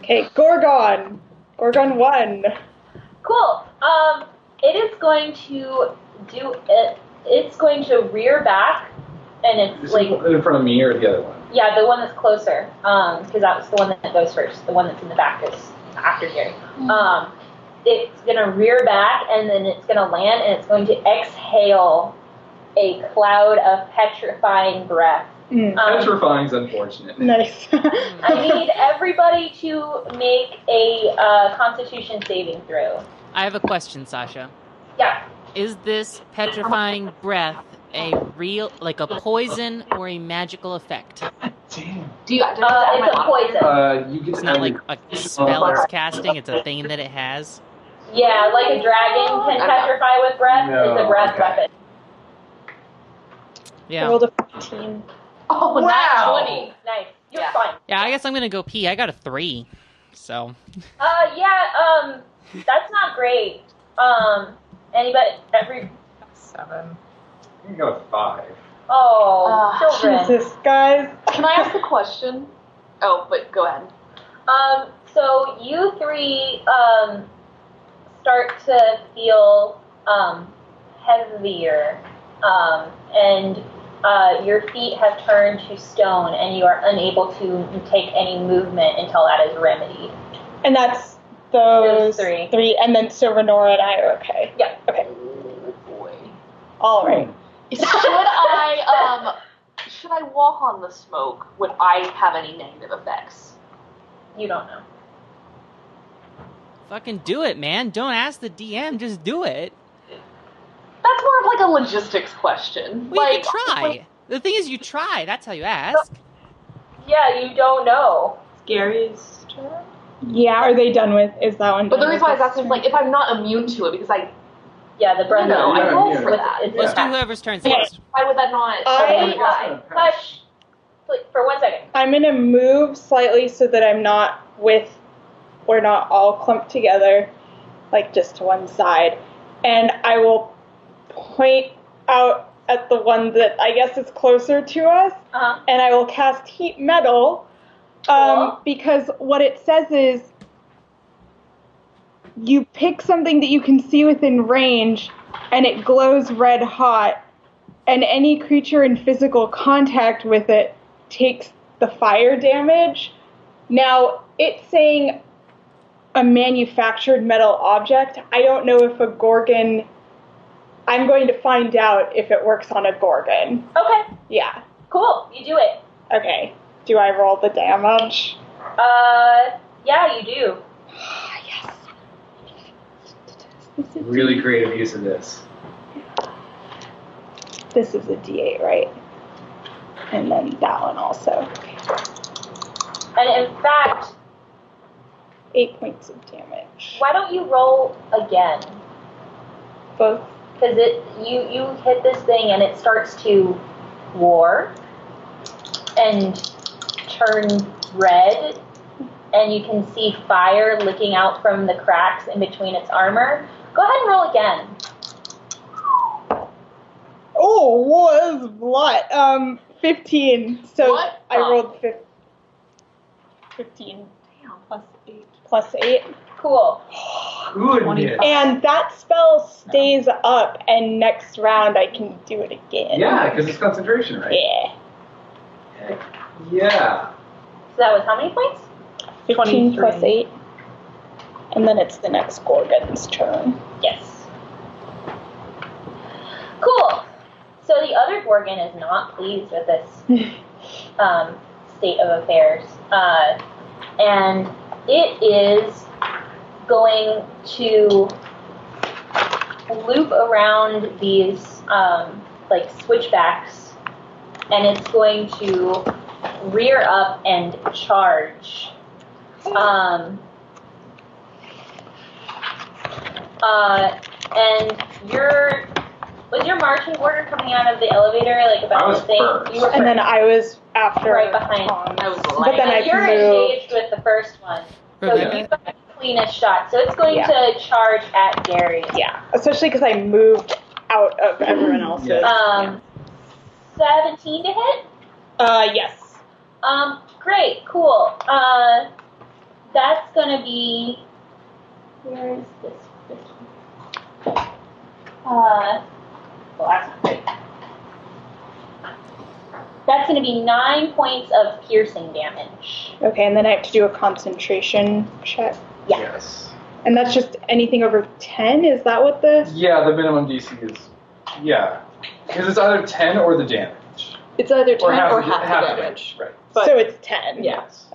Okay, Gorgon. Gorgon one. Cool. Um, it is going to do it. It's going to rear back, and it's Is like it in front of me or the other one? yeah, the one that's closer, because that was the one that goes first. The one that's in the back is after Gary. Um, it's gonna rear back, and then it's gonna land, and it's going to exhale a cloud of petrifying breath. Mm, Um, Petrifying's unfortunate. nice. I need everybody to make a uh, Constitution saving throw. I have a question, Sasha. Yeah. Is this petrifying breath a real, like a poison or a magical effect? Do you? Do I Uh, have to add it's my a modifier? poison. Uh, you get It's to not add like your- a spell it's casting, it's a thing that it has. Yeah, like a dragon can Okay. petrify with breath. it's a No, breath okay. weapon. I Yeah. rolled a 14. Oh, wow. Wow. Nice. You're Yeah. fine. Yeah, I guess I'm gonna go pee. I got a three. So Uh, yeah. Um, that's not great. Um, anybody, every. Seven. You got a five. Oh, Ah, children. Jesus, guys. Can I ask a question? Oh, but go ahead. Um, so you three um start to feel um heavier um and uh, your feet have turned to stone and you are unable to take any movement until that is remedied. And that's those, Those three. and then so Renora and I are okay. Yeah. Okay. All right. Should I um should I walk on the smoke? Would I have any negative effects? You don't know. Fucking do it, man. Don't ask the DM. Just do it. That's more of like a logistics question. Well, you like can try. The thing is, you try. That's how you ask. Yeah, you don't know. Gary's turn. Yeah, are they done with? Is that one? But the done reason why I with was asking is like if I'm not immune to it because I Yeah, the breath. No, I roll for that. Let's Yeah. do whoever's turn Okay. first. why would that not I- Hi. Hush. Please, for one second. I'm gonna move slightly so that I'm not with, we're not all clumped together, like just to one side, and I will point out at the one that I guess is closer to us, Uh-huh. and I will cast heat metal, um, Cool. because what it says is you pick something that you can see within range, and it glows red hot, and any creature in physical contact with it takes the fire damage. Now, it's saying a manufactured metal object. I don't know if a gorgon. I'm going to find out if it works on a gorgon. Okay, Yeah. cool. You do it. Okay. Do I roll the damage? Uh, yeah, you do. Really creative use of this. This is a d8, right? And then that one also. And in fact, Eight points of damage. why don't you roll again? Both. Because it you you hit this thing and it starts to war and turn red, and you can see fire licking out from the cracks in between its armor. Go ahead and roll again. Oh, whoa, that was a lot. Um, 15. So What? I rolled fif- 15 plus 8. Plus 8. Cool. Goodness. And that spell stays up, and next round I can do it again. Yeah, because it's concentration, right? Yeah. Heck yeah. So that was how many points? 15 plus 8. And then it's the next Gorgon's turn. Yes. Cool. So the other Gorgon is not pleased with this um, state of affairs, uh, and it is going to loop around these um, like switchbacks, and it's going to rear up and charge. Um, Uh, and your was your marching order coming out of the elevator like about I was the thing? first. You were And then first. I was after. Right behind. Hans. I was But then But I you're moved. engaged with the first one, so Rebecca, you got the cleanest shot. So it's going Yeah. to charge at Gary. Yeah. Especially because I moved out of everyone else's. Um, seventeen to hit. uh, yes. Um, great, cool. Uh, that's gonna be. Where is this? Uh, well, that's great. That's gonna be nine points of piercing damage. Okay, and then I have to do a concentration check. Yeah. Yes. And that's just anything over 10? Is that what the. Yeah, the minimum DC is. Yeah. Because it's either 10 or the damage. It's either 10 Or half, or the- half, half the the damage. Right. But- so it's 10. Yes.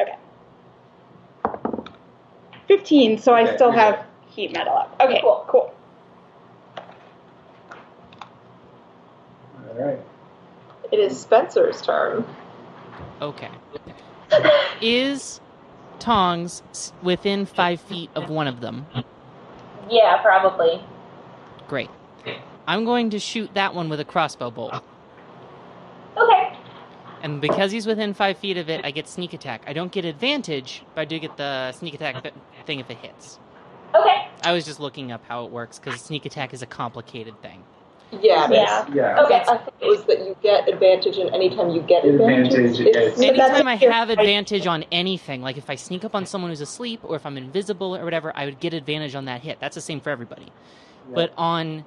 15, so I Okay, still you're have heat metal up. Okay, cool. cool. Alright. It is Spencer's turn. okay. Is Tongs s- within five feet of one of them? Yeah, probably. Great. I'm going to shoot that one with a crossbow bolt. Okay. And because he's within five feet of it, I get sneak attack. I don't get advantage, but I do get the sneak attack b- thing if it hits. Okay. I was just looking up how it works because sneak attack is a complicated thing. Yeah, it is. Yeah. Yeah. Okay. I think it was that you get advantage, and anytime you get advantage, Advantage, it's- yeah. So that's Anytime I if you're have fighting. advantage on anything, like if I sneak up on someone who's asleep or if I'm invisible or whatever, I would get advantage on that hit. That's the same for everybody. But on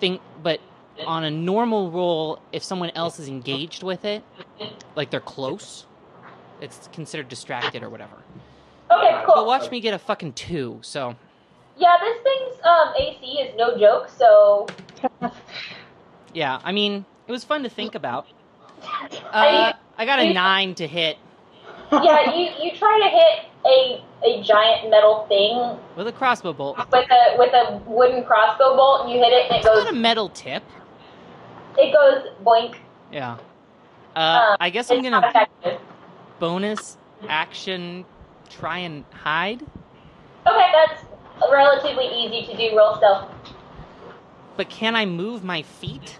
thing, but on a normal roll, if someone else is engaged with it, like they're close, it's considered distracted or whatever. Okay, But cool. watch me get a fucking two. So Yeah, this thing's um, AC is no joke, so yeah, I mean, it was fun to think about. I- Uh, I got a nine to hit yeah, you, you try to hit a a giant metal thing with a crossbow bolt. with a with a wooden crossbow bolt. and You hit it and it It's not a goes metal tip. it goes boink. Yeah. Uh, Um, I guess I'm it's gonna not effective. bonus action try and hide, Okay, that's relatively easy to do. Roll stealth. but can I move my feet?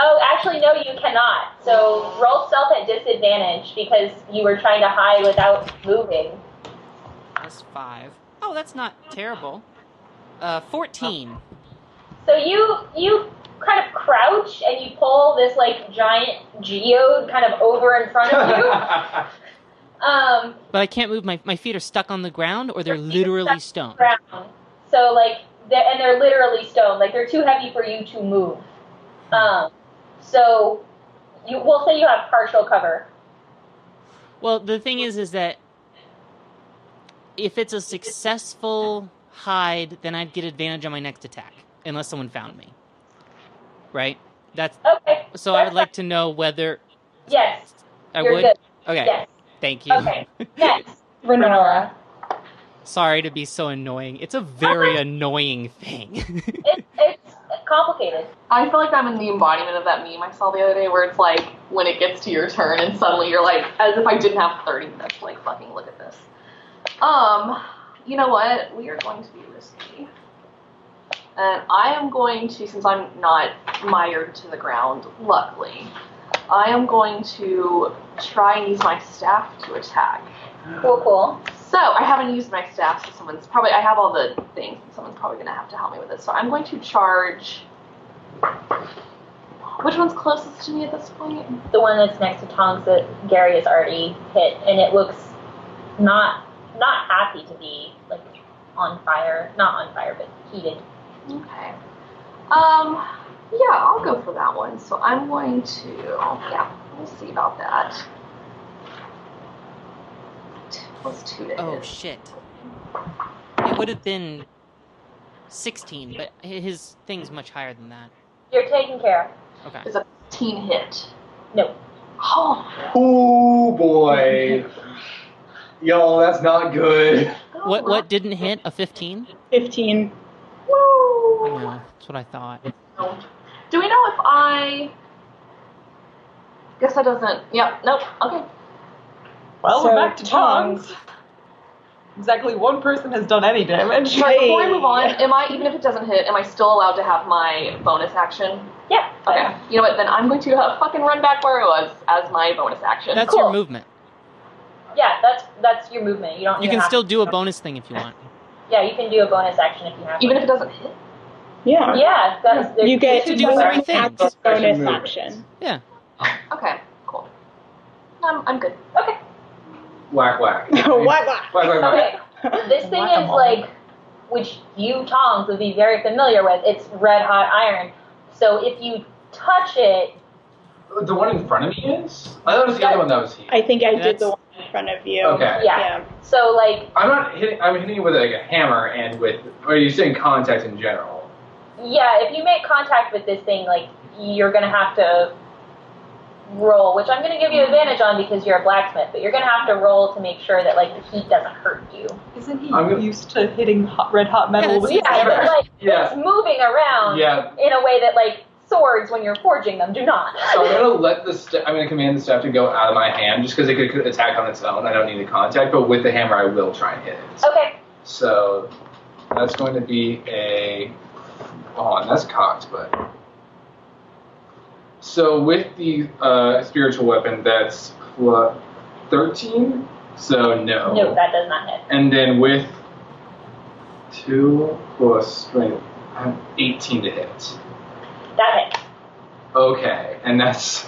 Oh, actually, no, you cannot. So roll stealth at disadvantage because you were trying to hide without moving. Plus five. Oh, that's not terrible. Uh, 14. So you you kind of crouch and you pull this like giant geode kind of over in front of you. um, But I can't move my my feet are stuck on the ground or they're literally stone. ground. So like, they're, and they're literally stone. Like they're too heavy for you to move. Um, so you we'll say you have partial cover. Well, the thing is is that if it's a successful hide, then I'd get advantage on my next attack unless someone found me. Right? That's Okay. so I would like to know whether Yes. I You're would. good. Okay. Yes. Thank you. Okay. Next. Renora. Sorry to be so annoying. It's a very annoying thing. It, it's complicated. I feel like I'm in the embodiment of that meme I saw the other day where it's like when it gets to your turn and suddenly you're like, as if I didn't have 30 minutes, like, fucking look at this. Um, you know what? We are going to be risky. And I am going to, since I'm not mired to the ground, luckily, I am going to try and use my staff to attack. Cool. Cool. So I haven't used my staff, so someone's probably I have all the things. and Someone's probably gonna have to help me with this. So I'm going to charge. Which one's closest to me at this point? The one that's next to Tongs that Gary has already hit, and it looks not not happy to be like on fire. Not on fire, but heated. Okay. Um. Yeah, I'll go for that one. So I'm going to. Yeah, we'll see about that. Plus two to oh hit. shit. It would have been 16, but hi- his thing's much higher than that. You're taken care Okay. Is a 15 hit? of. No. Oh, Oh boy. Yo, that's not good. What what didn't hit? A 15? 15. I know. That's what I thought. Do we know if I? Guess that doesn't. Yep. Nope. Okay. Well, So, we're back to tongs. tongs. Exactly one person has done any damage. But before I Hey. move on, am I even if it doesn't hit, am I still allowed to have my bonus action? Yeah. Okay. You know what? Then I'm going to uh, fucking run back where I was as my bonus action. That's cool. your movement. Yeah, that's that's your movement. You don't. You even can have still to- do a bonus thing if you want. Yeah, you can do a bonus action if you have. Even if it doesn't hit. Yeah. yeah, that's there's- You get You do one three things. action Action bonus movement. action. Yeah. Okay. Cool. I'm I'm good. Okay. Whack whack. what? what? Whack whack whack. Okay. This thing is like, which you Tongs would be very familiar with. It's red hot iron. So if you touch it, The one in front of me is? I thought it was the other one that was here. I think I did That's- the one in front of you. Okay. yeah. So like, I'm not hitting. I'm hitting it with like a hammer and with. Are you saying contact in general? yeah, if you make contact with this thing, like you're gonna have to roll, which I'm gonna give you advantage on because you're a blacksmith. But you're gonna have to roll to make sure that like the heat doesn't hurt you. Isn't he I'm gonna- used to hitting hot, red hot metal Yeah, with Yeah, but like Yeah. it's moving around Yeah. in a way that like swords when you're forging them do not. So I'm gonna let the. St- I'm gonna command the staff to go out of my hand just because it could, could attack on its own. I don't need the contact, but with the hammer, I will try and hit it. Okay. So that's going to be a. Hold on, that's cocked, but. So with the uh, spiritual weapon, that's pl- 13? So no. No, that does not hit. And then with 2 plus strength, I have 18 to hit. That hits. Okay, and that's.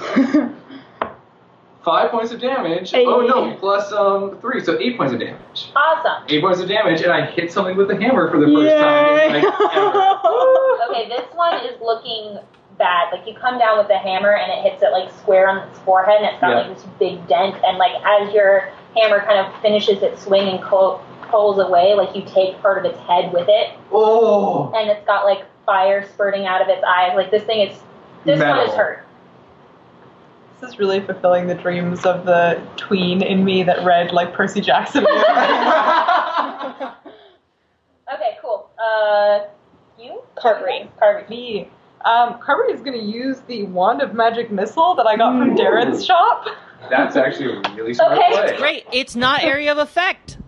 Five points of damage. Hey. Oh no, plus um three, so eight points of damage. Awesome. Eight points of damage, and I hit something with a hammer for the first time. in, Yay. Like, ever. Okay, this one is looking bad. Like you come down with a hammer and it hits it like square on its forehead and it's got Yeah. like this big dent. And like as your hammer kind of finishes its swing and co- pulls away, like you take part of its head with it Oh, and it's got like fire spurting out of its eyes. Like this thing is this one Metal. is hurt. This is really fulfilling the dreams of the tween in me that read like Percy Jackson. Okay, cool. Uh, you Cartwright. Cartwright. me. Um, Carver is going to use the wand of magic missile that I got from Darren's shop. that's actually a really smart Okay. play. Great. It's not area of effect.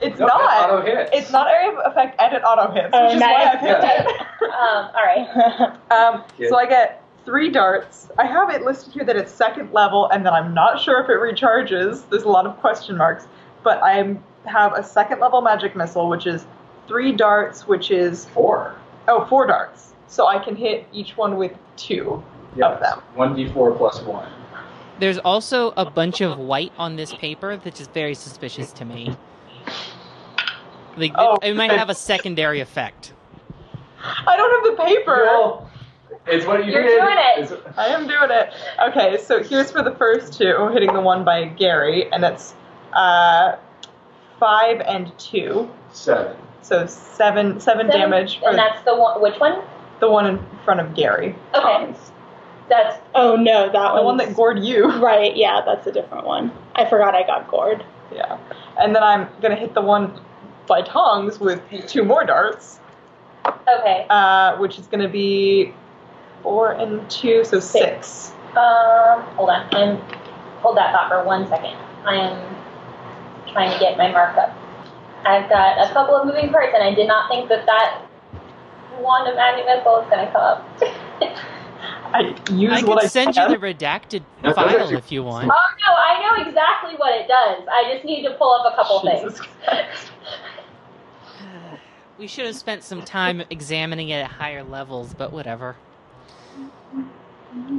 It's No, that's not. auto hit. It's not area of effect, and it auto hits, which Oh, is why I nice. picked Um, all right. it. Um, Yeah. so I get three darts. I have it listed here that it's second level, and that I'm not sure if it recharges. There's a lot of question marks, but I have a second level magic missile, which is three darts, which is four. oh four darts. So I can hit each one with two of them. One d four plus one. There's also a bunch of white on this paper, which is very suspicious to me. Like, Oh. it might have a secondary effect. I don't have the paper. Well, it's what you You're did. doing it. It's- I am doing it. Okay, so here's for the first two, hitting the one by Gary, and that's uh, five and two, Seven. so seven seven Seven- damage for And that's the one. Which one? the one in front of Gary, Okay. That's Oh no, that the one that gored you. Right, yeah, that's a different one. I forgot I got gored. Yeah, and then I'm gonna hit the one by Tongs with two more darts, okay. uh, which is gonna be four and two, so six. Um, hold on. I'm hold that thought for one second. I am trying to get my markup. I've got a couple of moving parts, and I did not think that that wand of magic missile is going to come up. I use I what can I send you can. the redacted That- that's file actually- if you want. oh no, I know exactly what it does. I just need to pull up a couple Jesus things. Christ. We should have spent some time examining it at higher levels, but whatever.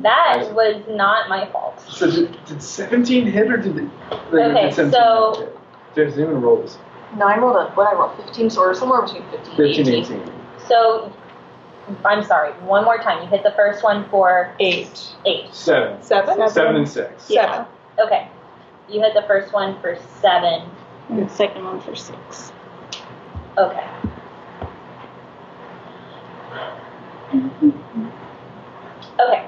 That was not my fault. So did, did 17 hit or did it? Okay, did so- 17 not hit? There's even rolls. No, I rolled a what I rolled fifteen, so we're somewhere between fifteen, and 15, 18. 18. So, I'm sorry. One more time. You hit the first one for Eight. eight. Seven. Seven? Seven and six. Yeah. Okay. You hit the first one for seven. And the second one for six. Okay. Okay.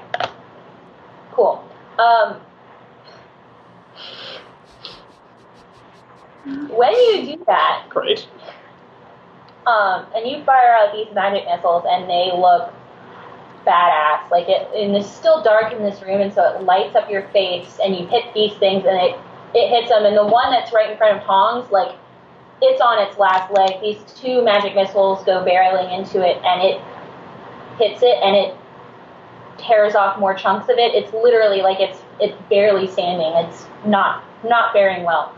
Cool. Um, when you do that, Great. um, and you fire out these magic missiles, and they look badass. Like it, and it's still dark in this room, and so it lights up your face. And you hit these things, and it it hits them. And the one that's right in front of Tongs, like it's on its last leg. These two magic missiles go barreling into it, and it hits it, and it tears off more chunks of it. It's literally like it's it's barely standing. It's not not bearing well.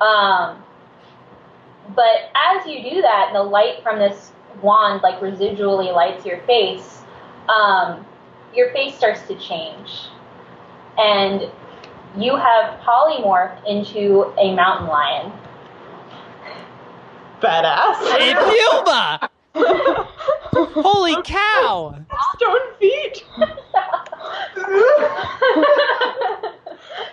Um, but as you do that, and the light from this wand like residually lights your face, um, your face starts to change, and you have polymorphed into a mountain lion. Badass. It's Yuba! Holy cow! Stone feet.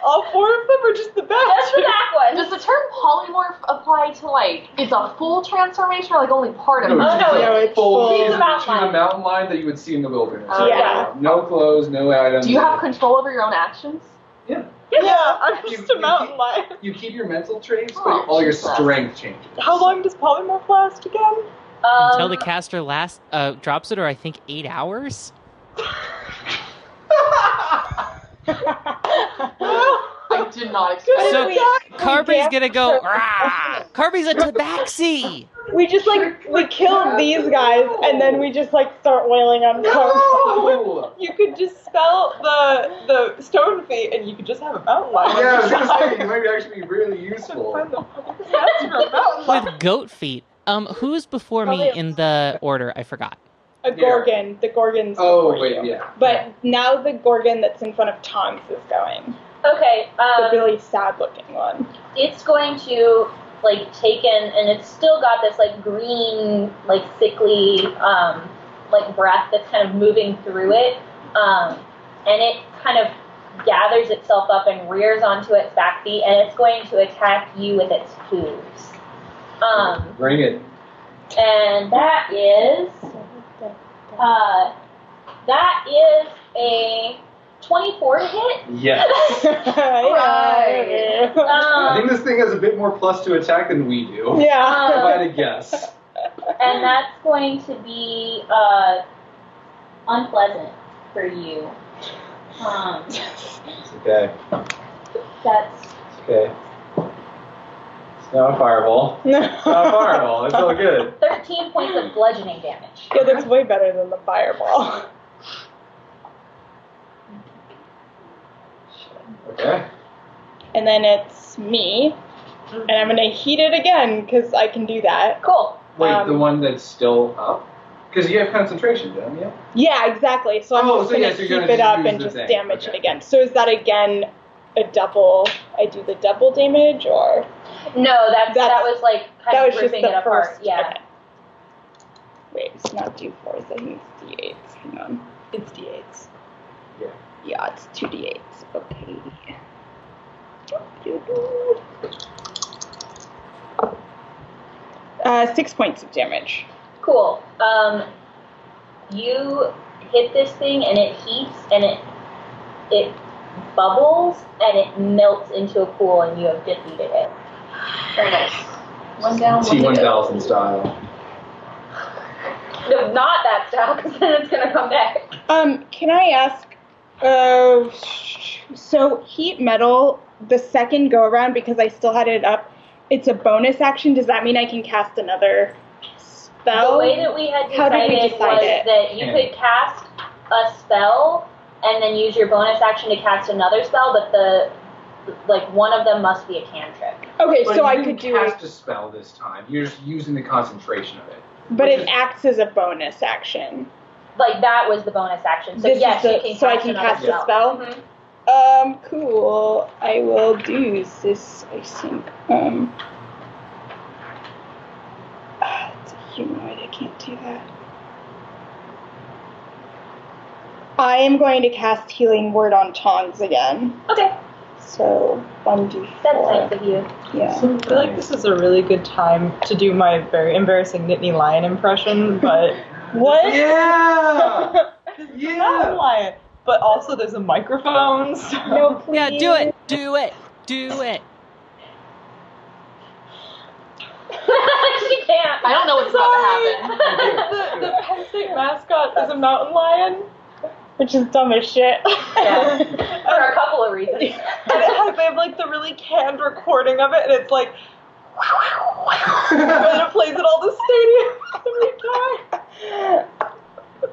All four of them are just the That's best. the back one. Does the term polymorph apply to like it's a full transformation or like only part of No, it? Oh, it's no, No, it's full. full. He's a mountain she's a lion. mountain lion that you would see in the wilderness. Oh, Yeah. No clothes, no items. Do you have control over your own actions? Yeah, I'm just a You- mountain lion. You keep your mental traits, Oh, but all your Jesus. strength changes. How long does polymorph last again? Um, Until the caster last uh, drops it, or I think eight hours? I did not expect So- we, Oh, Carby's gonna go, rah! Carby's a tabaxi! we just like we killed these guys and then we just like start wailing on Carby. Oh! You could just spell the the stone feet, and you could just have a mountain lion. Yeah, I was gonna say it might actually be really useful. Find the fucking stats for a mountain lion. With goat feet. Um, who's before me in the order? I forgot. A gorgon. The gorgon's Oh before wait, you. yeah. But now the gorgon that's in front of Tongs is going. okay. The Um, really sad looking one. it's going to like take in and it's still got this like green like sickly um like breath that's kind of moving through it, um, and it kind of gathers itself up and rears onto its back feet, and it's going to attack you with its hooves. Um, Bring it. and that is uh, that is a twenty-four to hit. Yes. yeah. I think Um, this thing has a bit more plus to attack than we do. yeah. If um, I had to guess. and that's going to be uh, unpleasant for you. Um, It's okay. that's It's okay. It's not a fireball. It's not a fireball. It's all good. 13 points of bludgeoning damage. Yeah, that's way better than the fireball. Okay. And then it's me. And I'm gonna heat it again because I can do that. Cool. Wait, Um, the one that's still up? Because you have concentration, don't you? Yeah, exactly. So I'm Oh, just so gonna yes, you're keep gonna it just up use and the just thing. damage Okay. it again. So is that again a double? I do the double damage or No, that that That's- was like kind that of was just ripping the it apart. first? Yeah. okay. Wait, it's not D4s. I think it's D8s. Hang on. It's D8s. Yeah. Yeah, it's two D8s. Okay. Uh, six points of damage. Cool. Um, you hit this thing and it heats and it it bubbles and it melts into a pool and you have defeated it. Very nice. One down, one to go. T1000 style. No, not that style because then it's gonna come back. Um, can I ask? Uh, sh- so heat metal, the second go around because I still had it up. It's a bonus action. Does that mean I can cast another spell? The way that we had How did decided we decide was it? that you Yeah. could cast a spell and then use your bonus action to cast another spell, but the like one of them must be a cantrip. okay, But so you I didn't could do it, cast a spell this time. You're just using the concentration of it. but which it is- acts as a bonus action. Like that was the bonus action. So This yes, is you the- can so I cast can another cast a spell. spell? Mm-hmm. Mhm. Um, cool. I will do this, I think. Um, ah, it's a humanoid. I can't do that. I am going to cast Healing Word on Tongs again. Okay, So, 1d4. that's nice of you. Yeah. I feel like this is a really good time to do my very embarrassing Nittany Lion impression, but What? Yeah! not a yeah! lion. But also, there's a microphone. So. No, please. Yeah, do it, do it, do it. she can't. I don't know what's about to happen. the, the Penn State mascot is a mountain lion, Which is dumb as shit. Yeah. For a couple of reasons. and it has, they have like the really canned recording of it, and it's like, and it plays at all the stadiums every time.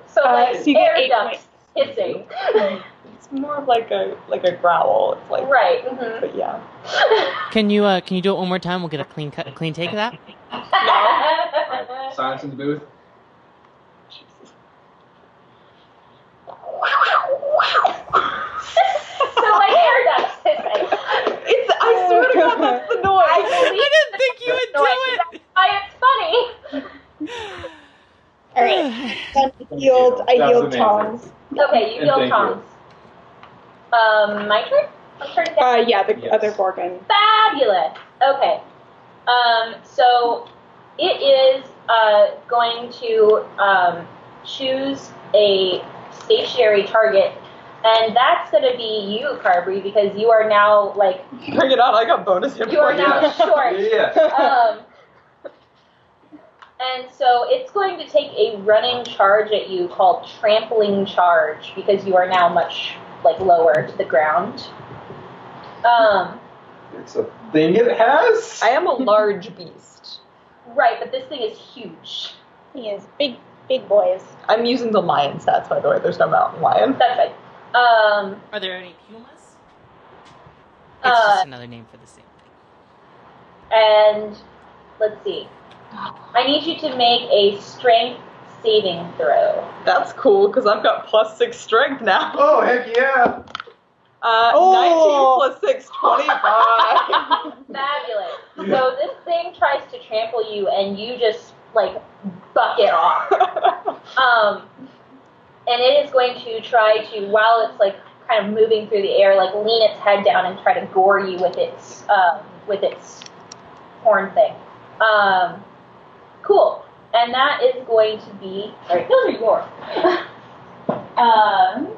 So Uh, like so you get air eight ducts hissing. It's more of like a like a growl. It's like, right. hmm but yeah. Can you uh, can you do it one more time? We'll get a clean cut, clean take of that. Alright, Silence in the booth. so like air ducts hissing. It's Oh I swear to God, that's the I noise. believe I didn't think you would No, I do think why it's funny. Alright. it. I healed, I That was healed amazing. Tongs. Okay, you And heal thank you. Tom's. Um, my turn? My turn again? Uh, yeah, the Yes. other Gorgon. Fabulous. Okay. Um, so it is uh, going to um, choose a stationary target, and that's going to be you, Carberry, because you are now like Bring it on! I got bonus hit you are points. now short. Yeah, yeah. um, and so it's going to take a running charge at you called trampling charge because you are now much like lower to the ground. Um, It's a thing it has? I am a large beast. right, but this thing is huge. He is big, big boys. I'm using the lion stats, by the way. There's no mountain lion. That's right. Um, Are there any pumas? It's uh, just another name for the same thing. and let's see. I need you to make a strength saving throw. That's cool because I've got plus six strength now. Oh, heck yeah! Uh, Oh. 19 plus 6, 25. Fabulous. So this thing tries to trample you, and you just like suck it off. Um, and it is going to try to, while it's like kind of moving through the air, like lean its head down and try to gore you with its um, with its horn thing. Um, cool. And that is going to be. Sorry, those are yours. um,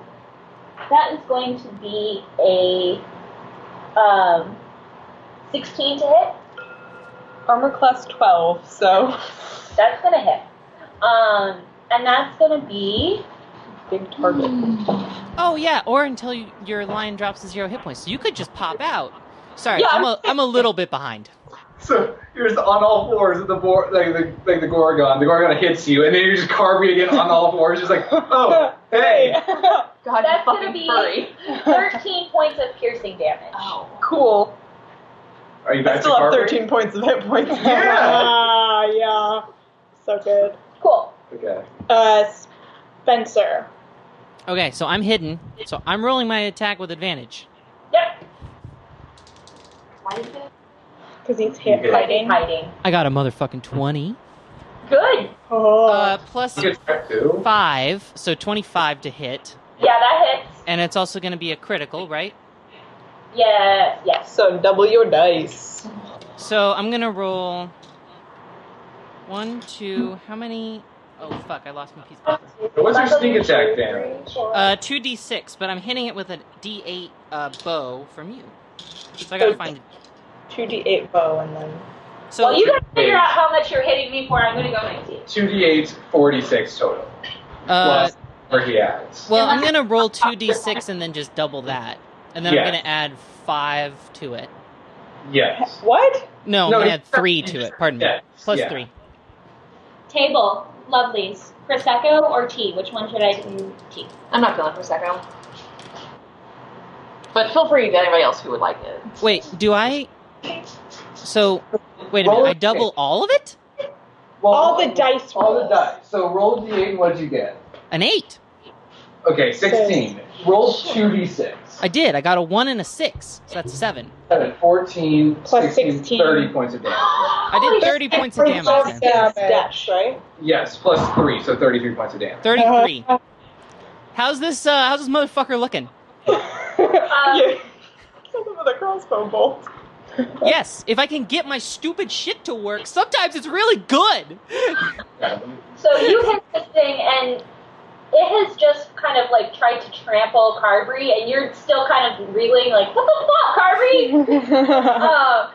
that is going to be a um, 16 to hit. Armor class 12, so That's gonna hit. Um, and that's gonna be big target. Hmm. Oh yeah, or until you, your line drops to zero hit points, so you could just pop out. Sorry, Yeah, I'm a I'm a little bit behind. So you're just on all fours with the board, like the like the Gorgon. The Gorgon hits you, and then you're just carving again on all fours, just like, oh, hey. God, That's you fucking gonna be- furry. 13 points of piercing damage. Oh. cool. Are you back I still to have carving? 13 points of hit points. Yeah. Ah, yeah. So good. Cool. Okay. Uh, Spencer. Okay, so I'm hidden, so I'm rolling my attack with advantage. Yep. Why is it? Because he's hit Yeah. hiding. Hiding. I got a motherfucking twenty. Good. Oh. Uh, plus Good track too. five, so twenty-five to hit, Yeah, that hits. and it's also going to be a critical, right? Yes, yes. So double your dice. So I'm gonna roll one, two. How many? Oh fuck! I lost my piece of paper. So what's your sneak attack damage? Uh, two d6, but I'm hitting it with a d8 uh, bow from you. So I gotta find it. 2d8 bow and then. So Well, you gotta figure out how much you're hitting me for. I'm gonna go next to you. 2d8, 46 total. uh, plus where he adds. well, I'm gonna roll two d6 and then just double that, and then Yeah. I'm gonna add five to it. yes. What? No, I'm No, gonna you- add three to it. Pardon me. Yes, Plus yeah. three. Table, lovelies. Prosecco or tea? Which one should I do? Tea. I'm not feeling for a second. But feel free to anybody else who would like it. Wait, do I? So, wait a Roll minute. I it. double all of it? Well, all the dice rolls. all the dice. So roll d8. What'd you get? An eight. Okay, 16. Roll 2d6. I did. I got a one and a six, so that's seven. Seven, 14, Plus 16, 16. 30 points of damage. I did thirty points of damage. Then. Yeah, Dash, right? Yes, plus 3, so 33 points of damage. 33. How's this uh how's this motherfucker looking? Um, yeah. Kill them with a crossbow bolt. Yes, if I can get my stupid shit to work, sometimes it's really good. Yeah. So you hit this thing, and it has just kind of like tried to trample Carberry, and you're still kind of reeling, like, what the fuck, Carberry? um,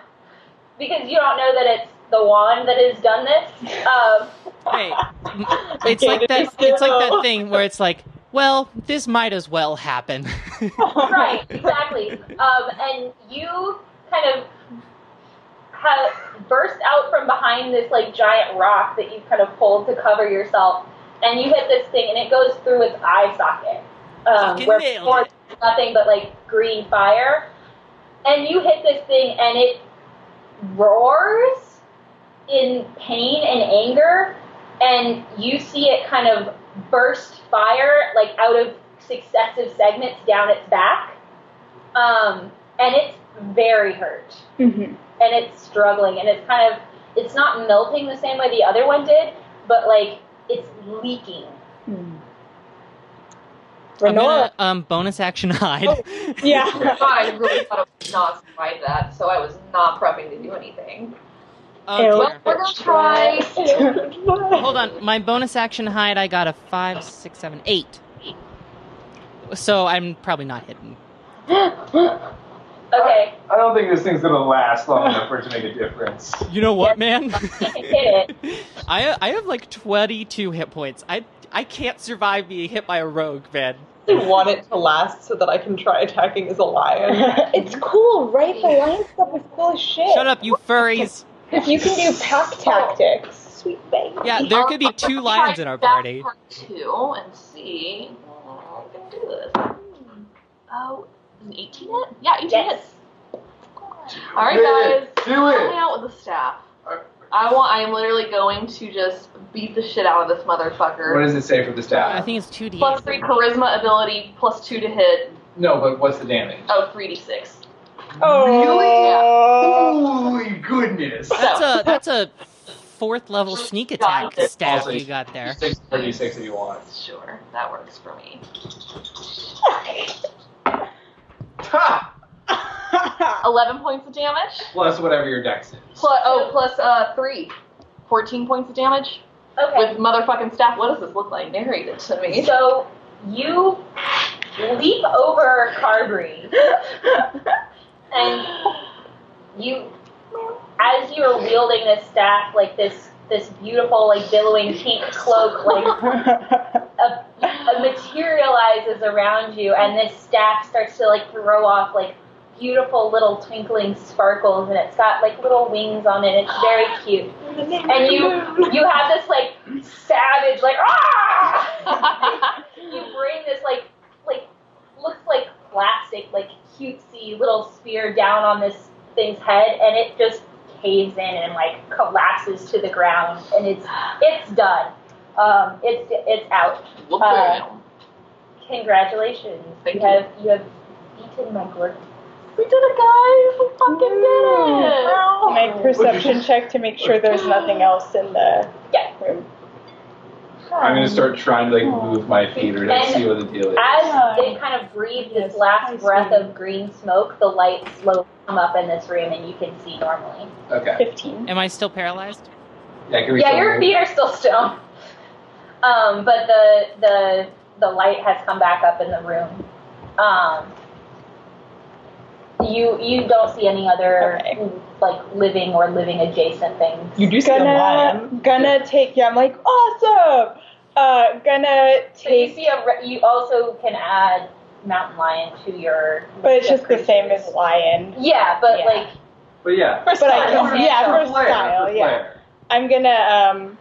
because you don't know that it's the wand that has done this. Um, Hey, m- it's like that it's like that thing where it's like, well, this might as well happen. right, exactly. Um, and you kind of have burst out from behind this like giant rock that you kind of pulled to cover yourself, and you hit this thing, and it goes through its eye socket, um, Fucking where nailed before it. it was nothing but like green fire, and you hit this thing, and it roars in pain and anger, and you see it kind of burst fire like out of successive segments down its back. Um, and it's very hurt Mhm. and it's struggling and it's kind of it's not melting the same way the other one did, but like it's leaking. I'm Renora. gonna, um bonus action hide. Oh. Yeah. I really thought I was not surprised that, so I was not prepping to do anything. Oh, Ew. Well, dear. we're gonna try. Hold on. My bonus action hide I got a five, six, seven, eight. So I'm probably not hidden. Okay. I don't think this thing's going to last long enough for it to make a difference. You know what, man? Hit I I have like 22 hit points. I I can't survive being hit by a rogue, man. I want it to last so that I can try attacking as a lion. It's cool, right? The line stuff is cool as shit. Shut up, you furries. You can do pack tactics. Sweet baby. Yeah, there could be Um, two I'll lions try in our that party. part Two and see. Oh, I can do this. Hmm. Oh, is an 18 hit? Yeah, 18 hits. Yes. All right, Do guys. it. Do it. Uh, Help me out with the staff. I want. I am literally going to just beat the shit out of this motherfucker. What does it say for the stat? I think it's 2d. plus three charisma ability, plus two to hit. no, but what's the damage? Oh, three d six. Really? Yeah. Oh. Holy Oh, goodness. That's a that's a fourth level sneak attack staff Also, you got there. Six thirty-six if you want. Sure, that works for me. Ha! 11 points of damage. Plus whatever your dex is. Plus, oh, plus uh, 3. 14 points of damage. Okay. With motherfucking staff, what does this look like? Narrate it to me. So you leap over Carberry and you as you are wielding this staff like this this beautiful like billowing pink cloak like a, a materializes around you and this staff starts to like throw off like beautiful little twinkling sparkles and it's got like little wings on it it's very cute and you you have this like savage like ah you bring this like like looks like plastic like cutesy little sphere down on this thing's head and it just caves in and like collapses to the ground and it's it's done um it's it's out Look Uh, around. congratulations Thank you you. have you have beaten my group We did it, guys! We fucking did it! uh, Make perception check to make sure there's nothing else in the Yeah. room. I'm gonna start trying to like move my feet or to And see what the deal is. As they kind of breathe this last breath of green smoke, the lights slowly come up in this room and you can see normally. Okay. 15. Am I still paralyzed? Yeah, can we Yeah, still your move? feet are still stone. Um, but the the the light has come back up in the room. Um, you you don't see any other Okay. like living or living adjacent things. You do see a lion. Gonna, gonna take, yeah, I'm like, awesome! Uh, gonna so you take, see a re- you also can add mountain lion to your. but it's list just of the same creatures. as lion. Yeah, but Yeah. like But yeah. But I style. can, yeah, For for flair, style, for yeah. flair. I'm gonna, um,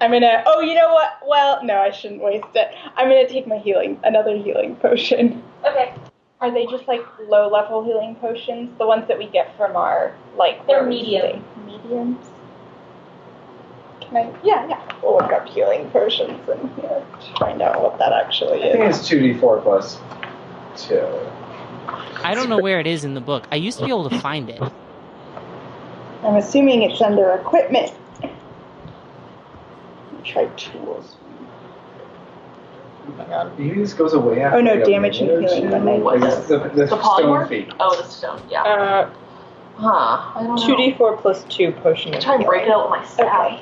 I'm gonna, oh, you know what? Well, no, I shouldn't waste it. I'm gonna take my healing, another healing potion. okay, Are they just like low level healing potions? The ones that we get from our, like, They're where we medium. stay? Mediums? Can I? Yeah, yeah. We'll look up healing potions in here to find out what that actually I think is. it's two D four plus two. I don't know where it is in the book. I used to be able to find it. I'm assuming it's under equipment. Try tools. Maybe this goes away after. Oh, no, we damage and upload healing it. when they- Like, it's the, the, The stone polymorph? feet. Oh, the stone, yeah. Uh, Huh. I don't know. Two D four plus two potion. I'm of trying to break it out with my staff. okay.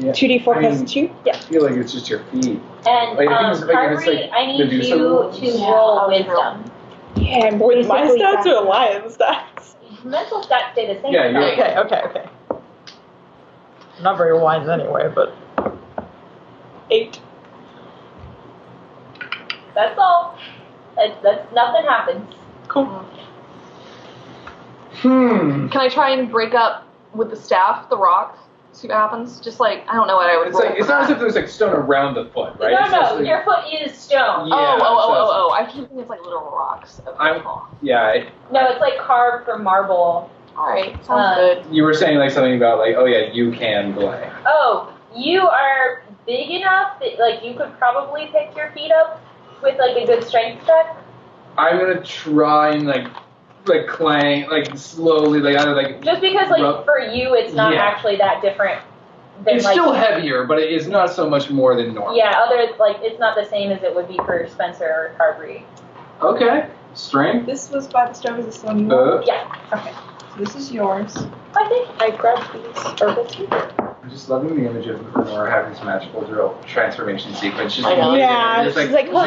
Yeah. Two D four I plus mean- two. Yeah. I feel like it's just your feet. and Like, I think um, it's- like, it's Carvery, like I need you Medusa to rules. roll Yeah, I'll wisdom. Yeah. I'm With my basically stats back- or lion's stats? Mental stats stay the same. Yeah, you're- Okay, okay, okay. Not very wise anyway, but eight. That's all. That, that's nothing happens. cool. Hmm. Can I try and break up with the staff the rock? See what happens? Just like, I don't know what I would It's roll like for it's not as that. if there's like stone around the foot, right? No, It's no, just, like- your foot is stone. Yeah, oh, oh, oh, so- oh, oh. I keep thinking it's like little rocks. Okay, I'm- cool. Yeah, I- No, it's like carved from marble. Alright, sounds Uh, good. you were saying like something about like, oh yeah, you can play. Oh, you are big enough that like you could probably pick your feet up with like a good strength check. I'm gonna try and like like clang like slowly like either like Just because like Well, for you it's not yeah. actually that different than it's like still heavier, but it is not so much more than normal. yeah, other like it's not the same as it would be for Spencer or Carvery. Okay. Strength. This was by the stars of sun. Uh, Yeah. This is yours. I think I grabbed these herbal tea. I'm just loving the image of Lenora having this magical drill transformation sequence. She's I know. like, Yeah, It's she's like, like,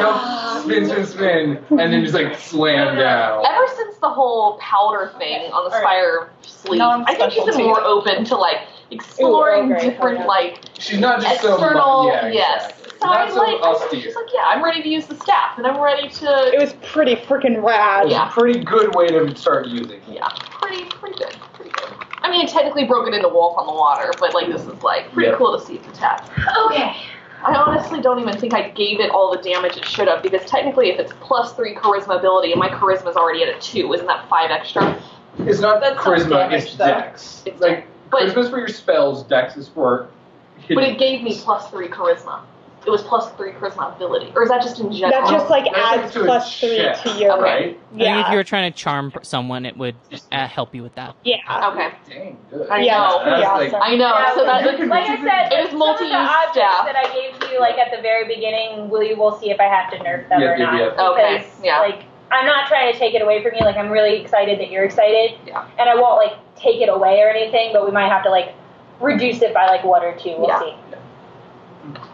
jump, spin, spin, spin, and then just like slam down. Ever since the whole powder thing on the all right. spire sleeve, I think he's been Non-specialty. more open to like exploring Ooh, okay, different okay. like She's not just so external. mu- yeah, yes. exactly. So not I'm so like, austere. she's like, yeah, I'm ready to use the staff, and I'm ready to. It was pretty freaking rad. It's Yeah. a pretty good way to start using. it. Yeah, pretty, pretty good, pretty good. I mean, it technically broke it into Wolf on the Water, but like this is like pretty Yeah. cool to see its attack. okay. I honestly don't even think I gave it all the damage it should have because technically, if it's plus three charisma ability and my charisma is already at a two, isn't that five extra? It's not That's not charisma, damage, it's though. dex. It's like but charisma's for your spells, dex is for but hitting. it gave me plus three charisma. It was plus three charisma ability, or is that just in general? That just like That's adds to a plus three check, to your right? I think if yeah you were trying to charm someone, it would uh, help you with that. yeah okay. Dang, good. I yeah, know. it's pretty That's awesome. like- I know. so Yeah, that like like I said, it was some of the multi-use objects staff. that I gave you, like at the very beginning, will you will see if I have to nerf them Yeah, or yeah, not. yeah. Okay, Because, yeah. Like I'm not trying to take it away from you. Like I'm really excited that you're excited. Yeah. And I won't like take it away or anything, but we might have to like reduce it by like one or two. We'll Yeah. see.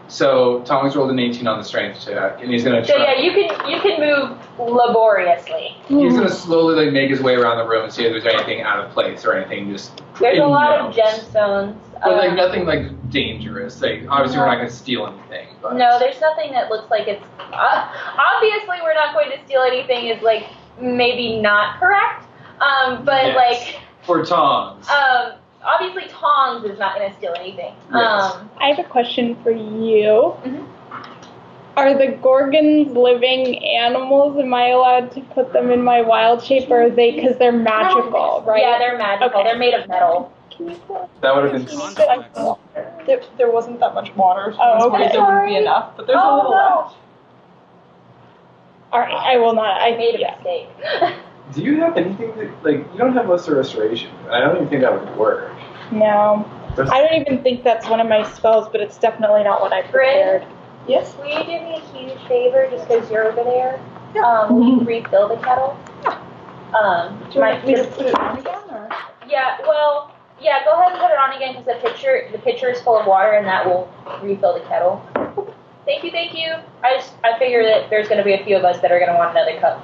So Tom's rolled an 18 on the strength check, and he's gonna So try. yeah, you can you can move laboriously. He's hmm. gonna slowly like make his way around the room and see if there's anything out of place or anything just. There's a lot of notes. gemstones. But like um, nothing like dangerous. Like obviously we're No. not gonna steal anything. But No, there's nothing that looks like it's. Uh, obviously, we're not going to steal anything. Is like maybe not correct. Um, but Yes. for Tom's. like, um, obviously, Tongs is not going to steal anything. Yes. Um, I have a question for you. Mhm. Are the gorgons living animals? Am I allowed to put them in my wild shape, or are they because they're magical, right? Yeah, they're magical. Okay. They're made of metal. that would have been. There, there wasn't that much water. Oh, okay. There wouldn't be enough, but there's a Oh, little no. left. All right, I will not. I I made a yeah. mistake. Do you have anything that like you don't have lesser restoration? I don't even think that would work. No, That's- I don't even think that's one of my spells, but it's definitely not what I prepared. Yes. Will you do me a huge favor, just because you're over there? Um, will you refill the kettle? Um, Do you my- want me to put it on again, or? Yeah, well, yeah, go ahead and put it on again because the pitcher the pitcher is full of water and that will refill the kettle. Thank you, thank you. I just I figure that there's gonna be a few of us that are gonna want another cup.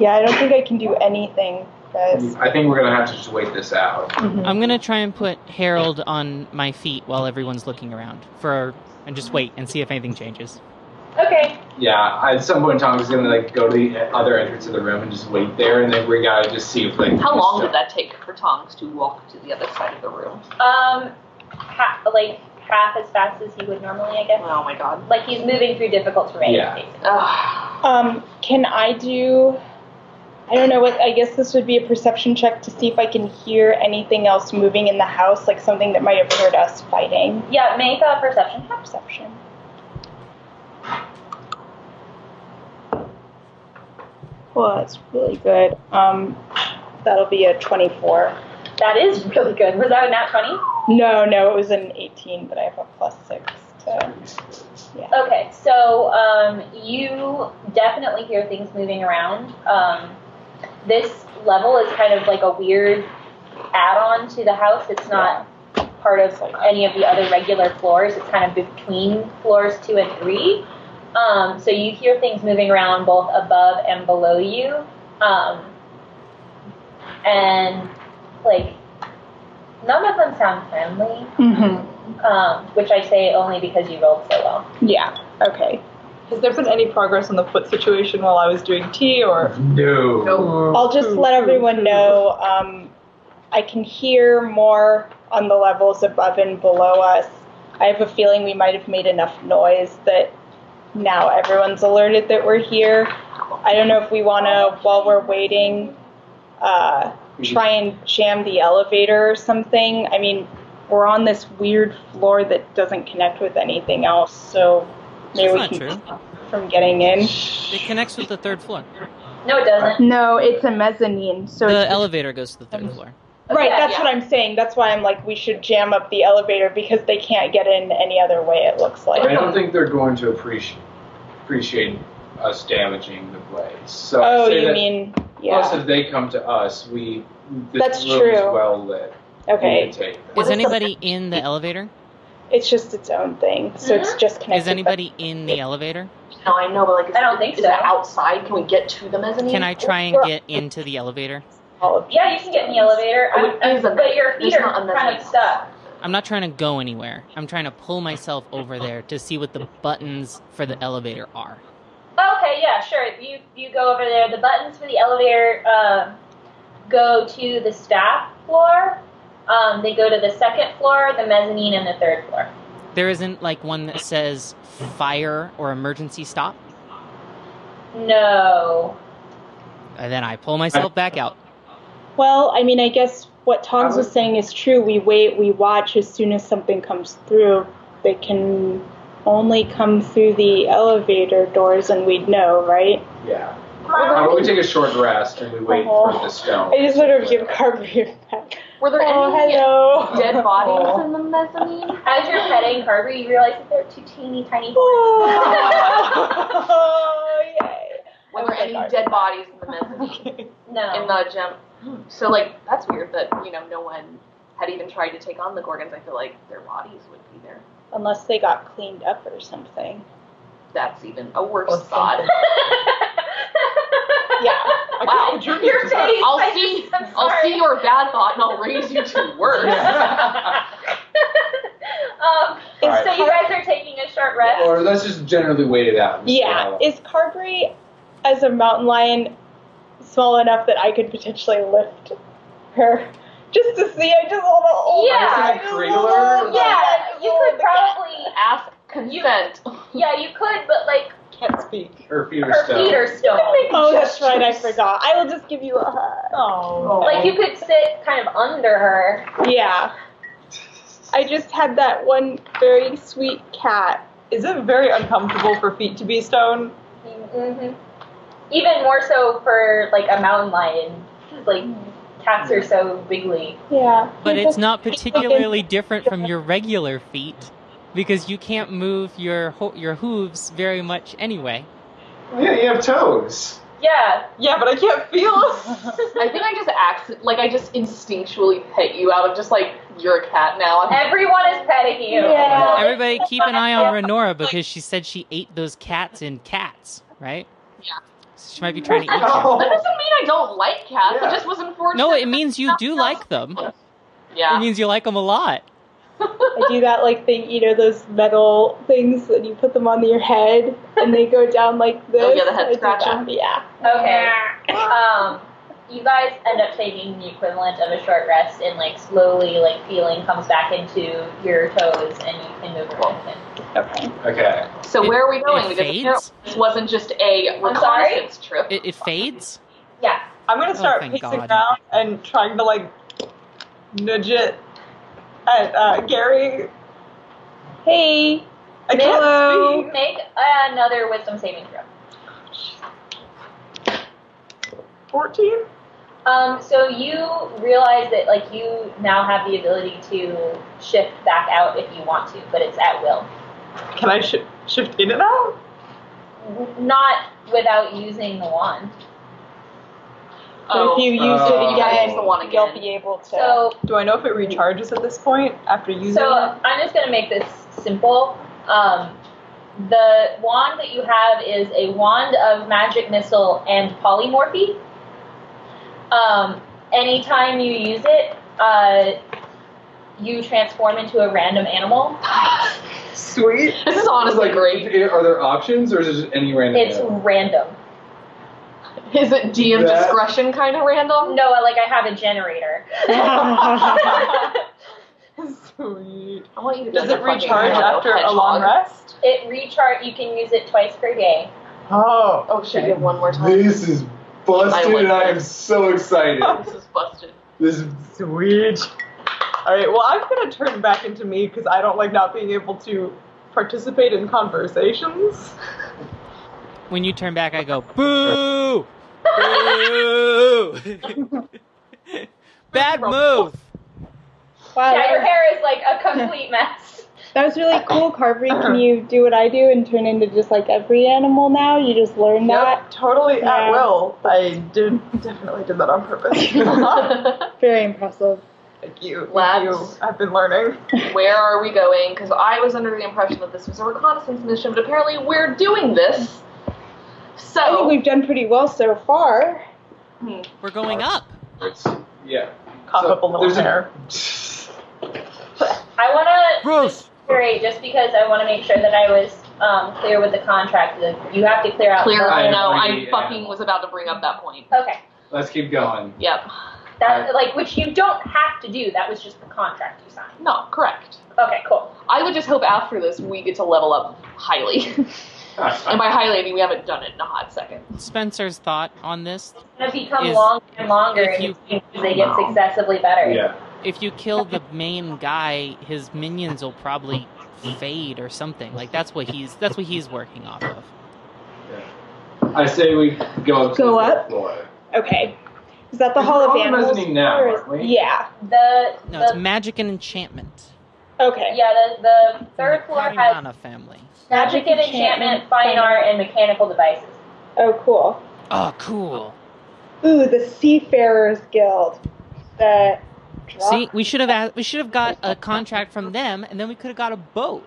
Yeah, I don't think I can do anything, guys. I think we're gonna have to just wait this out. I'm gonna try and put Harold on my feet while everyone's looking around for, and just wait and see if anything changes. Okay. Yeah, at some point Tom's gonna like go to the other entrance of the room and just wait there, and then we gotta just see if like. How this long stuff- did that take for Tongs to walk to the other side of the room? Um, ha- like half as fast as he would normally, I guess. Oh my god. Like he's moving through difficult terrain. Yeah. basically. Ugh. Um, can I do? I don't know what. I guess this would be a perception check to see if I can hear anything else moving in the house, like something that might have heard us fighting. Yeah, make a perception. Perception. Well, that's really good. Um, that'll be a twenty-four. That is really good. Was that a nat twenty? No, no, it was an eighteen, but I have a plus six. To, Okay, so um, you definitely hear things moving around. Um, this level is kind of like a weird add-on to the house. It's not part of any of the other regular floors. It's kind of between floors two and three. Um, so you hear things moving around both above and below you, um, and like none of them sound friendly. mm-hmm. Um, which I say only because you rolled so well. Yeah. Okay. Has there been any progress on the foot situation while I was doing tea, or No. I'll just let everyone know um, I can hear more on the levels above and below us. I have a feeling we might have made enough noise that now everyone's alerted that we're here. I don't know if we want to, while we're waiting, uh, try and jam the elevator or something. I mean, we're on this weird floor that doesn't connect with anything else, so maybe That's we not can true. stop from getting in. It connects with the third floor. No, it doesn't. No, it's a mezzanine, so it's The elevator goes to the third floor. Right, Yeah, that's yeah. what I'm saying. That's why I'm like, we should jam up the elevator because they can't get in any other way, it looks I like. don't think they're going to appreciate appreciate us damaging the place. So I Oh, say you that mean, Plus, yeah. if they come to us, we this That's room is true. well lit. We Okay. would take that. Is anybody in the elevator? It's just its own thing, so it's just connected. Is anybody in the elevator? No, I know, but like, is, I don't think is that so. outside? Can we get to the mezzanine? Can I try and get into the elevator? but all of Yeah, you can get in the elevator. Oh, I'm, it is a but your feet are there's not a kind mezzanine. of stuck. I'm not trying to go anywhere. I'm trying to pull myself over there to see what the buttons for the elevator are. Okay, yeah, sure. You you go over there. The buttons for the elevator um, go to the staff floor. Um, they go to the second floor, the mezzanine, and the third floor. There isn't like one that says fire or emergency stop. No. And then I pull myself back out. Well, I mean, I guess what Tongs was saying is true. We wait, we watch. As soon as something comes through, they can only come through the elevator doors and we'd know, right? Yeah. How about we take a short rest and we wait for the stone? Uh-huh. I just wanted to give Carby a pet. Were there Oh, any hello. dead bodies Oh. in the mezzanine? As you're petting Carver, you realize that they're two teeny tiny Oh, yay. Were there any dead bodies in the mezzanine? No. In the gym? So, like, that's weird that, you know, no one had even tried to take on the Gorgons. I feel like their bodies would be there. Unless they got cleaned up or something. That's even a worse Or thought. Yeah. Wow. Your Your face. I I'll see. just- I'm I'll sorry. see your bad thought, and I'll raise you to worse. um, All right. So you guys are taking a short rest. Or let's just generally wait it out. and see Yeah. how- Is Carberry, as a mountain lion, small enough that I could potentially lift her? Just to see, I just want to hold Yeah. her. Is it a Kriegeler? Just wanna- yeah, you hold could the cat. probably. Ask consent. Yeah, you could, but like Can't speak. Or Peter her Stone. feet are stone. Oh, that's right, I forgot. I will just give you a hug. Oh. Like you could sit kind of under her. Yeah. I just had that one very sweet cat. Is it very uncomfortable for feet to be stone? hmm Even more so for like a mountain lion. Like cats are so wiggly. Yeah. But he it's just- not particularly different from your regular feet because you can't move your ho- your hooves very much anyway. Yeah, you have toes. Yeah. Yeah, but I can't feel I think I just accident, like I just instinctually pet you out of just like you're a cat now. I'm, Everyone is petting you. Yeah. Everybody keep an eye on Renora because she said she ate those cats in cats, right? Yeah. So she might be trying to eat you. that doesn't mean I don't like cats. It Yeah. just was unfortunate. No, it means you do like them. It Yeah. means you like them a lot. I do that like thing, you know, those metal things that you put them on your head and they go down like this. Oh, yeah, the head I do that. scratcher. Yeah. Okay. Um, you guys end up taking the equivalent of a short rest, and like slowly, like feeling comes back into your toes, and you can move around. again. Okay. Okay. So where are we going? it because apparently fades? this wasn't just a I'm sorry? reconnaissance trip. It, it fades. Yeah. I'm gonna Oh, start thank pacing God. around and trying to like nudge it at uh, Gary. Hey. I can't Hello. speak. Make another wisdom saving throw. Fourteen. Um, so you realize that like you now have the ability to shift back out if you want to, but it's at will. Can I sh- shift in and out? N- Not without using the wand. Oh, So if you use uh, it again, use the one you'll again. be able to. So Do I know if it recharges at this point after using So it? I'm just going to make this simple. Um, the wand that you have is a wand of magic missile and polymorphy. Um, anytime you use it, uh, you transform into a random animal. Sweet. This is honestly like, great. i- Are there options or is it just any random? It's animal? random. Is it DM That- discretion kind of random? No, I- like I have a generator. Sweet. I want you to be Does like uh, it a fucking recharge Hello after a Hedgehog. long rest? it recharge. You can use it twice per day. Oh, Oh shit! You have one more time. this is busted, like and I am this. so excited. This is busted. this Sweet. All right. Well, I'm gonna turn back into me because I don't like not being able to participate in conversations. When you turn back, I go boo, boo. Bad wow, move. that, yeah, your was, hair is like a complete mess. that was really cool, Carvery. Can you do what I do and turn into just like every animal now? You just learn that? Yep, totally Yeah. at will. I did definitely did that on purpose. Very impressive. Thank you. Thank Labs. you. I've been learning. Where are we going? Because I was under the impression that this was a reconnaissance mission, but apparently we're doing this. I think So we've done pretty well so far. We're going up. It's, yeah. Cough So up a little there's a- hair. I want to Bruce. Great, just because I want to make sure that I was um, clear with the contract, that you have to clear out. clear. I I am know. I already- fucking was about to bring up that point. Okay, Let's keep going. Yep. that like which you don't have to do. That was just the contract you signed. No, correct. Okay, cool. I would just hope after this we get to level up highly. and by highly, I mean we haven't done it in a hot second. Spencer's thought on this: It's gonna become Is- longer and longer, if and you- it's- they get successively better. Yeah. if you kill the main guy, his minions will probably fade or something. Like that's what he's that's what he's working off of. I say we go up to Go the up? floor. Okay. Is that the Is Hall it of on the Animals? mezzanine now, Or is- aren't we? Yeah. The, No, it's the magic and enchantment. Okay. yeah, the, the from third the floor has Kaimana family. magic and enchantment, fine art, and mechanical devices. Oh, cool. Oh, cool. Ooh, the Seafarers Guild. The. dra- See, we should have asked, we should have got a contract from them, and then we could have got a boat.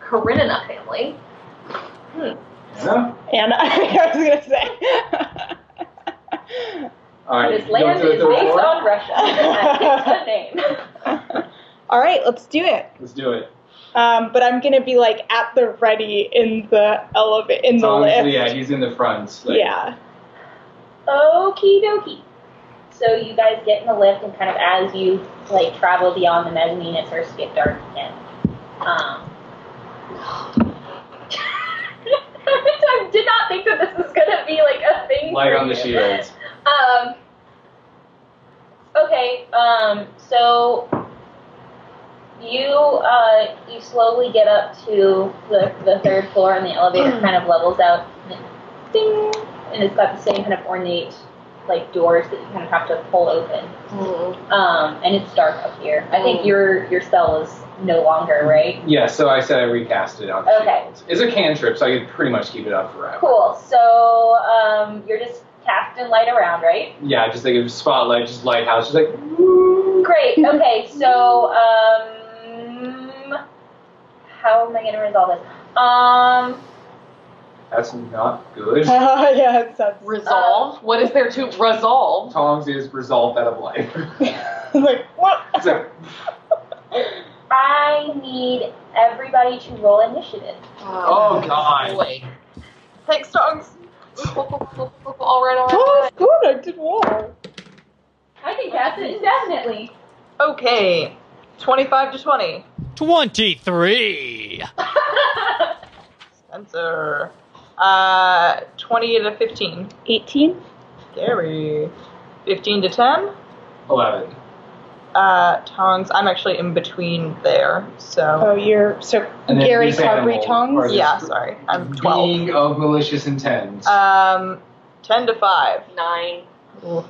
Karenina family. Yeah? And I was gonna say. Alright. This land go to is the third based floor? on Russia. That's the name. All right, let's do it. Let's do it. Um, but I'm gonna be like at the ready in the elevator in the Tom's- lift. yeah, he's in the front. Like, yeah. Okie dokie. So you guys get in the lift, and kind of as you like travel beyond the mezzanine, it starts to get dark again. Um, I did not think that this was gonna be like a thing. Light for on the you. shields. Um. Okay. Um. So you uh you slowly get up to the the third floor, and the elevator kind of levels out. And it- ding, and it's got the same kind of ornate like doors that you kind of have to pull open. Um. And it's dark up here. I think your your cell is no longer right. Yeah, so I said I recast it on the Okay. shields. It's a cantrip, so I could pretty much keep it up forever. Cool. So um, you're just casting light around, right? Yeah, just like a spotlight, just lighthouse, just like Great. Okay. So, um, how am I going to resolve this? Um, that's not good. yeah, it sounds Resolve. what is there to resolve? Tongs is resolved out of life. like what? it's like I need everybody to roll initiative. uh, Oh, God. Boy. Thanks, dogs. all right, all Oh, right. it's good. I did well. I can cast it indefinitely. Okay. 25 to 20. Twenty-three. Spencer. Uh, 20 to 15. 18. Gary. 15 to 10. eleven. Uh, tongs. I'm actually in between there, so. Oh, you're so And then Gary these animal Carberry parts- tongs. Yeah, sorry. I'm 12. Being of malicious intent. Um, 10 to 5. Nine. Ooh, My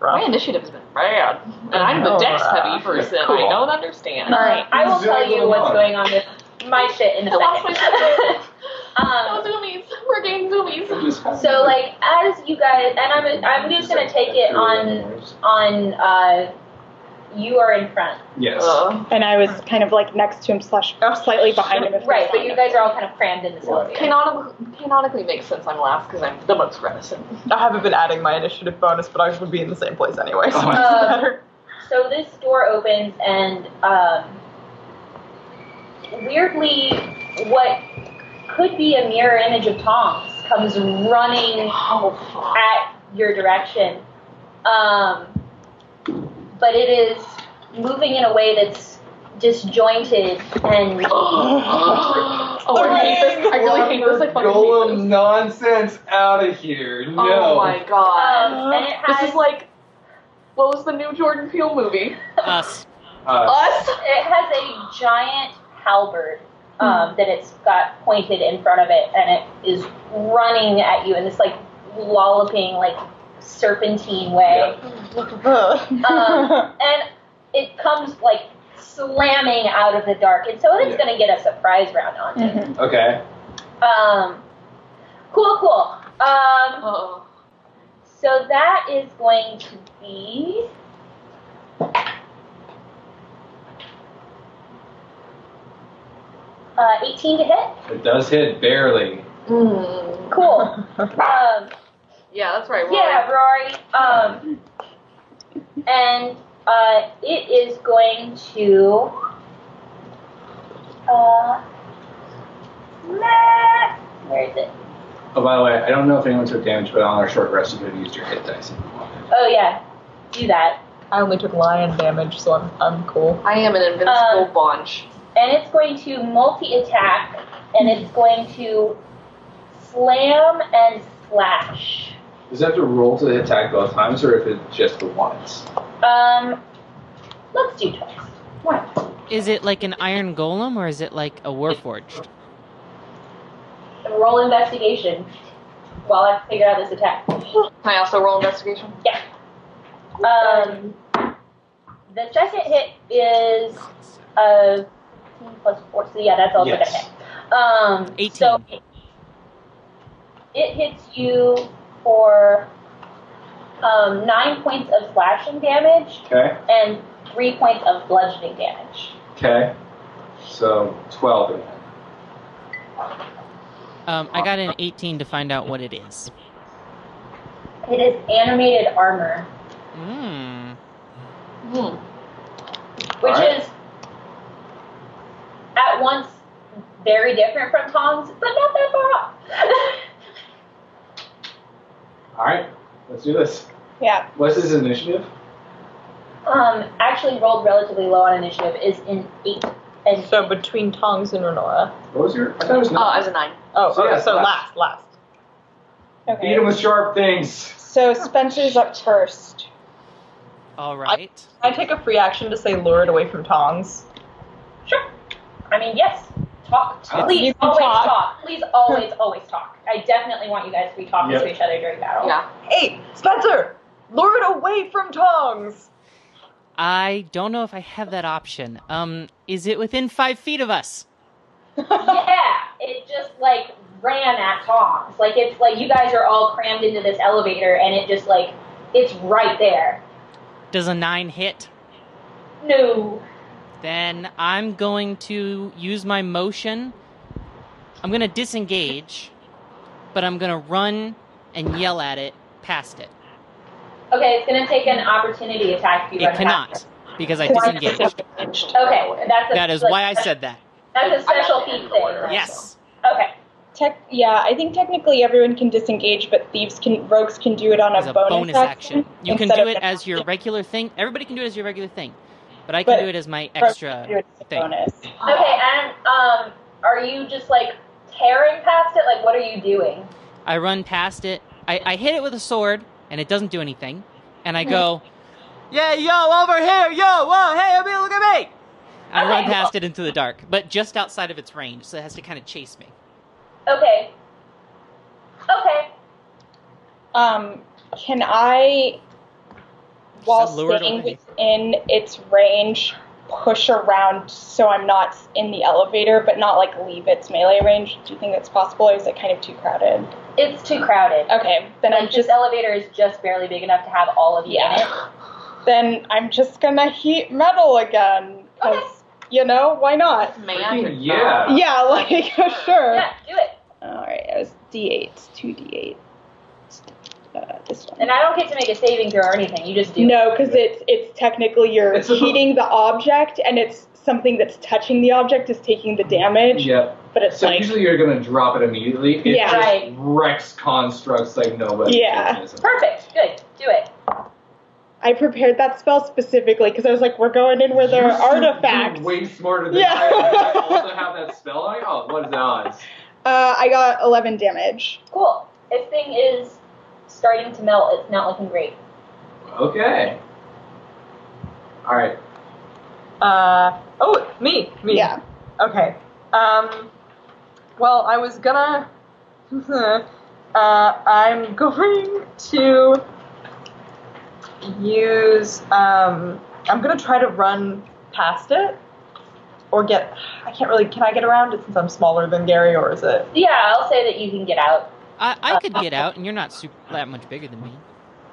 rough. initiative has been bad, and I'm the Oh, dex uh, heavy person. cool. I don't All understand. right. I will tell you what's going on with my shit in a I lost my second. No um, zoomies. We're getting zoomies. so, like, as you guys, and I'm, I'm just going to take it on, on, uh, you are in front. Yes. Uh, And I was kind of like next to him, slash slightly behind him. If he Oh, Right, was but on you it. guys are all kind of crammed in this Right. elevator. canonically, canonically makes sense I'm last because I'm the most reticent. I haven't been adding my initiative bonus, but I would be in the same place anyway, so it doesn't Uh, matter. So this door opens, and um, weirdly, what could be a mirror image of Tom's comes running Oh, at your direction. Um, but it is moving in a way that's disjointed and um, oh, I hate this. I really hate this. I fucking hate Golem this. nonsense out of here. No. Oh my god. um, and it This has is like, what was the new Jordan Peele movie? Us. Uh, Us? it has a giant halberd um, that it's got pointed in front of it, and it is running at you in this like lolloping, like serpentine way. Um, and it comes like slamming out of the dark, and so Yeah. it's Mm-hmm. going to get a surprise round on it. okay. Um, cool, cool. Um, Uh, so that is going to be. Uh, 18 to hit. It does hit barely. Cool. Um, Hmm. yeah, that's right. Rory. yeah, Rory. Um, and uh, it is going to. Uh, meh. where is it? Oh, by the way, I don't know if anyone took damage, but on our short rest, you could have used your hit dice if you wanted. Oh, yeah. Do that. I only took lion damage, so I'm, I'm cool. I am an invincible Uh, bunch. and it's going to multi-attack, and it's going to slam and slash. Does it have to roll to attack both times, or if it's just the once? Um, let's do twice. One. Is it like an iron golem or is it like a warforged? Roll investigation while I figure out this attack. Can I also roll investigation? Yeah. Um, the second hit is uh, 15 plus 4. So, yeah, that's also Yes. going to hit. Um, 18. So, it, it hits you for um, 9 points of slashing damage Okay. and 3 points of bludgeoning damage. Okay. So twelve. in it. Um, I got an 18 to find out what it is. It is animated armor, Mm. Hmm. which Alright. is at once very different from Tom's, but not that far off. All right. Let's do this. Yeah. What's his initiative? Um, actually rolled relatively low on initiative is in eight and So between Tongs and Renora. What was your? I thought it was Oh, I nine. was a nine. Oh, So okay, yes, so last. last, last. Beat him with sharp things. So Spencer's up first. All right. Can I take a free action to say lure it away from Tongs? sure. I mean yes. Talk. Talk. Please You can always talk. talk. Please always, always talk. I definitely want you guys to be talking to Yep. each other during battle. Yeah. Hey, Spencer! Lure it away from Tongs! I don't know if I have that option. Um, is it within five feet of us? yeah. It just like ran at Tom's. Like it's like you guys are all crammed into this elevator and it just like it's right there. Does a nine hit? No. Then I'm going to use my motion. I'm going to disengage, but I'm going to run and yell at it past it. Okay, it's gonna take an opportunity attack if you It run cannot past because I disengaged. her. Okay, that's a, That is like, why I said that. that's a special feat thing. Yes. Okay. Tech, yeah, I think technically everyone can disengage, but thieves can, rogues can do it on As a, a bonus action. You can instead do of it an as your action. regular thing. Everybody can do it as your regular thing. But I can But do it as my Rogues extra can do it as a thing. bonus. Okay, and um, are you just like tearing past it? Like, what are you doing? I run past it. I, I hit it with a sword, and it doesn't do anything. And I go, yeah, yo, over here, yo, whoa, hey, everybody, look at me. And I run Okay. past it into the dark, but just outside of its range, so it has to kind of chase me. Okay. Okay. Um, can I, while Just lure it staying away. within its range, push around so I'm not in the elevator, but not like leave its melee range? Do you think that's possible, or is it kind of too crowded? It's too crowded. Okay, then I'm Like, this just elevator is just barely big enough to have all of you in it. yeah. Then I'm just gonna heat metal again, 'cause, you know why not? Man. Freaking yeah. Yeah, like sure. Yeah, do it. All right, it was D8, two D8. Uh, this one. And I don't get to make a saving throw or anything. You just do. it. No, because it's it's technically you're It's a- heating the object, and it's something that's touching the object is taking the damage. Yeah. But it's So like usually you're gonna drop it immediately. It Yeah. just Right. wrecks constructs like nobody. Yeah. Perfect. Good. Do it. I prepared that spell specifically because I was like, we're going in where there are artifacts. You're way smarter than Yeah. I am. I also have that spell. I oh, what is the odds? Uh, I got 11 damage. Cool. This thing is starting to melt. It's not looking great. Okay. All right. Uh, oh, me, me. Yeah. Okay. Um, well, I was gonna. Uh, I'm going to use. Um, I'm gonna try to run past it, or get. I can't really. Can I get around it since I'm smaller than Gary, or is it? Yeah, I'll say that you can get out. I, I could get out, and you're not super, that much bigger than me.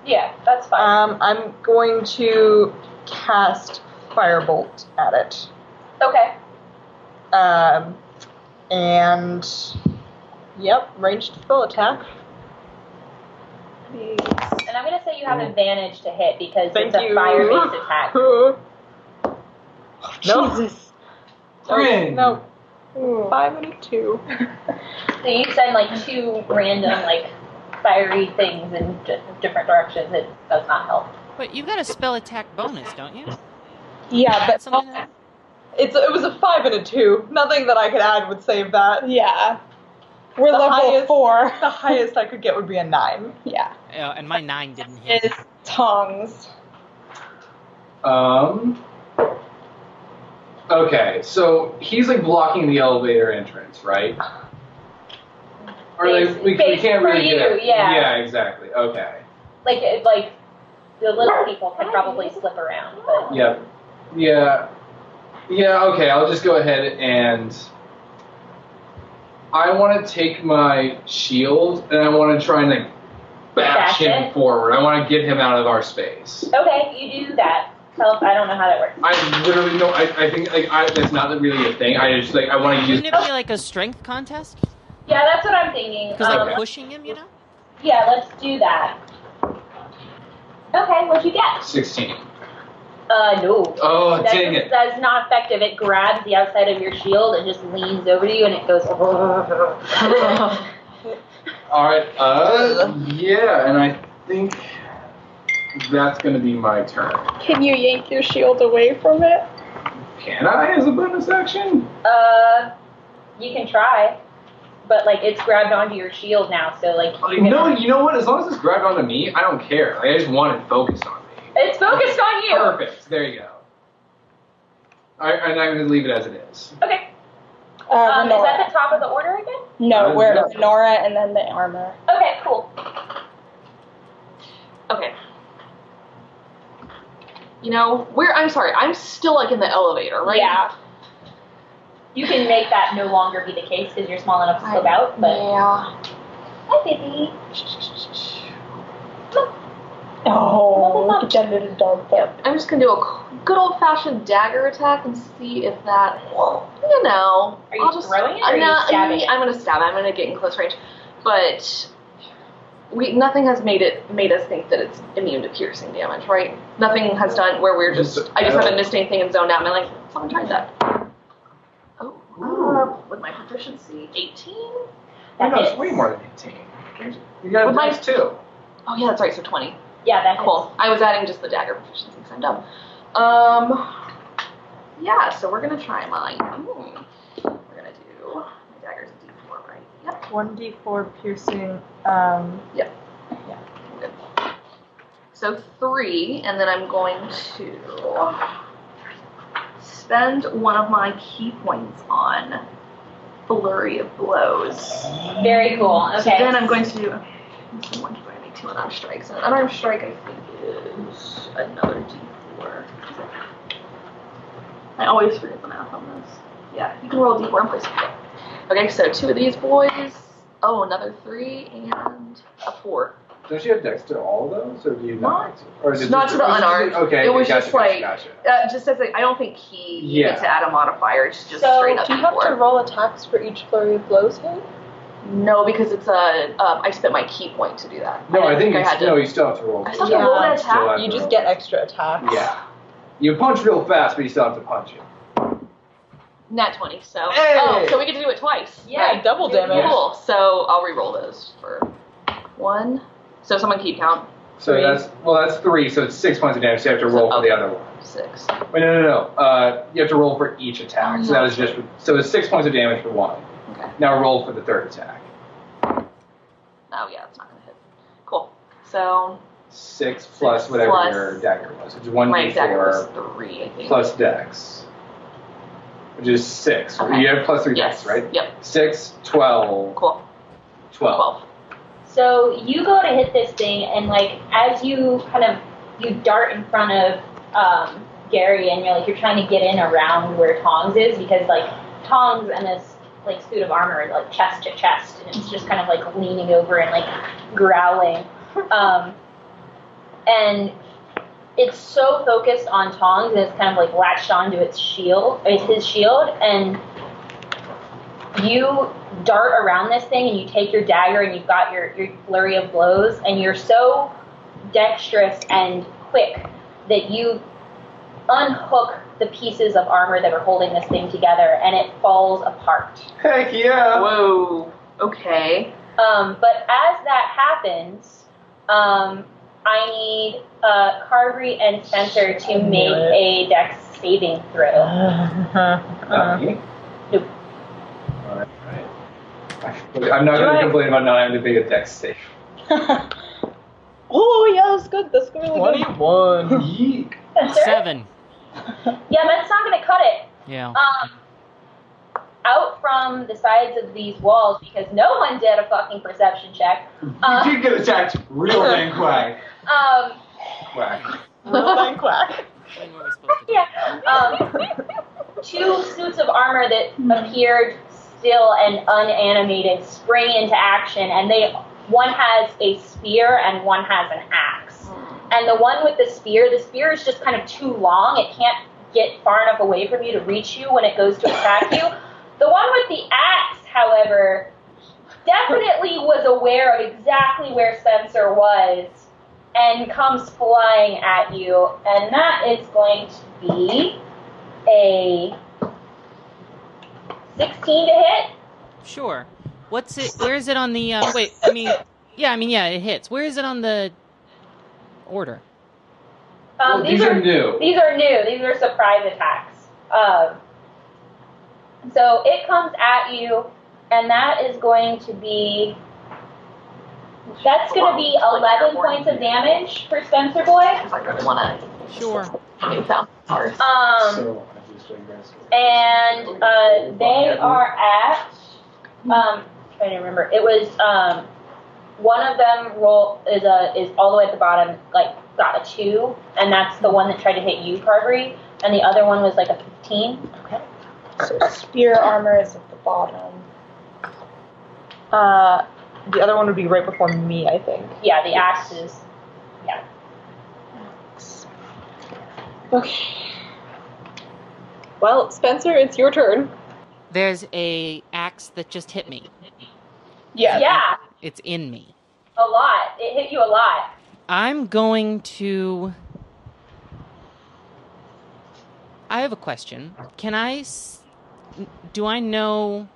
Yeah, that's fine. Um, I'm going to cast firebolt at it. okay. Um, and yep, ranged full attack. And I'm gonna say you have advantage to hit because Thank it's a you. fire-based attack. no, Jesus. Friend. no, Ooh. five and a two. So you send like two random like fiery things in d- different directions. It does not help. But you've got a spell attack bonus, don't you? Yeah, but Something like that? It's it was a five and a two. Nothing that I could add would save that. yeah, we're The level highest- four. The highest I could get would be a nine. Yeah, Uh, and my nine didn't hit. is tongs. Um. Okay, so he's like blocking the elevator entrance, right? Or like we, we Space- can't for really get you, it. yeah. Yeah, exactly. Okay. Like it- like the little people could probably slip around, but Yep. Yeah. Yeah, okay, I'll just go ahead and I wanna take my shield and I wanna try and like bash Bash him it? forward. I wanna get him out of our space. okay, you do that. Tell I don't know how that works. I literally no I, I think like I that's not really a thing. I just like I wanna use Wouldn't it be like a strength contest? Yeah, that's what I'm thinking. Because Um, I'm pushing him, you know? Yeah, let's do that. Okay, what'd you get? sixteen. Uh, no. Oh That's, dang it. that's not effective. It grabs the outside of your shield and just leans over you, and it goes. Uh, All right. Uh, yeah, and I think that's gonna be my turn. Can you yank your shield away from it? Can I, as a bonus action? uh, you can try, but like it's grabbed onto your shield now, so like Oh, Like, you're no, gonna- you know what? As long as it's grabbed onto me, I don't care. Like, I just want it focused on me. it's focused on you. Perfect. There you go. I, and I'm gonna leave it as it is. Okay. Uh, Um, is Renora. that the top of the order again? No, Uh, we're yeah. Renora and then the armor. Okay, cool. Okay. You know, we're. I'm sorry. I'm still like in the elevator, right? Yeah. You can make that no longer be the case because you're small enough to slip out. But Yeah. hi, baby. Oh, look at that little dog butt. I'm just gonna do a good old fashioned dagger attack and see if that. You know. Are you I'll just, throwing it or I'm are you not- stabbing it? I'm gonna stab. it. I'm gonna get in close range, but we nothing has made it made us think that it's immune to piercing damage, right? Nothing has done where we're just. I just haven't missed anything and zoned out. And I'm like, someone tried that. Oh, Ah. uh, with my proficiency, 18. Oh, That no, it's hits. way more than 18. You got a With my- plus two. Oh yeah, that's right. So twenty. Yeah, that hits. Cool. I was adding just the dagger proficiency because I'm dumb. Um, yeah. So we're gonna try mine. Hmm. We're gonna do my dagger's a D4, right? Yep. 1d4 piercing. Um, Good. So three, and then I'm going to spend one of my key points on flurry of blows. Very cool. Okay. So then I'm going to do. So one do I make two unarmed strikes? And unarmed strike, I think, is another d4. I always forget the math on this. Yeah, you can roll a d4 and place it. Okay, so two of these boys. Oh, another three and a four. Don't you have dex to all of those, or do you not? Or is it Not just- to the or is unarmed. Okay, It was gotcha, just gotcha, like- gotcha. Uh, just as a, I don't think he Yeah. needed to add a modifier. It's just So, straight up Do you have to d4. roll attacks for each flurry of blows here? No, because it's a. Um, I spent my key point to do that. No, I didn't think, I had it's, to. no. You still have to roll. I still have to roll an You still attack? have You to just roll. get extra attacks. Yeah. You punch real fast, but you still have to punch it. Nat 20, so. Hey! Oh, so we get to do it twice. Yeah, Right. double damage. Cool. So I'll re-roll those for one. So someone keep count. So Three. that's well, that's three. So it's six points of damage. So you have to roll for the other one. Six. Wait, no, no, no. Uh, you have to roll for each attack. So that is just so it's six points of damage for one. Okay. Now roll for the third attack. Oh yeah, it's not gonna hit. Cool. So Six plus whatever plus- your dagger was. It's one my d dagger was four three, I think. plus dex, which is six. Okay. You have plus three yes. dex, right? Yep. Six, twelve, Cool. twelve. Twelve. So you go to hit this thing, and like as you kind of you dart in front of um, Gary, and you're like you're trying to get in around where Tongs is because like Tongs and this like suit of armor are like chest to chest, and it's just kind of like leaning over and like growling, um, and it's so focused on Tongs, and it's kind of like latched onto its shield, it's his shield, and you dart around this thing and you take your dagger and you've got your, your flurry of blows and you're so dexterous and quick that you unhook the pieces of armor that are holding this thing together and it falls apart. Heck Uh, yeah! Whoa. Okay. Um, but as that happens, um, I need uh, Carvery and Spencer to make a dex saving throw. Uh-huh. Not me. Nope. Alright, alright. I'm not going to complain about not having to be a dex save. Oh yeah, that's good. That's really good. 21. Yeek. Spencer? Seven. Yeah, that's not going to cut it. Yeah. um, out from the sides of these walls because no one did a fucking perception check. You Um, did get attacked real dang quack. um, Quack. Bang, quack. yeah, um, two suits of armor that appeared still and unanimated spring into action, and they one has a spear and one has an axe. And the one with the spear, the spear is just kind of too long; it can't get far enough away from you to reach you when it goes to attack you. The one with the axe, however, definitely was aware of exactly where Spencer was and comes flying at you, and that is going to be a 16 to hit. Sure. What's it? Where is it on the? Uh, wait. I mean, yeah. I mean, yeah. It hits. Where is it on the order? Um, Well, these are new. These are new. These are surprise attacks. Um, so it comes at you, and that is going to be. That's going to be 11 points of damage for Spencer Boy. I really want to Sure. make sound bars. Um, So, I just think that's- and uh, they are at. Um, trying to remember, it was um, one of them roll is a is all the way at the bottom, like got a two, and that's the one that tried to hit you, Carvery, and the other one was like a fifteen. Okay. So spear armor is at the bottom. Uh, the other one would be right before me, I think. Yeah, the axe is. Yeah. Okay. Well, Spencer, it's your turn. There's a axe that just hit me. Yeah. Yeah. It's in me. A lot. It hit you a lot. I'm going to. I have a question. Can I? s- Do I know?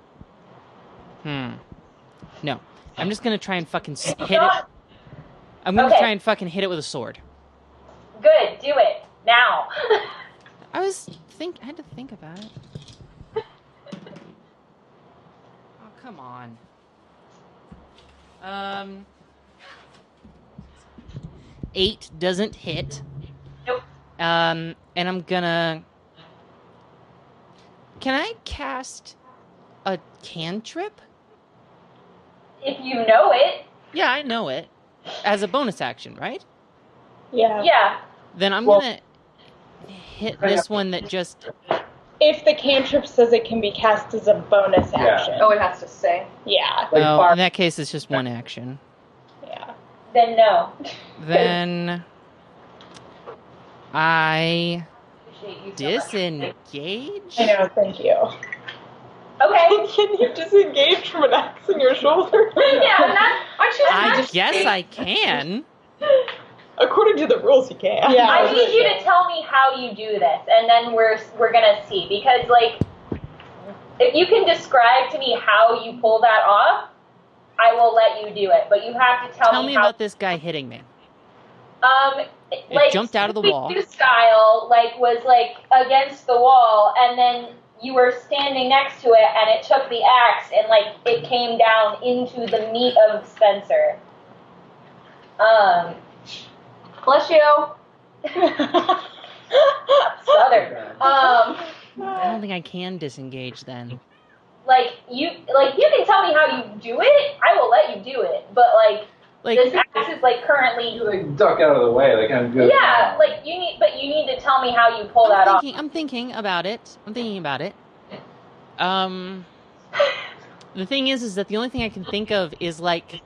Hmm. No. I'm just gonna try and fucking s- hit it. I'm gonna Okay. try and fucking hit it with a sword. Good. Do it now. I was think. I had to think about it. Oh come on. Um. Eight doesn't hit. Nope. Um, and I'm gonna. Can I cast a cantrip? if you know it. Yeah, I know it. As a bonus action, right? Yeah. Yeah. Then I'm Well- gonna hit this one that just. If the cantrip says it can be cast as a bonus Yeah. action. Oh, it has to say. Yeah. Like oh, far- in that case, it's just one action. Yeah. Then no. Then I Appreciate you so much. disengage. I know. Thank you. Okay. Can you disengage from an axe in your shoulder? yeah, I'm not. Aren't you? I'm I not- guess I can. According to the rules, you can. Yeah. I need you to tell me how you do this, and then we're we're gonna see because like, if you can describe to me how you pull that off, I will let you do it. But you have to tell, Tell me how. about this guy hitting me. um, like jumped out of the Scooby-Doo wall. Style like was like against the wall, and then you were standing next to it, and it took the axe, and like it came down into the meat of Spencer. Um, bless you, Southern. Um, I don't think I can disengage then. like you, like you can tell me how you do it. I will let you do it. But like, Like, this axe is like currently, You like duck out of the way, like I'm good. yeah. Like you need, but you need to tell me how you pull that I'm off. thinking, I'm thinking about it. I'm thinking about it. Um, the thing is, is that the only thing I can think of is like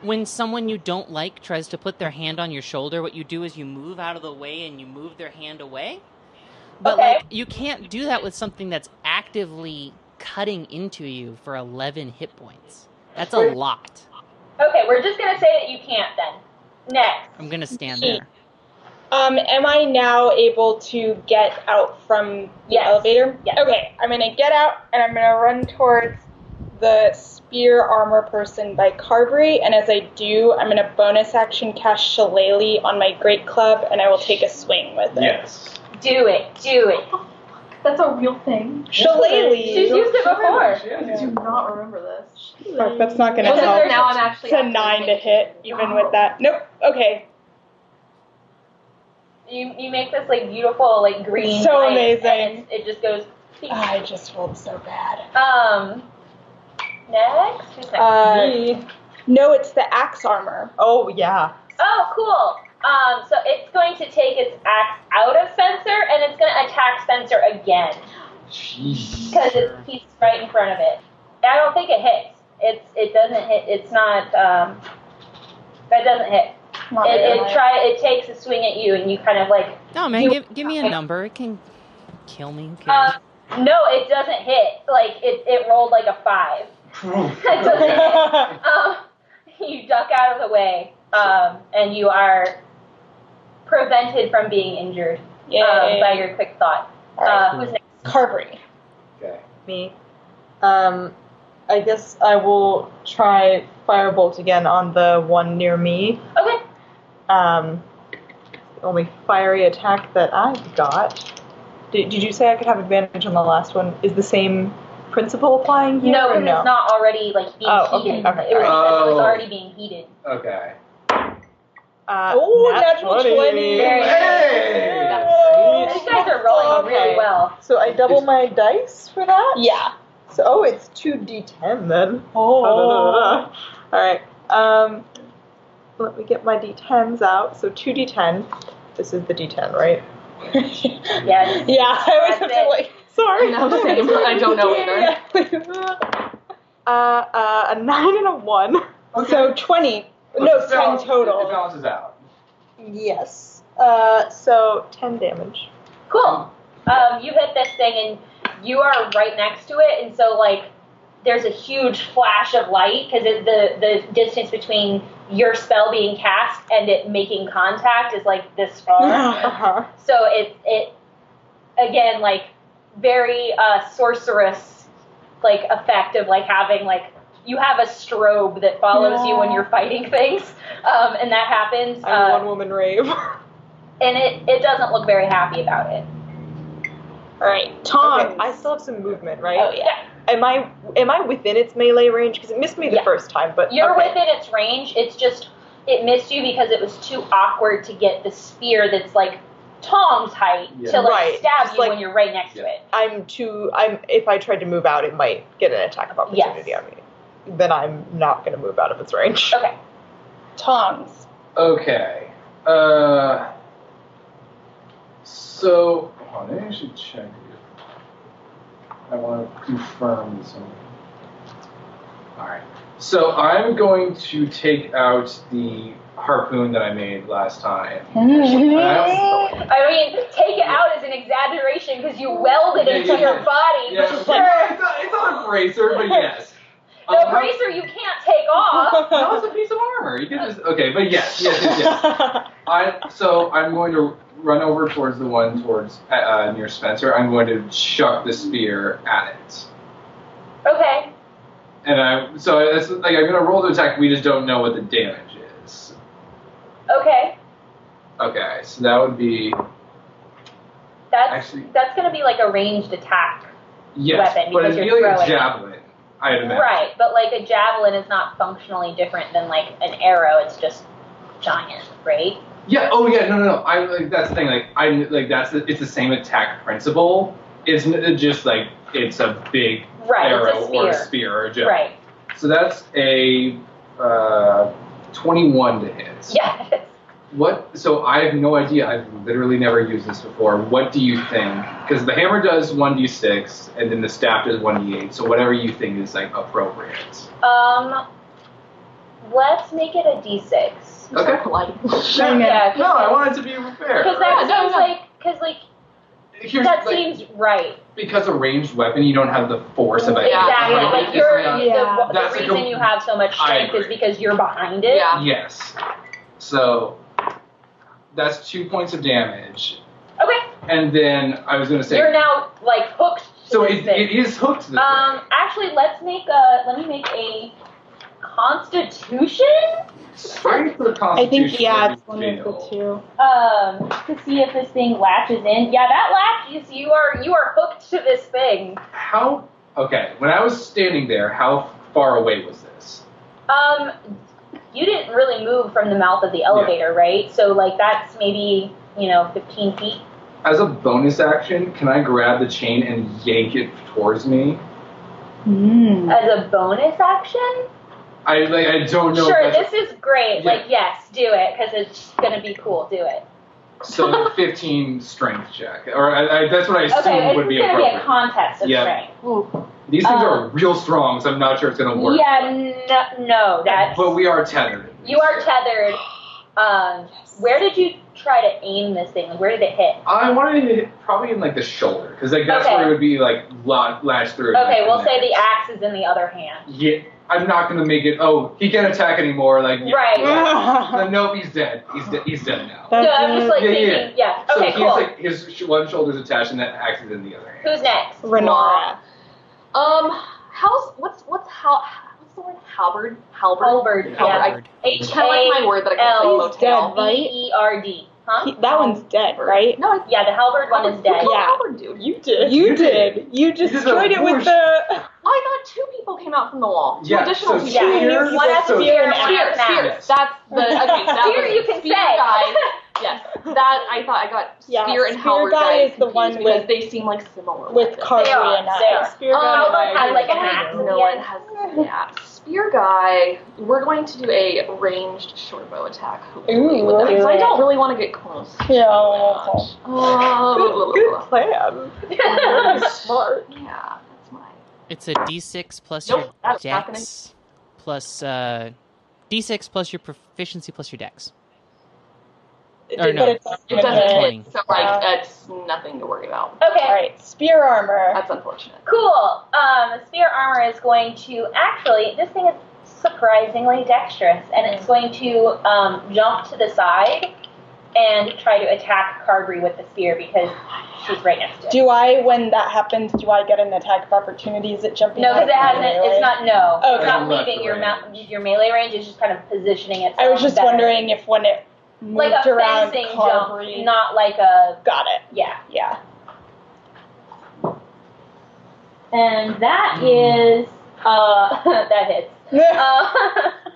when someone you don't like tries to put their hand on your shoulder. What you do is you move out of the way and you move their hand away. But Okay. like you can't do that with something that's actively cutting into you for 11 hit points. That's a lot. Okay, we're just gonna say that you can't then. Next, I'm gonna stand there. Um, am I now able to get out from the Yes. elevator? Yes. Okay, I'm gonna get out and I'm gonna run towards the spear armor person by Carvery, and as I do, I'm gonna bonus action cast Shillelagh on my great club, and I will take a swing with it. Yes. do it, do it. That's a real thing. She's Shillelagh. used it before. I do not remember this. Fuck, that's not gonna Was it help. there- now I'm actually It's a nine to hit, even with that. Nope. Okay. You you make this like beautiful like green. So light, and amazing. it's- It just goes I just rolled so bad. Um, next. Who's next? Uh, no, it's the axe armor. Oh yeah. oh, cool. Um, so it's going to take its axe out of Spencer and it's going to attack Spencer again Jeez. because he's right in front of it. I don't think it hits. It's it doesn't hit. It's not. Um, that doesn't hit. Not It, it really. try. It takes a swing at you and you kind of like No, man, You- give, give me a number. It can kill me. Who cares? Um, no, it doesn't hit. Like it, it rolled like a five. It doesn't hit. Um, you duck out of the way, um, and you are prevented from being injured uh, um, by your quick thought. Uh, who's next? Carberry. Okay. Me. Um, I guess I will try firebolt again on the one near me. Okay. Um, the only fiery attack that I've got. Did, did you say I could have advantage on the last one? Is the same principle applying here? No, or because no. it's not already like being Oh, okay, heated. okay, it, was, alright. it was Oh. already being heated. Okay. Uh, Oh, nat natural 20. Very Hey! nice. These guys are rolling really Oh, Okay. well. So I double my dice for that. Yeah. So oh, it's two d10 then. Oh. All right. Um, let me get my d10s out. So two d10. This is the d10, right? Yes. Yeah, I always That's have it. to like. Sorry. No, same. I don't know either. uh, uh, a nine and a one. So 20. But No, it 10 balances- It total. balances out. Yes. Uh, so ten damage. Cool. Um, you hit this thing and you are right next to it, and so like there's a huge flash of light because the the distance between your spell being cast and it making contact is like this far. Uh-huh. so it it again like very uh, sorceress like effect of like having like you have a strobe that follows you when you're fighting things, um, and that happens, I'm a uh, one woman rave. and it it doesn't look very happy about it. Alright, Tom, Tom. I still have some movement, right? Oh yeah. Am I am I within its melee range? Because it missed me the Yeah. first time, but You're okay. within its range. It's just it missed you because it was too awkward to get the spear that's like Tom's height Yeah. to like Right. stab Just you like- when you're right next to Yeah. it. I'm too. I'm if I tried to move out, it might get an attack of opportunity Yes. on me. Then I'm not going to move out of its range. Okay. Tongs. Okay. Uh. So, hold on, I should check. If I want to confirm something. All right. So I'm going to take out the harpoon that I made last time. That's- I mean, take it out as an exaggeration because you weld it Yeah, into yeah, your yeah. body. yeah, but it's, sure. like, it's, not, it's not a bracer, but yes. the Um, bracer you can't take off. No, it's a piece of armor. You can just okay, but yes, yes, yes, yes. I so I'm going to run over towards the one towards uh, uh, near Spencer. I'm going to chuck the spear at it, Okay. and I so that's like I'm going to roll to attack. We just don't know what the damage is. Okay. Okay, so that would be That's actually that's gonna be like a ranged attack. yes, Weapon, but because it'd you're be like a throwing. javelin. I'd imagine. Right, but like a javelin is not functionally different than like an arrow. It's just giant, right? Yeah. Oh, yeah. No, no, no. I like that's the thing. Like I like that's the, it's the same attack principle. It's n- it just like it's a big Right, arrow it's a or a spear. spear or a javelin. Right. So that's a uh, 21 to hit. Yes. What? So I have no idea. I've literally never used this before. What do you think? Because the hammer does 1d6, and then the staff does 1d8. So whatever you think is like appropriate. Um, let's make it a d6. Okay. Like, Yeah, No, I wanted to be fair. Because that Yeah, no, seems no. like, because like Here's, that like, seems right. because a ranged weapon, you don't have the force of a Yeah. Exactly. hammer. Like It's you're not- the- Yeah. the, That's like reason a- you have so much I strength is agree. because you're behind it. Yeah. Yes. So that's two points of damage, Okay. and then I was going to say. You're now like hooked. To so this it, thing. it is hooked to the Um, actually, let's make a. Let me make a Constitution. Strength for I Constitution. think, yeah, it's one of the two. um, to see if this thing latches in. Yeah, that latches. You are you are hooked to this thing. How? Okay, when I was standing there, how far away was this? Um, you didn't really move from the mouth of the elevator, right? So like that's maybe you know 15 feet. as a bonus action, can I grab the chain and yank it towards me? As a bonus action? I like, I don't know. if sure, Oh, that's- this is great. Yeah. Like, yes, do it because it's gonna be cool. Do it. so fifteen strength check, or I, I, that's what I assume Okay, would it's be gonna be appropriate. a contest of Yeah. strength. These things uh, are real strong, so I'm not sure it's gonna work. Yeah, no, no, that's But we are tethered. you are tethered. Um, where did you try to aim this thing? Where did it hit? I wanted to hit probably in like the shoulder, because like that's Okay. where it would be like la- lashed through. Okay, we'll And say then- the axe is in the other hand. Yeah, I'm not gonna make it. Oh, he can't attack anymore. Like yeah. Right. Then nope, he's dead. He's dead. He's dead now. So I'm just like Yeah, yeah. thinking, yeah. so Okay, he's cool. like his sh- one shoulder's attached, and that axe is in the other hand. Who's next? Renara. Um, how's what's what's how what's the word halberd halberd Halberd. Yeah. halberd. Howard. H I kind of like my word that I L- can't say motel. dead, right? E E R D. Huh? He- that one's dead, right? No, I Yeah, the halberd one is Who dead. killed Yeah. Halberd, dude. You did. You did. You did a destroyed it with whoosh. the. I thought two people came out from the wall. Two Yeah, additional so people. Yeah. Spear, One has so to be your Spear, spear. mask. Yes. That's the okay. That Spear was you can spear say. guy. Yes, that I thought I got Yeah, spear and spear halberd guy is the confused one because with- they seem like similar. With weapons. Carly They are, and they I. are. Spear Um, gun Albert and I Oh, had, like, an were- axe. No one has yeah. Spear guy, we're going to do a ranged shortbow attack. Hopefully, Ooh, with that, 'cause I okay. don't really want to get close. Yeah. Oh, Good, good plan. Very smart. yeah, that's my. It's a D6 plus Nope, your that's not gonna- dex plus uh, D6 plus your proficiency plus your dex. It Or did, no, but it's- It doesn't Uh, Twenty. hit, so like that's nothing to worry about. All Okay, right, spear armor. That's unfortunate. cool. Um, spear armor is going to actually. This thing is surprisingly dexterous, and it's going to um, jump to the side and try to attack Carberry with the spear because she's right next to it. Do I, when that happens, do I get an attack of opportunity? Is it jumping? No, out because it of my hasn't. melee? It's not. No, Okay. it's not I'm not leaving your doing mou- your melee range. It's just kind of positioning it. I was just wondering if when it moved like a around, fencing Carberry- jump, not like a got it. yeah. Yeah. And Hmm. that is uh that hits. Uh, uh,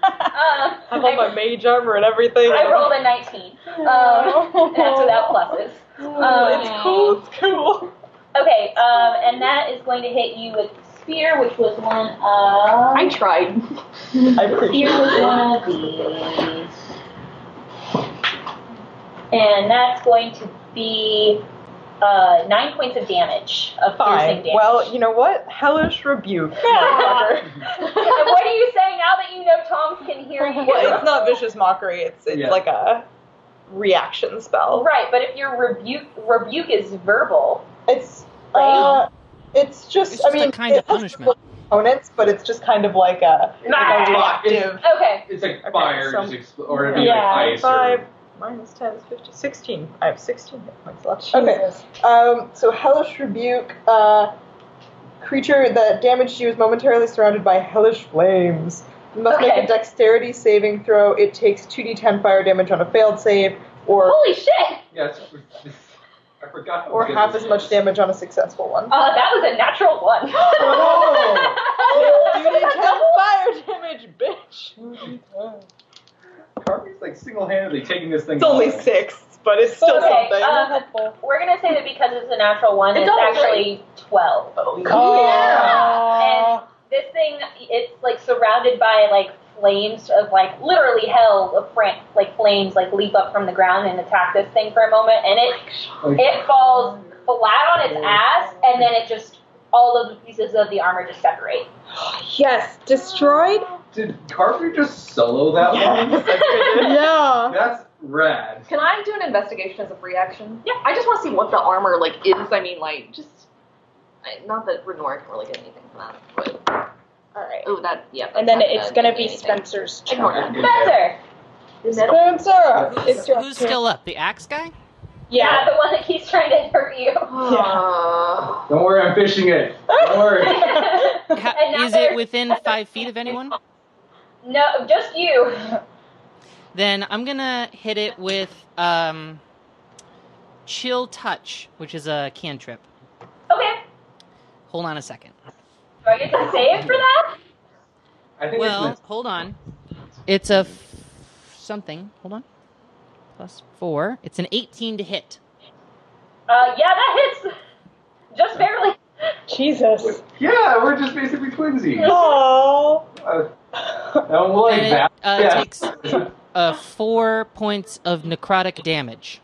I love my I, mage armor and everything. I rolled a 19. Um, that's without pluses. Oh, Um, It's cool. It's cool. okay, um, and that is going to hit you with spear, which was one of I tried. I spear appreciate it. was one of these, and that's going to be uh, nine points of damage of Fine. piercing damage. Well, you know what? Hellish rebuke. Yeah. And what do you say now that you know Tom can hear you? well, it's not vicious mockery. It's it's Yeah. like a reaction spell. Oh, Right, but if your rebuke rebuke is verbal, It's Right. uh, it's just, It's just I mean a kind of it has punishment. components, but it's just kind of like a like a Nah. reactive. okay. It's like Okay, fire, so- just expl- or it'd be Yeah, like ice. Five Or, minus ten is fifteen. Sixteen. I have sixteen hit points left. Okay. Jesus. Um. So hellish rebuke. Uh, creature that damaged you is momentarily surrounded by hellish flames. You must Okay. make a dexterity saving throw. It takes two d10 fire damage on a failed save, or Holy shit! yeah, it's, it's, I Oh forgot. or half as much damage on a successful one. Uh, that was a natural one. Oh. Two d10 fire damage, bitch. Carby's like single-handedly taking this thing. It's only away. six, but it's still Okay, something. uh, um, We're gonna say that because it's a natural one, It's it's, all actually twelve. Oh, And this thing, it's like surrounded by like flames of like literally hell of frank like flames like leap up from the ground and attack this thing for a moment, and it Like, it falls flat on its ass, and then it just all of the pieces of the armor just separate. Yes, destroyed. did Carby just solo that one? yeah. That's rad. Can I do an investigation as a free action? Yeah. I just want to see what the armor like is. I mean, like just I- not that Renora can really get anything from that, but All right. oh, that yeah. And then that's it's not gonna gonna be do anything. Spencer's turn. Ignore that. Spencer, Metal. Spencer, Who's, it's your who's turn. still up? The axe guy? yeah, Yeah. the one that keeps trying to hurt you. Uh, Don't worry, I'm fishing it. Don't worry. Ha- And now is there's- it within five feet of anyone? No, just you. Then I'm gonna hit it with um, chill touch, which is a cantrip. Okay. Hold on a second. Do I get to save for that? I think Well, it's hold on. It's a f- something. Hold on. Plus four. It's an 18 to hit. Uh, yeah, that hits. Just barely. Jesus. Yeah, we're just basically twinsies. Oh. Uh, no one will like And it, that. uh, yeah. takes uh, four points of necrotic damage.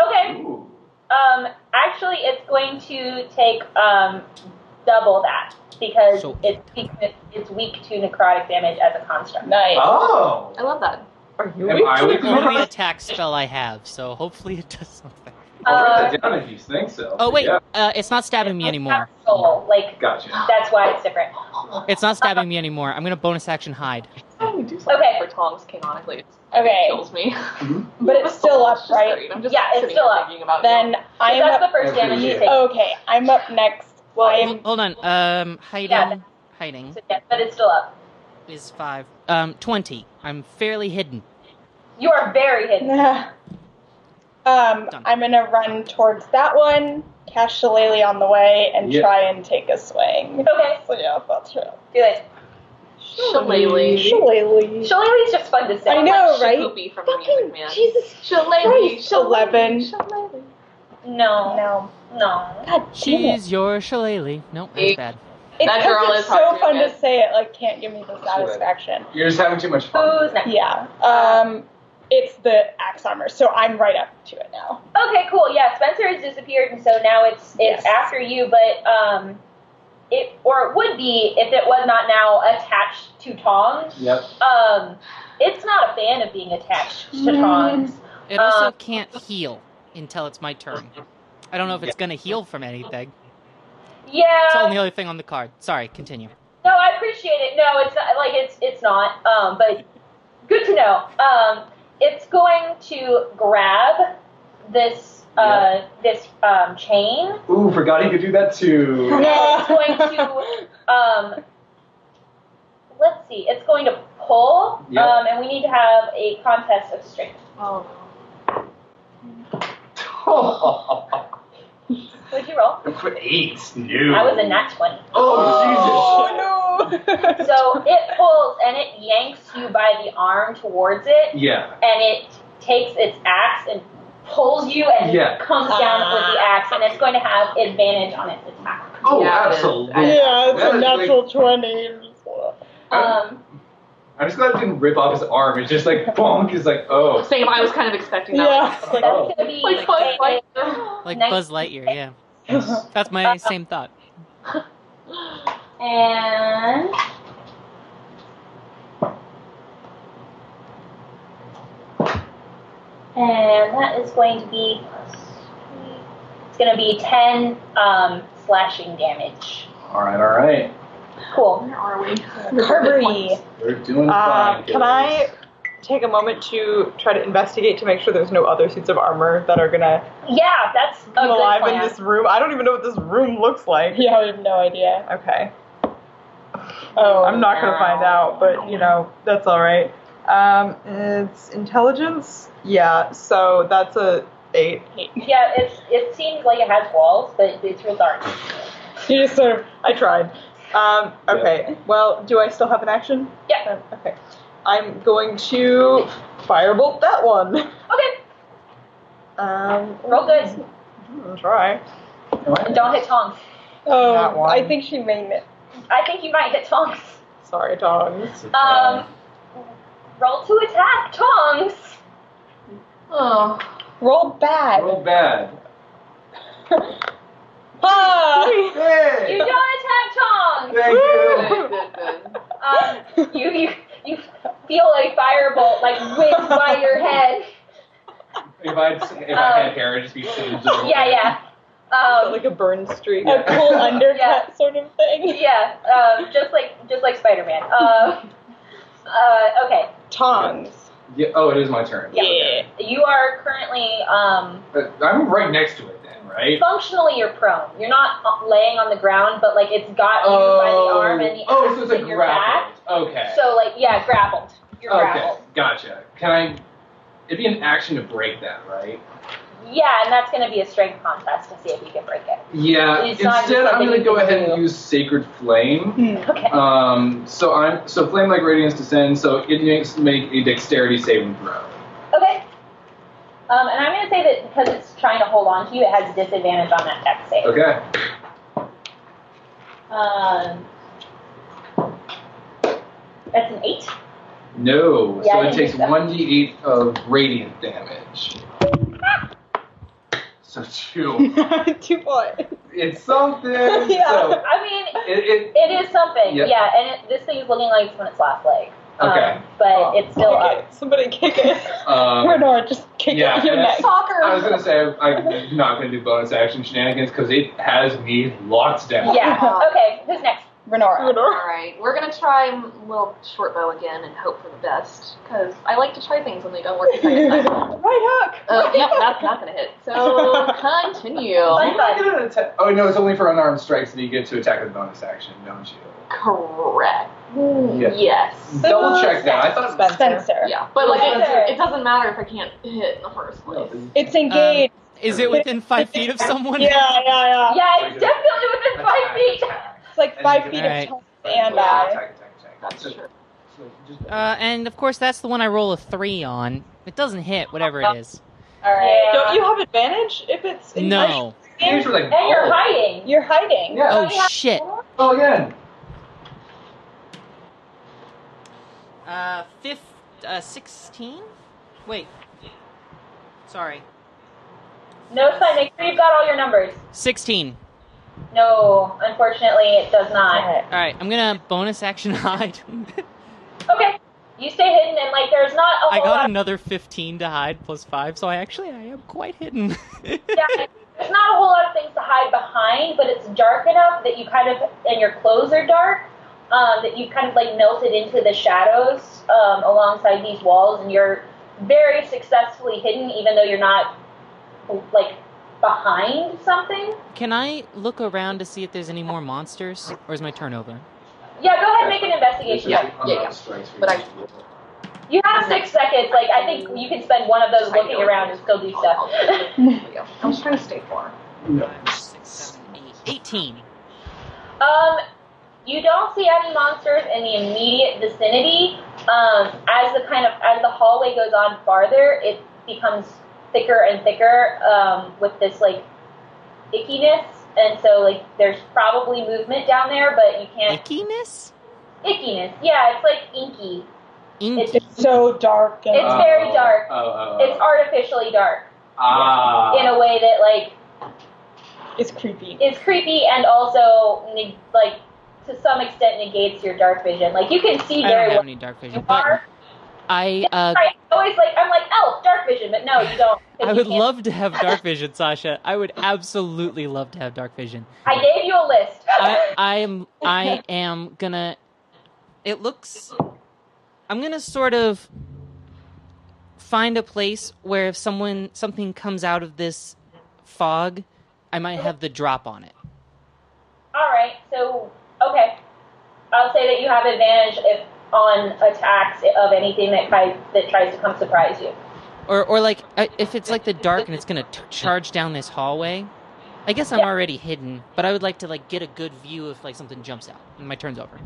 Okay. Ooh. Um, actually, it's going to take um double that because So- it's weak, it's weak to necrotic damage as a construct. Nice. Oh. I love that. Are you Am I with The only you? attack spell I have, so hopefully it does something. I'll Uh, write that down if you think so. Oh wait, Yeah, uh, it's not stabbing me it's not anymore. soul, Like gotcha. that's why it's different. It's not stabbing me anymore. I'm gonna bonus action hide. Anytime we do something Okay. for tongs canonically, it Okay. kills me. But it's still up, It's just right? great. I'm just Yeah, it's sitting still here up. Thinking about Then you. I am that's up. the first damage you Yeah. take. Okay, I'm up next. Well, Hol- I'm Hold on. Um, hiding, Yeah. hiding So, yeah, but it's still up. is five. Um, twenty. I'm fairly hidden. You are very hidden. um, I'm gonna run towards that one, cast Shillelagh on the way, and Yeah. try and take a swing. Okay, So yeah, that's true. do it. Shillelagh. Shillelagh. Shillelagh's just fun to say. I know, right? Shikoopy from the Music Fucking Man. Jesus Shillelagh. Christ, eleven. Shillelagh. No, no, No, no. God damn it! She's your shillelagh. Nope, that's Eight. bad. It's That 'cause girl it's is hard so to fun to get. say it. Like, can't give me the satisfaction. You're just having too much fun. Who's next? Yeah. Um, it's the axe armor, so I'm right up to it now. Okay, cool. Yeah, Spencer has disappeared, and so now it's it's Yes. after you. But um, it or it would be if it was not now attached to Tongs. Yep. Um, it's not a fan of being attached to Tongs. It also Uh, can't heal until it's my turn. I don't know if it's gonna heal from anything. It's the Yeah. only other thing on the card. Sorry, continue. No, I appreciate it. No, it's not like it's it's not. Um, but good to know. Um, it's going to grab this uh this um chain. Ooh, forgot he could do that too. And it's going to um let's see, it's going to pull. Yeah. Um and we need to have a contest of strength. Oh. Would you roll? For eight, no. I was a nat twenty. oh, Oh no! So it pulls and it yanks you by the arm towards it Jesus. Yeah. and it takes its axe and pulls you and Yeah. comes down with the axe and it's going to have advantage on its attack. Oh, Yeah, it is. absolutely. yeah, it's That a is natural twenty. Um I'm just glad it didn't rip off his arm. It's just like, bonk. He's like, oh. Same. I was kind of expecting that. Yeah. so that's Oh. gonna be Like, Buzz a- Lightyear. Like Nice. Uh, Buzz Lightyear, yeah. That's my same thought. And and that is going to be plus three. It's going to be ten um, slashing damage. All right, all right. Cool. Where are we? Recovery. We're doing Uh, fine. can I take a moment to try to investigate to make sure there's no other suits of armor that are gonna Yeah, that's a come good alive in plan. this room? I don't even know what this room looks like. Yeah, we have no idea. Okay. Oh, I'm not gonna find out, but you know that's all right. Um, it's intelligence. Yeah, so that's a eight. yeah, it's it seems like it has walls, but it's real dark. You just sort of. I tried. Um, okay. Well, do I still have an action? Yeah. Um, okay. I'm going to firebolt that one. Okay, Um, roll good. I'll try. And don't hit tongs. That Oh, one. I think she made it. I think you might hit tongs. Sorry, dogs. Um, roll to attack tongs. Oh. Roll bad. Roll bad. Ah! You Hey! don't attack tongs. Thank you. Good, good, good. Um, you, you you feel a firebolt like whiz by your head. If I if I had hair, it'd just be singed. Um, Yeah, yeah. Um, like a burn streak. A cool undercut Yeah. sort of thing. yeah, um, just like just like Spider-Man. Um, uh, okay, Tongs. Yeah. Oh, it is my turn. Yeah. Okay. you are currently um, But I'm right next to it then, right? functionally you're prone. You're not uh, laying on the ground, but like it's got you by the arm and the oh, axe so it's in like your grappled. Okay. back. So like yeah, grappled. You're okay. grappled. Gotcha. Can I? It'd be an action to break that, right? Yeah, and that's gonna be a strength contest to see if you can break it. Yeah. It's not Instead, I'm something gonna you go can ahead do. and use Sacred Flame. Okay. Um. So I'm so flame Oh. like radiance descends. So it makes make a dexterity saving throw. Okay. Um, and I'm going to say that because it's trying to hold on to you, it has disadvantage on that dex save. Okay. Um, that's an eight. No. Yeah, I so it didn't takes think 1d8 so. of radiant damage. So two. Two points. it's something. Yeah. So I mean, it, it, it is something. Yeah. Yeah, and it, this thing is looking like it's on its last leg. Um, Okay. But it's still Kick up. it. Somebody kick it. uh, Renor, just kick yeah, it. You're and next. Soccer. I was gonna say I, I'm not gonna do bonus action shenanigans because it has me locked down. Yeah. Okay. Who's next? Renora. All right, we're gonna try m- little short bow again and hope for the best because I like to try things when they don't work. the second time. Right hook. Oh, yep, that's not gonna hit. So continue. Do Oh, you not get an atta- Oh no, it's only for unarmed strikes that you get to attack with bonus action, don't you? Correct. Mm, Yeah. Yes. Double check that. I thought. Spencer. Spencer. Yeah, but like Okay. it, it doesn't matter if I can't hit in the first place. It's engaged. Is it within five feet of someone? yeah, yeah, yeah. Yeah, it's definitely within five Attack, feet. attack, It's like And five you feet can- Alright. of tall attack, standby. attack, attack, attack. That's So- true. so just- Uh, and of course, that's the one I roll a three on. It doesn't hit, whatever it is. All right. Yeah. Don't you have advantage if it's in hiding? No. These were like, And you're oh. hiding. You're hiding. Yeah. Oh shit. Oh, again. Uh, fifth, uh, sixteen. Wait. Sorry. No, it's fine. Make sure you've got all your numbers. Sixteen. No, unfortunately, it does not. All right, I'm gonna bonus action hide. Okay. You stay hidden, and like there's not a I whole lot. got Of, another fifteen to hide plus five, so I actually I am quite hidden. yeah, there's not a whole lot of things to hide behind, but it's dark enough that you kind of, and your clothes are dark, um, that you kind of like melted into the shadows um, alongside these walls, and you're very successfully hidden, even though you're not like behind something. Can I look around to see if there's any more monsters, or is my turn over? Yeah, go ahead and make an investigation. Yeah, Unarmed yeah, yeah. strikes for But I- you. You have six seconds. Like I think you can spend one of those Just I looking know. around and still do I'll- stuff. I'll- there we go. I was trying to stay far. No. Five, six, seven, eight. Eighteen. Um, you don't see any monsters in the immediate vicinity. Um, as the kind of as the hallway goes on farther, it becomes thicker and thicker um, with this like ickiness, and so like there's probably movement down there, but you can't Ickiness. ickiness. Yeah, it's like inky. Inky. It's so dark. And It's very dark. Oh, oh, oh. It's artificially dark ah. in a way that like it's creepy. is creepy and also neg- like to some extent negates your dark vision. Like you can see I don't very have well. any dark vision, You but are I uh, right. Always like I'm like elf dark vision, but no, you don't. 'cause I you would can't. love to have dark vision, Sasha. I would absolutely love to have dark vision. I gave you a list. I, I am I am gonna. It looks. I'm gonna sort of find a place where if someone something comes out of this fog, I might have the drop on it. All right, so okay, I'll say that you have advantage if on attacks of anything that tries that tries to come surprise you. Or or like I- if it's like the dark and it's gonna t- charge down this hallway. I guess I'm Yeah. already hidden, but I would like to like get a good view if like something jumps out. And my turn's over.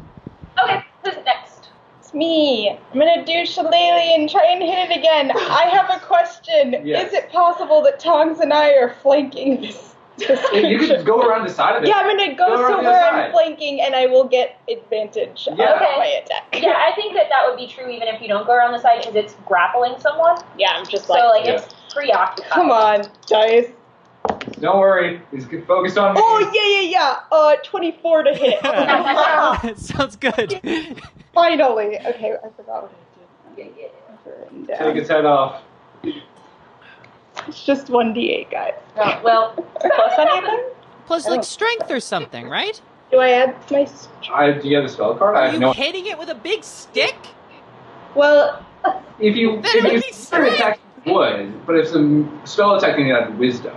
Okay, who's next? It's me. I'm gonna do shillelagh and try and hit it again. I have a question. Yes. Is it possible that Tongs and I are flanking this? this Hey, you creature? can go around the side of it. Yeah, I'm gonna go, Go around the to where other I'm side. flanking, and I will get advantage Yeah. on Okay. my attack. Yeah, I think that that would be true even if you don't go around the side because it's grappling someone. Yeah, I'm just So like, like Yeah. it's preoccupied. come on, dice. Don't worry. He's g- focused on me. Oh yeah, yeah, yeah. Uh, 24 to hit. Sounds good. Finally. Okay, I forgot what I did. Yeah, Take his head off. It's just one d8, guys. No, well, Plus anything? Plus like strength or something, right? Do I add my? s- I, do you have the spell card? I Are have you no. hitting it with a big stick? Well, If you That would if you be spell attack you would, but if the spell attack you had wisdom.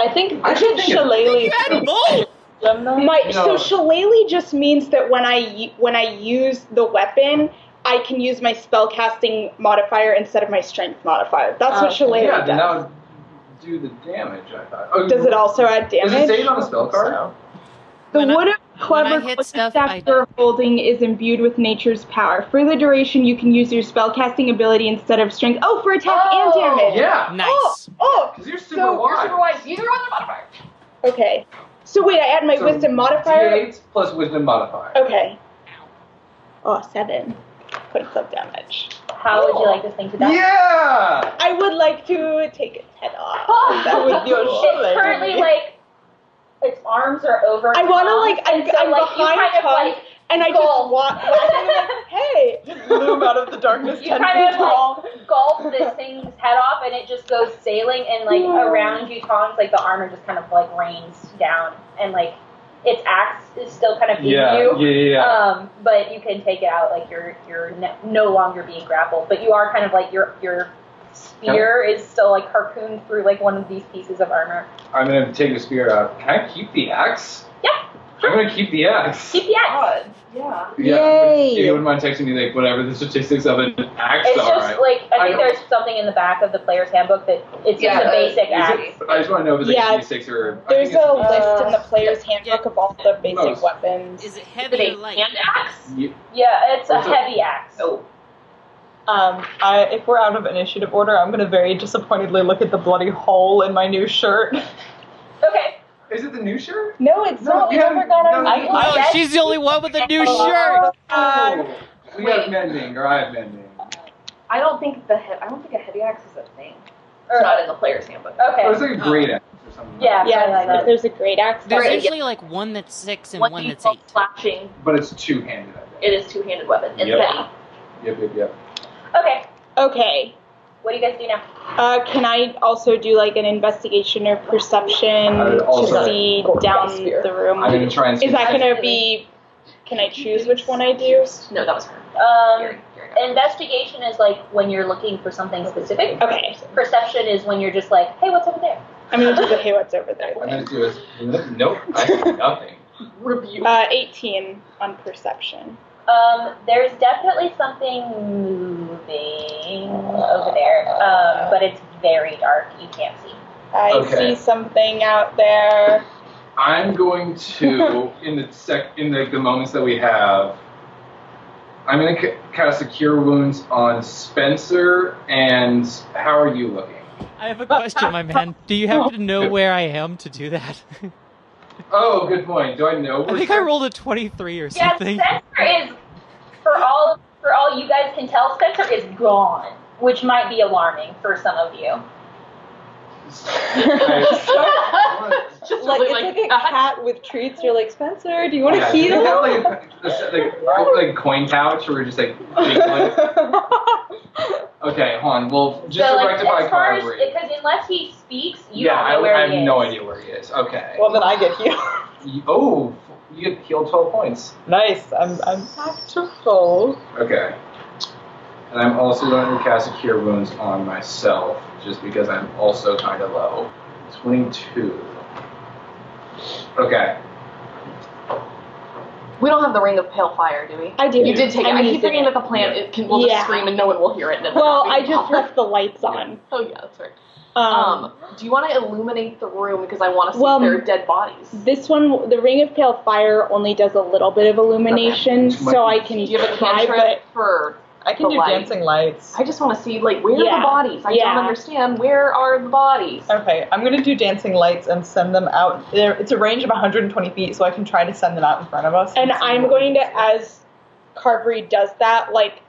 I think I should think- Shillelagh. You had both. My No. so shillelagh just means that when I u- when I use the weapon, I can use my spellcasting modifier instead of my strength modifier. That's what Oh, shillelagh yeah, then that does. would do the damage. I thought. Oh, Does it also add Does damage? it say it on the spell card? the When I- wood of When I However, hit close stuff, staff I- you're holding is imbued with nature's power. For the duration, you can use your spellcasting ability instead of strength. Oh, for attack Oh. and damage. Yeah, Nice. Oh, oh, because you're super So You're wise. super wise. You're on the modifier. okay. So wait, I add my So, wisdom modifier. D8 plus wisdom modifier. Okay. Oh, seven. Put some damage. How Oh. would you like this thing to die? Yeah! I would like to take its head off. Oh, That would be a It's currently shame. like its arms are over. I its want to arms, like I'm, and so, I'm like, you behind kind of Tom, like and I goal. just want. I'm like, hey, Just loom out of the darkness You ten kind feet of tall. like gulp this thing's head off, and it just goes sailing, and like around you, Tom's like the armor just kind of like rains down, and like its axe is still kind of in Yeah, yeah, you. Uh, yeah. Um, but you can take it out. Like you're you're ne- no longer being grappled, but you are kind of like your your spear is still like harpooned through like one of these pieces of armor. I'm gonna take the spear out. Can I keep the axe? Yeah, I'm gonna keep the axe. Keep the axe. God, yeah. Yeah, but Yay. if you wouldn't mind texting me like whatever the statistics of an axe It's are. just right? like I I think don't- there's something in the back of the player's handbook that it's Yeah, just a uh, basic is axe. Is it- I just want to know if it's like Yeah, a D6 or. I there's think a it's list in the player's handbook of all the basic Most. weapons. Is it heavy or light? Hand axe? a. You- Yeah, it's a It's a- heavy axe. Oh. Um, I, if we're out of initiative order, I'm gonna very disappointedly look at the bloody hole in my new shirt. Okay. Is it the new shirt? No, it's No, not. we We never haven't- got no, our. we- I- No, Yes. Oh, she's the only one with a new Oh. shirt. Oh, we Wait. have mending, or I have mending. I don't think the he- I don't think a heavy axe is a thing. Or- It's not in the player's handbook. Oh, okay. it's like a great axe or something. Yeah. yeah, I there's- like that. there's a great axe. There's Right. usually like one that's six and one you that's call eight. slashing, But it's two handed, I guess. it is two-handed weapon. It's Yep. heavy. Yep, yep, yep. Okay. Okay. What do you guys do now? Uh, can I also do like an investigation or perception I would also- to see down the room? I'm gonna try and see. Is that going to be? Can I choose which one I do? No, that was her. Um, Here, here it is. investigation is like when you're looking for something specific. Okay, Perception is when you're just like, hey, what's over there? I'm gonna do the hey, what's over there? I'm gonna do a nope. I see nothing. Rebuke. Uh, 18 on perception. Um, there's definitely something moving over there, um, but it's very dark. You can't see. I Okay. see something out there. I'm going to in the sec in the, the moments that we have. I'm going to ca- cast a cure wounds on Spencer and how are you looking? I have a question, my man. Do you have to know where I am to do that? Oh, good point. Do I know? I where think I rolled a 23 or Yeah, something. Spencer is for all for all you guys can tell, Spencer is gone, which might be alarming for some of you. I- Just like really it's like, uh, like a cat with treats. You're like Spencer. Do you want to Yeah, do heal? you have like a, a- like, like coin pouch where we're just like jiggling? Okay, hold on. Well, just so to like rectify as far as Kyrie. because unless he speaks, you yeah, don't know I, where I have he is. no idea where he is. Okay. Well, then I get healed. You- oh, you get healed 12 points. Nice. I'm I'm back to full. Okay. And I'm also going to cast a Cure Wounds on myself, just because I'm also kind of low. 22. Okay. we don't have the ring of pale fire, do we? I do. You did take it. I'm I keep using forgetting it. that the plant it can, will Yeah. just scream and no one will hear it. and then- Well, I just left the lights on. Oh yeah, that's right. Um, Um, do you want to illuminate the room because I want to see Well, if there are dead bodies? this one, the Ring of Pale Fire, only does a little bit of illumination, Okay. so I do can you have a try, cantrip but for? I can The do light. dancing lights. I just want to see like where are Yeah. the bodies? I Yeah. don't understand. Where are the bodies? Okay, I'm gonna do dancing lights and send them out. There, it's a range of 120 feet, so I can try to send them out in front of us. and see I'm what going we to, can see. as Carvery does that, like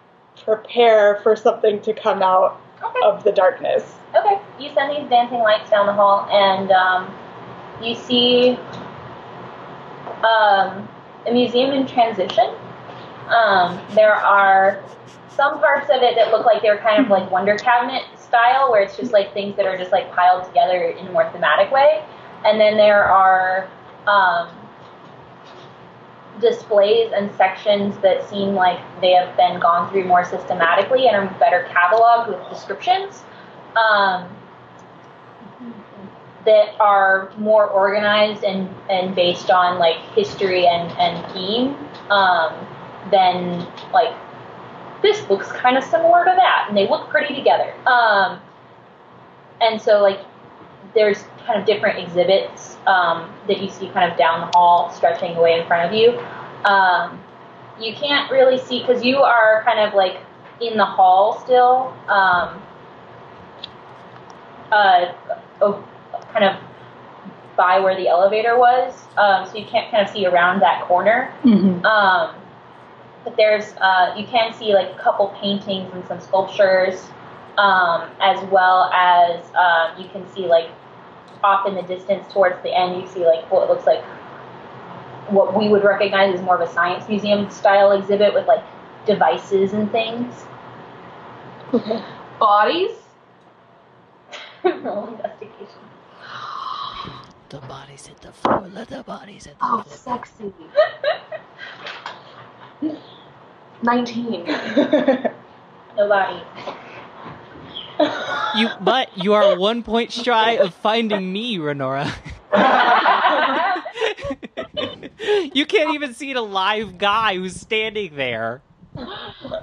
prepare for something to come out Okay. of the darkness. Okay. You send these dancing lights down the hall and um, you see um, a museum in transition. Um, there are some parts of it that look like they're kind of like wonder cabinet style, where it's just like things that are just like piled together in a more thematic way. And then there are um, displays and sections that seem like they have been gone through more systematically and are better cataloged with descriptions um, that are more organized and, and based on like history and, and theme um, then like this looks kind of similar to that and they look pretty together um, and so like there's kind of different exhibits um, that you see kind of down the hall, stretching away in front of you. Um, you can't really see because you are kind of like in the hall still. Um, uh, oh, kind of by where the elevator was, um, so you can't kind of see around that corner. Um, but there's uh, you can see like a couple paintings and some sculptures, um, as well as um, you can see like off in the distance towards the end, you see like what looks like what we would recognize as more of a science museum style exhibit with like devices and things. Bodies? Roll investigation. The bodies hit the floor. Let the bodies hit the Oh, floor. sexy. 19. Nobody. You, but you are one point shy of finding me, Renora. you can't even see the live guy who's standing there.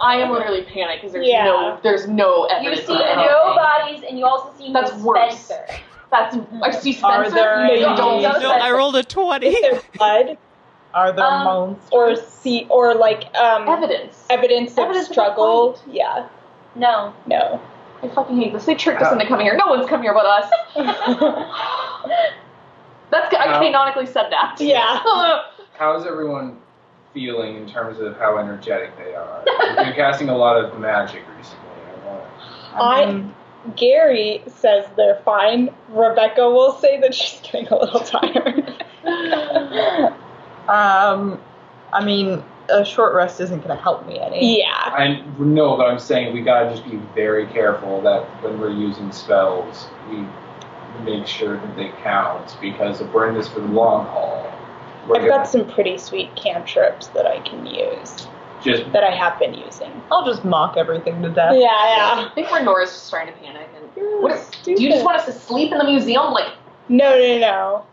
I am literally panicked because there's Yeah. no there's no You evidence. see of anything. no bodies, and you also see no That's worse. Mm-hmm. Spencer. That's I see Are Spencer. there no, any- don't. No, No, I rolled a 20. Is there blood Are there Um, monsters? or see or like um evidence. evidence of Evidence of a struggle? yeah, No. no. I fucking hate this. They tricked us into coming here. No one's come here but us. That's good. I Wow. canonically said that. Yeah. Oh. How's everyone feeling in terms of how energetic they are? We've been casting a lot of magic recently. I want I Um, Gary says they're fine. Rebecca will say that she's getting a little tired. Um, I mean, a short rest isn't going to help me any. yeah. I no, but I'm saying we gotta just be very careful that when we're using spells, we make sure that they count because if we're in this for the long haul, we're I've gonna got some pretty sweet cantrips that I can use Oh, just that I have been using. I'll just mock everything to death. Yeah, I think where Nora's just trying to panic. And yeah. what is, do you just want us to sleep in the museum? Like, No, no, no.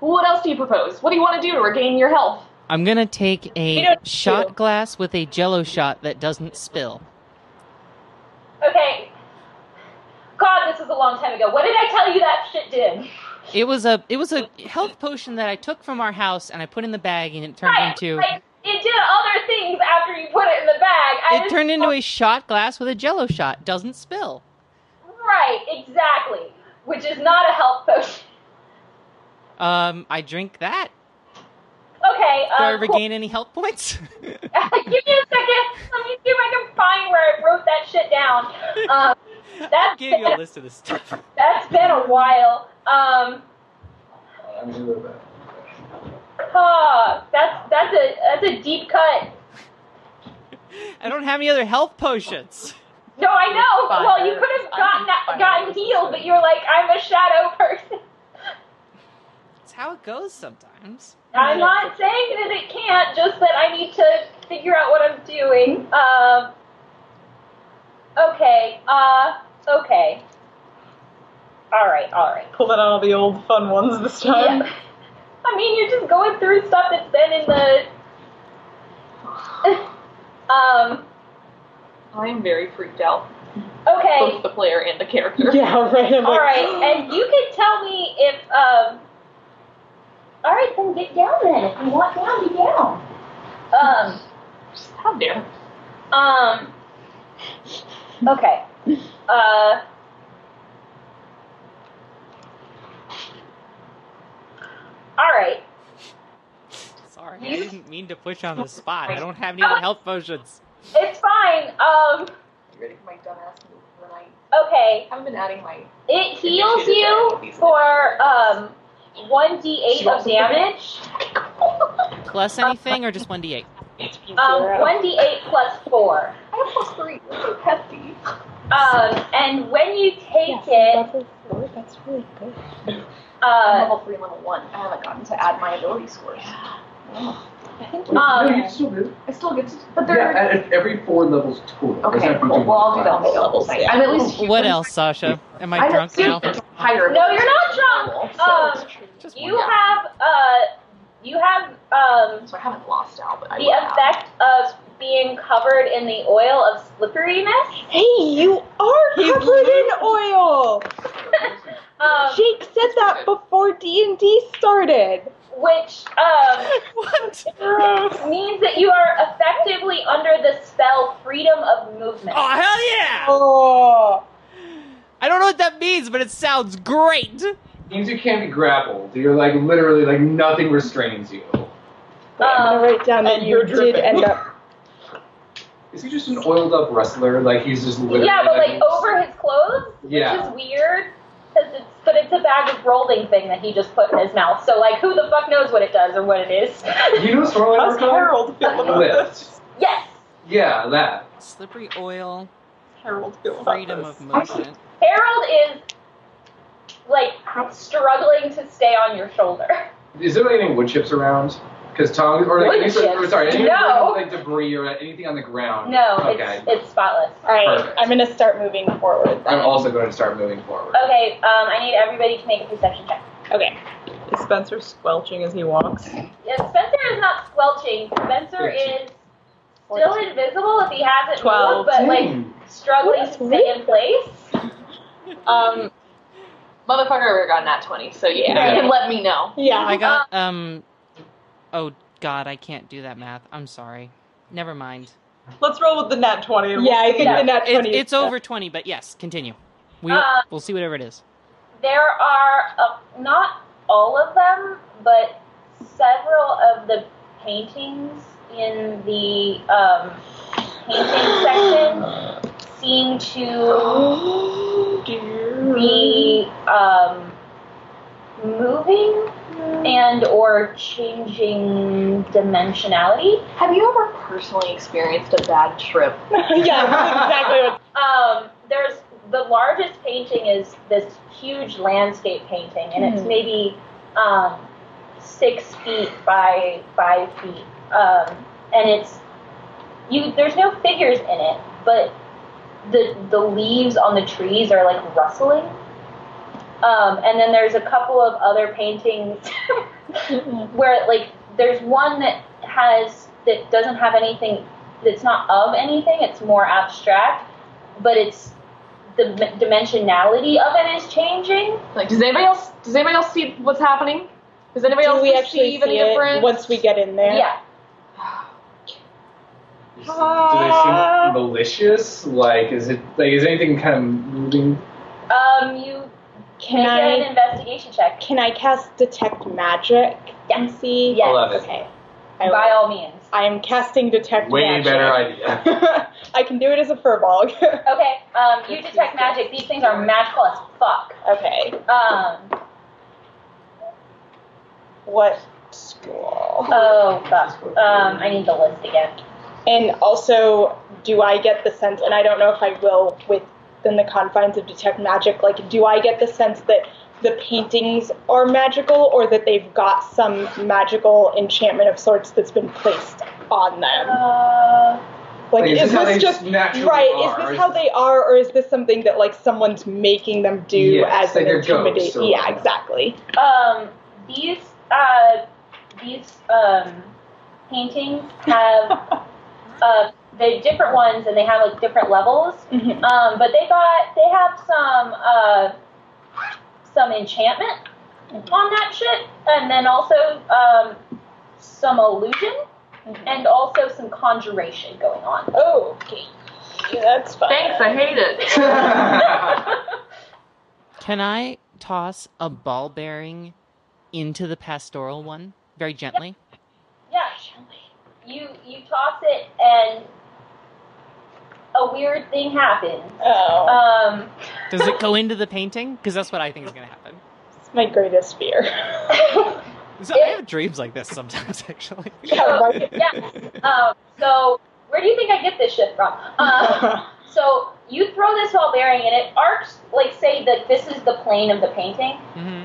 what else do you propose? What do you want to do to regain your health? I'm gonna take We a don't shot do. glass with a jello shot that doesn't spill. Okay. God, this was a long time ago. What did I tell you that shit did? It was a it was a health potion that I took from our house and I put in the bag and it turned Right, into like, it did other things after you put it in the bag. I it just- turned into a shot glass with a jello shot. Doesn't spill. Right, exactly. Which is not a health potion. Um, I drink that. Okay, Do I uh, cool. regain any health points? Give me a second. Let me see if I can find where I wrote that shit down. Um, I that's gave you a been, list of this stuff. that's been a while. Um, I'm gonna do that. huh, that's that's a that's a deep cut. I don't have any other health potions. No, I know. Fire. Well, you could have I gotten need that, fire gotten resistance. healed, but you're like, I'm a shadow person. It's how it goes sometimes. I'm not saying that it can't, just that I need to figure out what I'm doing. Um, okay, uh, okay. All right, all right. Pulling out all the old fun ones this time. Yeah. I mean, you're just going through stuff that's been in the. um, I am very freaked out, okay, both the player and the character. Yeah, right. I'm all like, right. And you can tell me if, um, all right, then get down then. If you want down, be down. Um, Just how dare. Um. Okay. Uh. All right. Sorry, I didn't mean to push on the spot. I don't have any other health potions. It's fine. Um. You ready for my dumbass move of the night? Okay. I haven't been adding my. It heals you for um one d8 of damage. Plus anything or just 1d8? Um, one d8 plus four. I have plus three. That's so hefty. Um, and when you take it, That's really good. I'm uh, level three, and level one. I haven't gotten to add my ability scores. no, um, you still do. I still get to, but Yeah, they're at- every four levels total. okay. Except for Cool. doing Well, I'll do that on five. the double site. I'm at least. What else, Sasha? Am I I'm drunk now? Higher. No, you're not drunk. Um, Just you one. have uh, you have um So I haven't lost out, but I the will have. effect of being covered in the oil of slipperiness. Hey, you are covered in oil. Um, Jake said that before D and D started. which um, What? means that you are effectively under the spell freedom of movement. Oh, hell yeah! Oh, I don't know what that means, but it sounds great. Means you can't be grappled. You're like literally like nothing restrains you. I'm gonna Um, write down that and you you're did dripping. end up. Is he just an oiled up wrestler? Like he's just literally yeah, but like over his clothes, which Yeah. is weird. 'cause It's, but it's a bag of rolling thing that he just put in his mouth. So like, who the fuck knows what it does or what it is? You know what's wrong How's with Harold? Harold feel about Lift. this? yes, Yeah, that. Slippery oil, Harold feel about freedom this? of movement. Harold is like struggling to stay on your shoulder. Is there like, any wood chips around? Because Tom, or like, Wood any sort- or chips? sorry, any No. like debris or anything on the ground. No, Okay. it's it's spotless. All right, Perfect. I'm gonna start moving forward. I'm also going to start moving forward. Okay, um, I need everybody to make a perception check. Okay, Is Spencer squelching as he walks? Yeah, Spencer is not squelching. Spencer Thirteen. is still invisible if he hasn't Twelve. moved, but like Hmm. struggling What is to stay in place. um, Motherfucker got nat 20, so you Yeah. can let me know. yeah, I got, um. Oh, God, I can't do that math. I'm sorry. Never mind. Let's roll with the nat 20. and we'll yeah, I see. think the net It's, twenty. it's over 20, but yes, continue. We, Uh, we'll see whatever it is. There are uh, not all of them, but several of the paintings in the um, painting section seem to be um, moving and or changing dimensionality. Have you ever personally experienced a bad trip? yeah, that's exactly. What, Um, there's the largest painting is this huge landscape painting, and Hmm. it's maybe um, six feet by five feet, um, and it's you. There's no figures in it, but the the leaves on the trees are like rustling. Um, and then there's a couple of other paintings where like there's one that has that doesn't have anything that's not of anything. It's more abstract, but it's the m- dimensionality of it is changing. Like, does anybody else does anybody else see what's happening? Does anybody do else we actually perceive see any it difference? once we get in there? Yeah. Is- Do they seem malicious? Like, is it like is anything kind of moving? Um, you Can make I? an investigation check. Can I cast detect magic and see? Yes. Eleven. Okay. I By all means. I am casting detect Way magic. better idea. I can do it as a furball. Okay. Um, you detect magic. These things are magical as fuck. okay. Um. What school? Oh fuck. Um, I need the list again. And also, do I get the sense, and I don't know if I will within the confines of detect magic, like, do I get the sense that the paintings are magical or that they've got some magical enchantment of sorts that's been placed on them? Uh, Like, Like, is is, this how they this just naturally right? are, is or this is how it- they are, or is this something that like someone's making them do Yeah, it's as like an they're ghosts or intimidation? Yeah, whatever. exactly. um, these uh, these um, paintings have uh, the different ones, and they have like different levels. Mhm. Um, but they got they have some uh, some enchantment on that shit, and then also um, some illusion, and also some conjuration going on. Oh, okay, that's fine. Thanks, I hate it. Can I toss a ball bearing into the pastoral one very gently? Yeah, you you toss it, and a weird thing happens. Oh, Um, Does it go into the painting? Because that's what I think is going to happen. it's my greatest fear. So I have dreams like this sometimes, actually. yeah, right. yeah. Um, so where do you think I get this shit from? Um, so you throw this ball bearing, and it arcs like say that this is the plane of the painting. hmm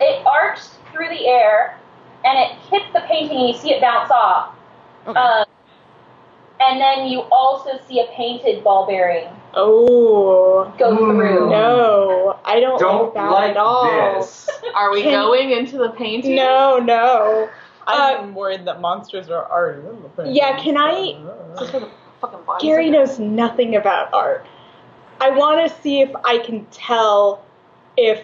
it arced through the air and it hit the painting and you see it bounce off. Okay. Um, and then you also see a painted ball bearing oh go Mm. through. no, I don't, Don't that like at all. this. Are we Can- going into the painting? No, no. I'm worried that monsters are already in the painting. uh, Yeah, can I- Just I? for the fucking bodies Gary of- knows nothing about art. I want to see if I can tell if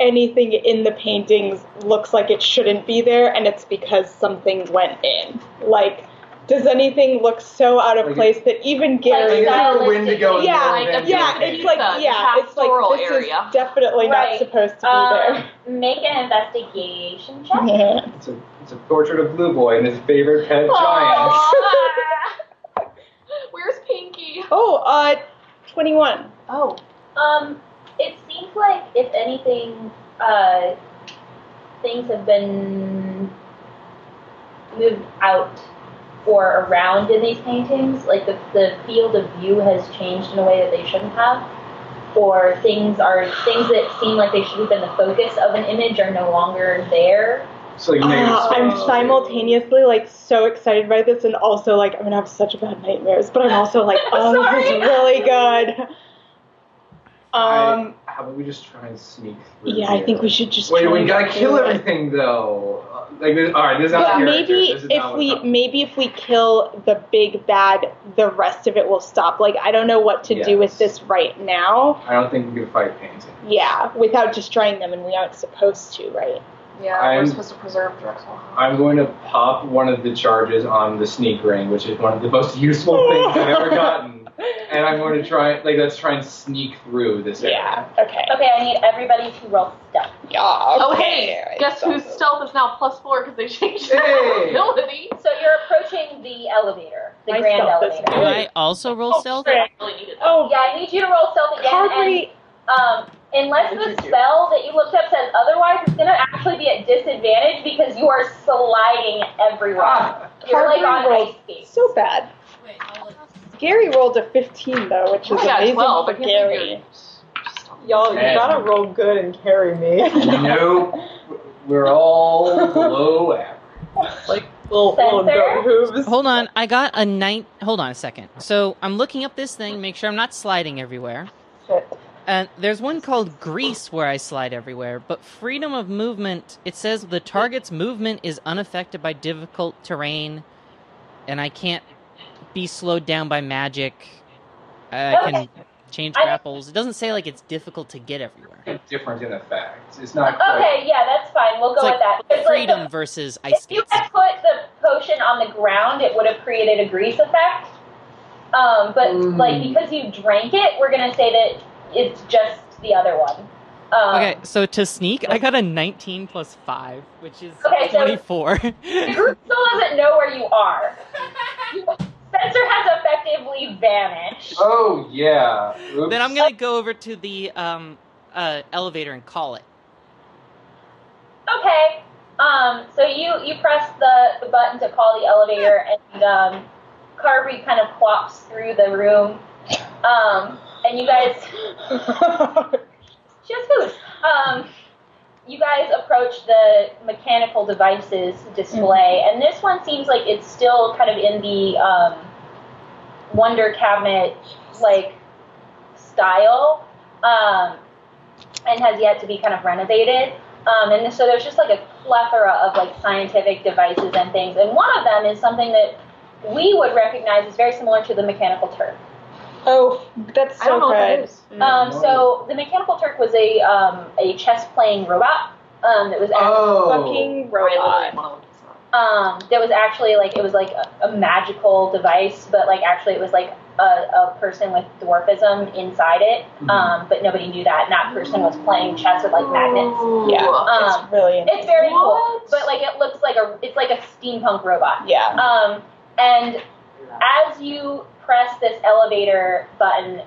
anything in the paintings looks like it shouldn't be there, and it's because something went in. Like, does anything look so out of Like it- place that even Gary? Like stylistic- the Wendigo in yeah, Like a yeah, big it's like pizza, yeah, it's like pastoral this area. is definitely Right. not supposed to Um, make an investigation check. be there. It's a, it's a portrait of Blue Boy and his favorite pet giant. Aw. Where's Pinky? oh, uh, twenty-one. Oh, Um, it seems like if anything, uh, things have been moved out or around in these paintings. Like the the field of view has changed in a way that they shouldn't have, or things are things that seem like they should have been the focus of an image are no longer there. It's like negative Ah, space. I'm simultaneously like so excited by this, and also like I'm gonna have such bad nightmares, but I'm also like, oh, this is Sorry. really good. Um, I- how about we just try and sneak through? yeah, I here? think we should just. Wait, try we and gotta get kill through it. everything though. Uh, Like, this, all right, this is not But character. maybe This is not if what- we maybe if we kill the big bad, the rest of it will stop. Like I don't know what to do with Yes. this right now. I don't think we can fight painting. Yeah, without destroying them, and we aren't supposed to, right? yeah. I'm- We're supposed to preserve Drexel. I'm going to pop one of the charges on the sneak ring, which is one of the most useful things I've ever gotten. And I'm going to try, like, let's try and sneak through this area. Yeah. Okay. Okay, I need everybody to roll stealth. Yeah, Oh, okay. hey, guess whose stealth is now plus four because they changed Hey. their ability. So you're approaching the elevator, the My grand stealth is elevator. Do I also roll stealth? frick. Really needed that. Oh, Yeah, I need you to roll stealth again. and- Calgary. Um, unless What did the you do? spell that you looked up says otherwise, it's gonna actually be at disadvantage because you are sliding everywhere. You're like on Harper rolled ice skates. so bad. Gary rolled a 15 though, which is I got amazing 12. Oh, I for can't believe Gary. you're- Y'all, you Hey. gotta roll good and carry me. No, we're all below average. like little, little Spencer? goat hooves. Hold on, I got a nine. Hold on a second. So I'm looking up this thing, make sure I'm not sliding everywhere. Shit. And there's one called Grease where I slide everywhere, but freedom of movement, it says the target's movement is unaffected by difficult terrain, and I can't be slowed down by magic. I Okay. can change I- grapples. It doesn't say like it's difficult to get everywhere. Different in effect. It's not quite. Okay, yeah, that's fine. We'll It's go like with that. It's like freedom the- versus ice if you skates. had put the potion on the ground, it would have created a grease effect. Um, but Mm. like because you drank it, we're gonna say that it's just the other one. Um, Okay, so to sneak, I got a 19 plus 5, which is Okay, so- 24. The group still doesn't know where you are. Spencer has effectively vanished. Oh, yeah. Oops. then I'm going to go over to the um, uh, elevator and call it. Okay. Um, so you you press the, the button to call the elevator, and um, Carvery kind of plops through the room, um, and you guys she has food. Um, you guys approach the mechanical devices display, and this one seems like it's still kind of in the um, wonder cabinet like style, um, and has yet to be kind of renovated. Um, and so there's just like a plethora of like scientific devices and things, and one of them is something that we would recognize as very similar to the mechanical turk. Oh, that's I don't know so what that good. is. Um, so the Mechanical Turk was a um, a chess playing robot um, that was act- Oh. Fucking I literally robot. wanna look this up. um, that was actually like it was like a, a magical device, but like actually it was like a, a person with dwarfism inside it, um, but nobody knew that, and that person was playing chess with like magnets. Yeah. Ooh. Um, It's really it's very cool, What? but like it looks like a it's like a steampunk robot. yeah. Um, and as you press this elevator button,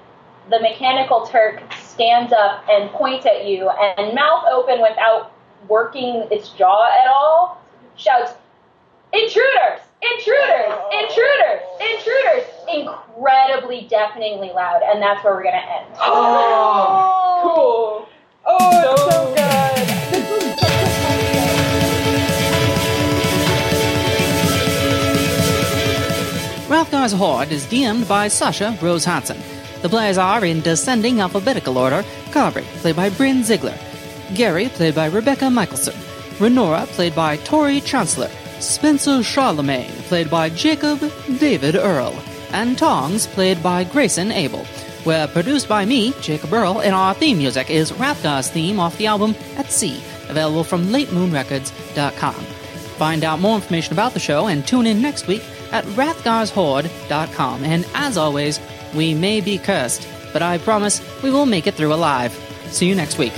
the mechanical Turk stands up and points at you, and mouth open without working its jaw at all, shouts, "Intruders! Intruders! Intruders! Intruders!" Incredibly deafeningly loud, and that's where we're gonna end. Oh. Cool. Oh, it's So- so good. This was such a fun game. Hrothgar's Horde is DM'd by Sasha Rose Hansen. The players are, in descending alphabetical order, Carvery, played by Bryn Ziegler, Gary, played by Rebecca Michelson, Renora, played by Tori Chancellor, Spencer Charlemagne, played by Jacob David Earl, and Tongs, played by Grayson Abel, were produced by me, Jacob Burl, and our theme music is Rathgar's theme off the album At Sea, available from latemoonrecords.com. Find out more information about the show and tune in next week at rathgarshorde.com. And as always, we may be cursed, but I promise we will make it through alive. See you next week.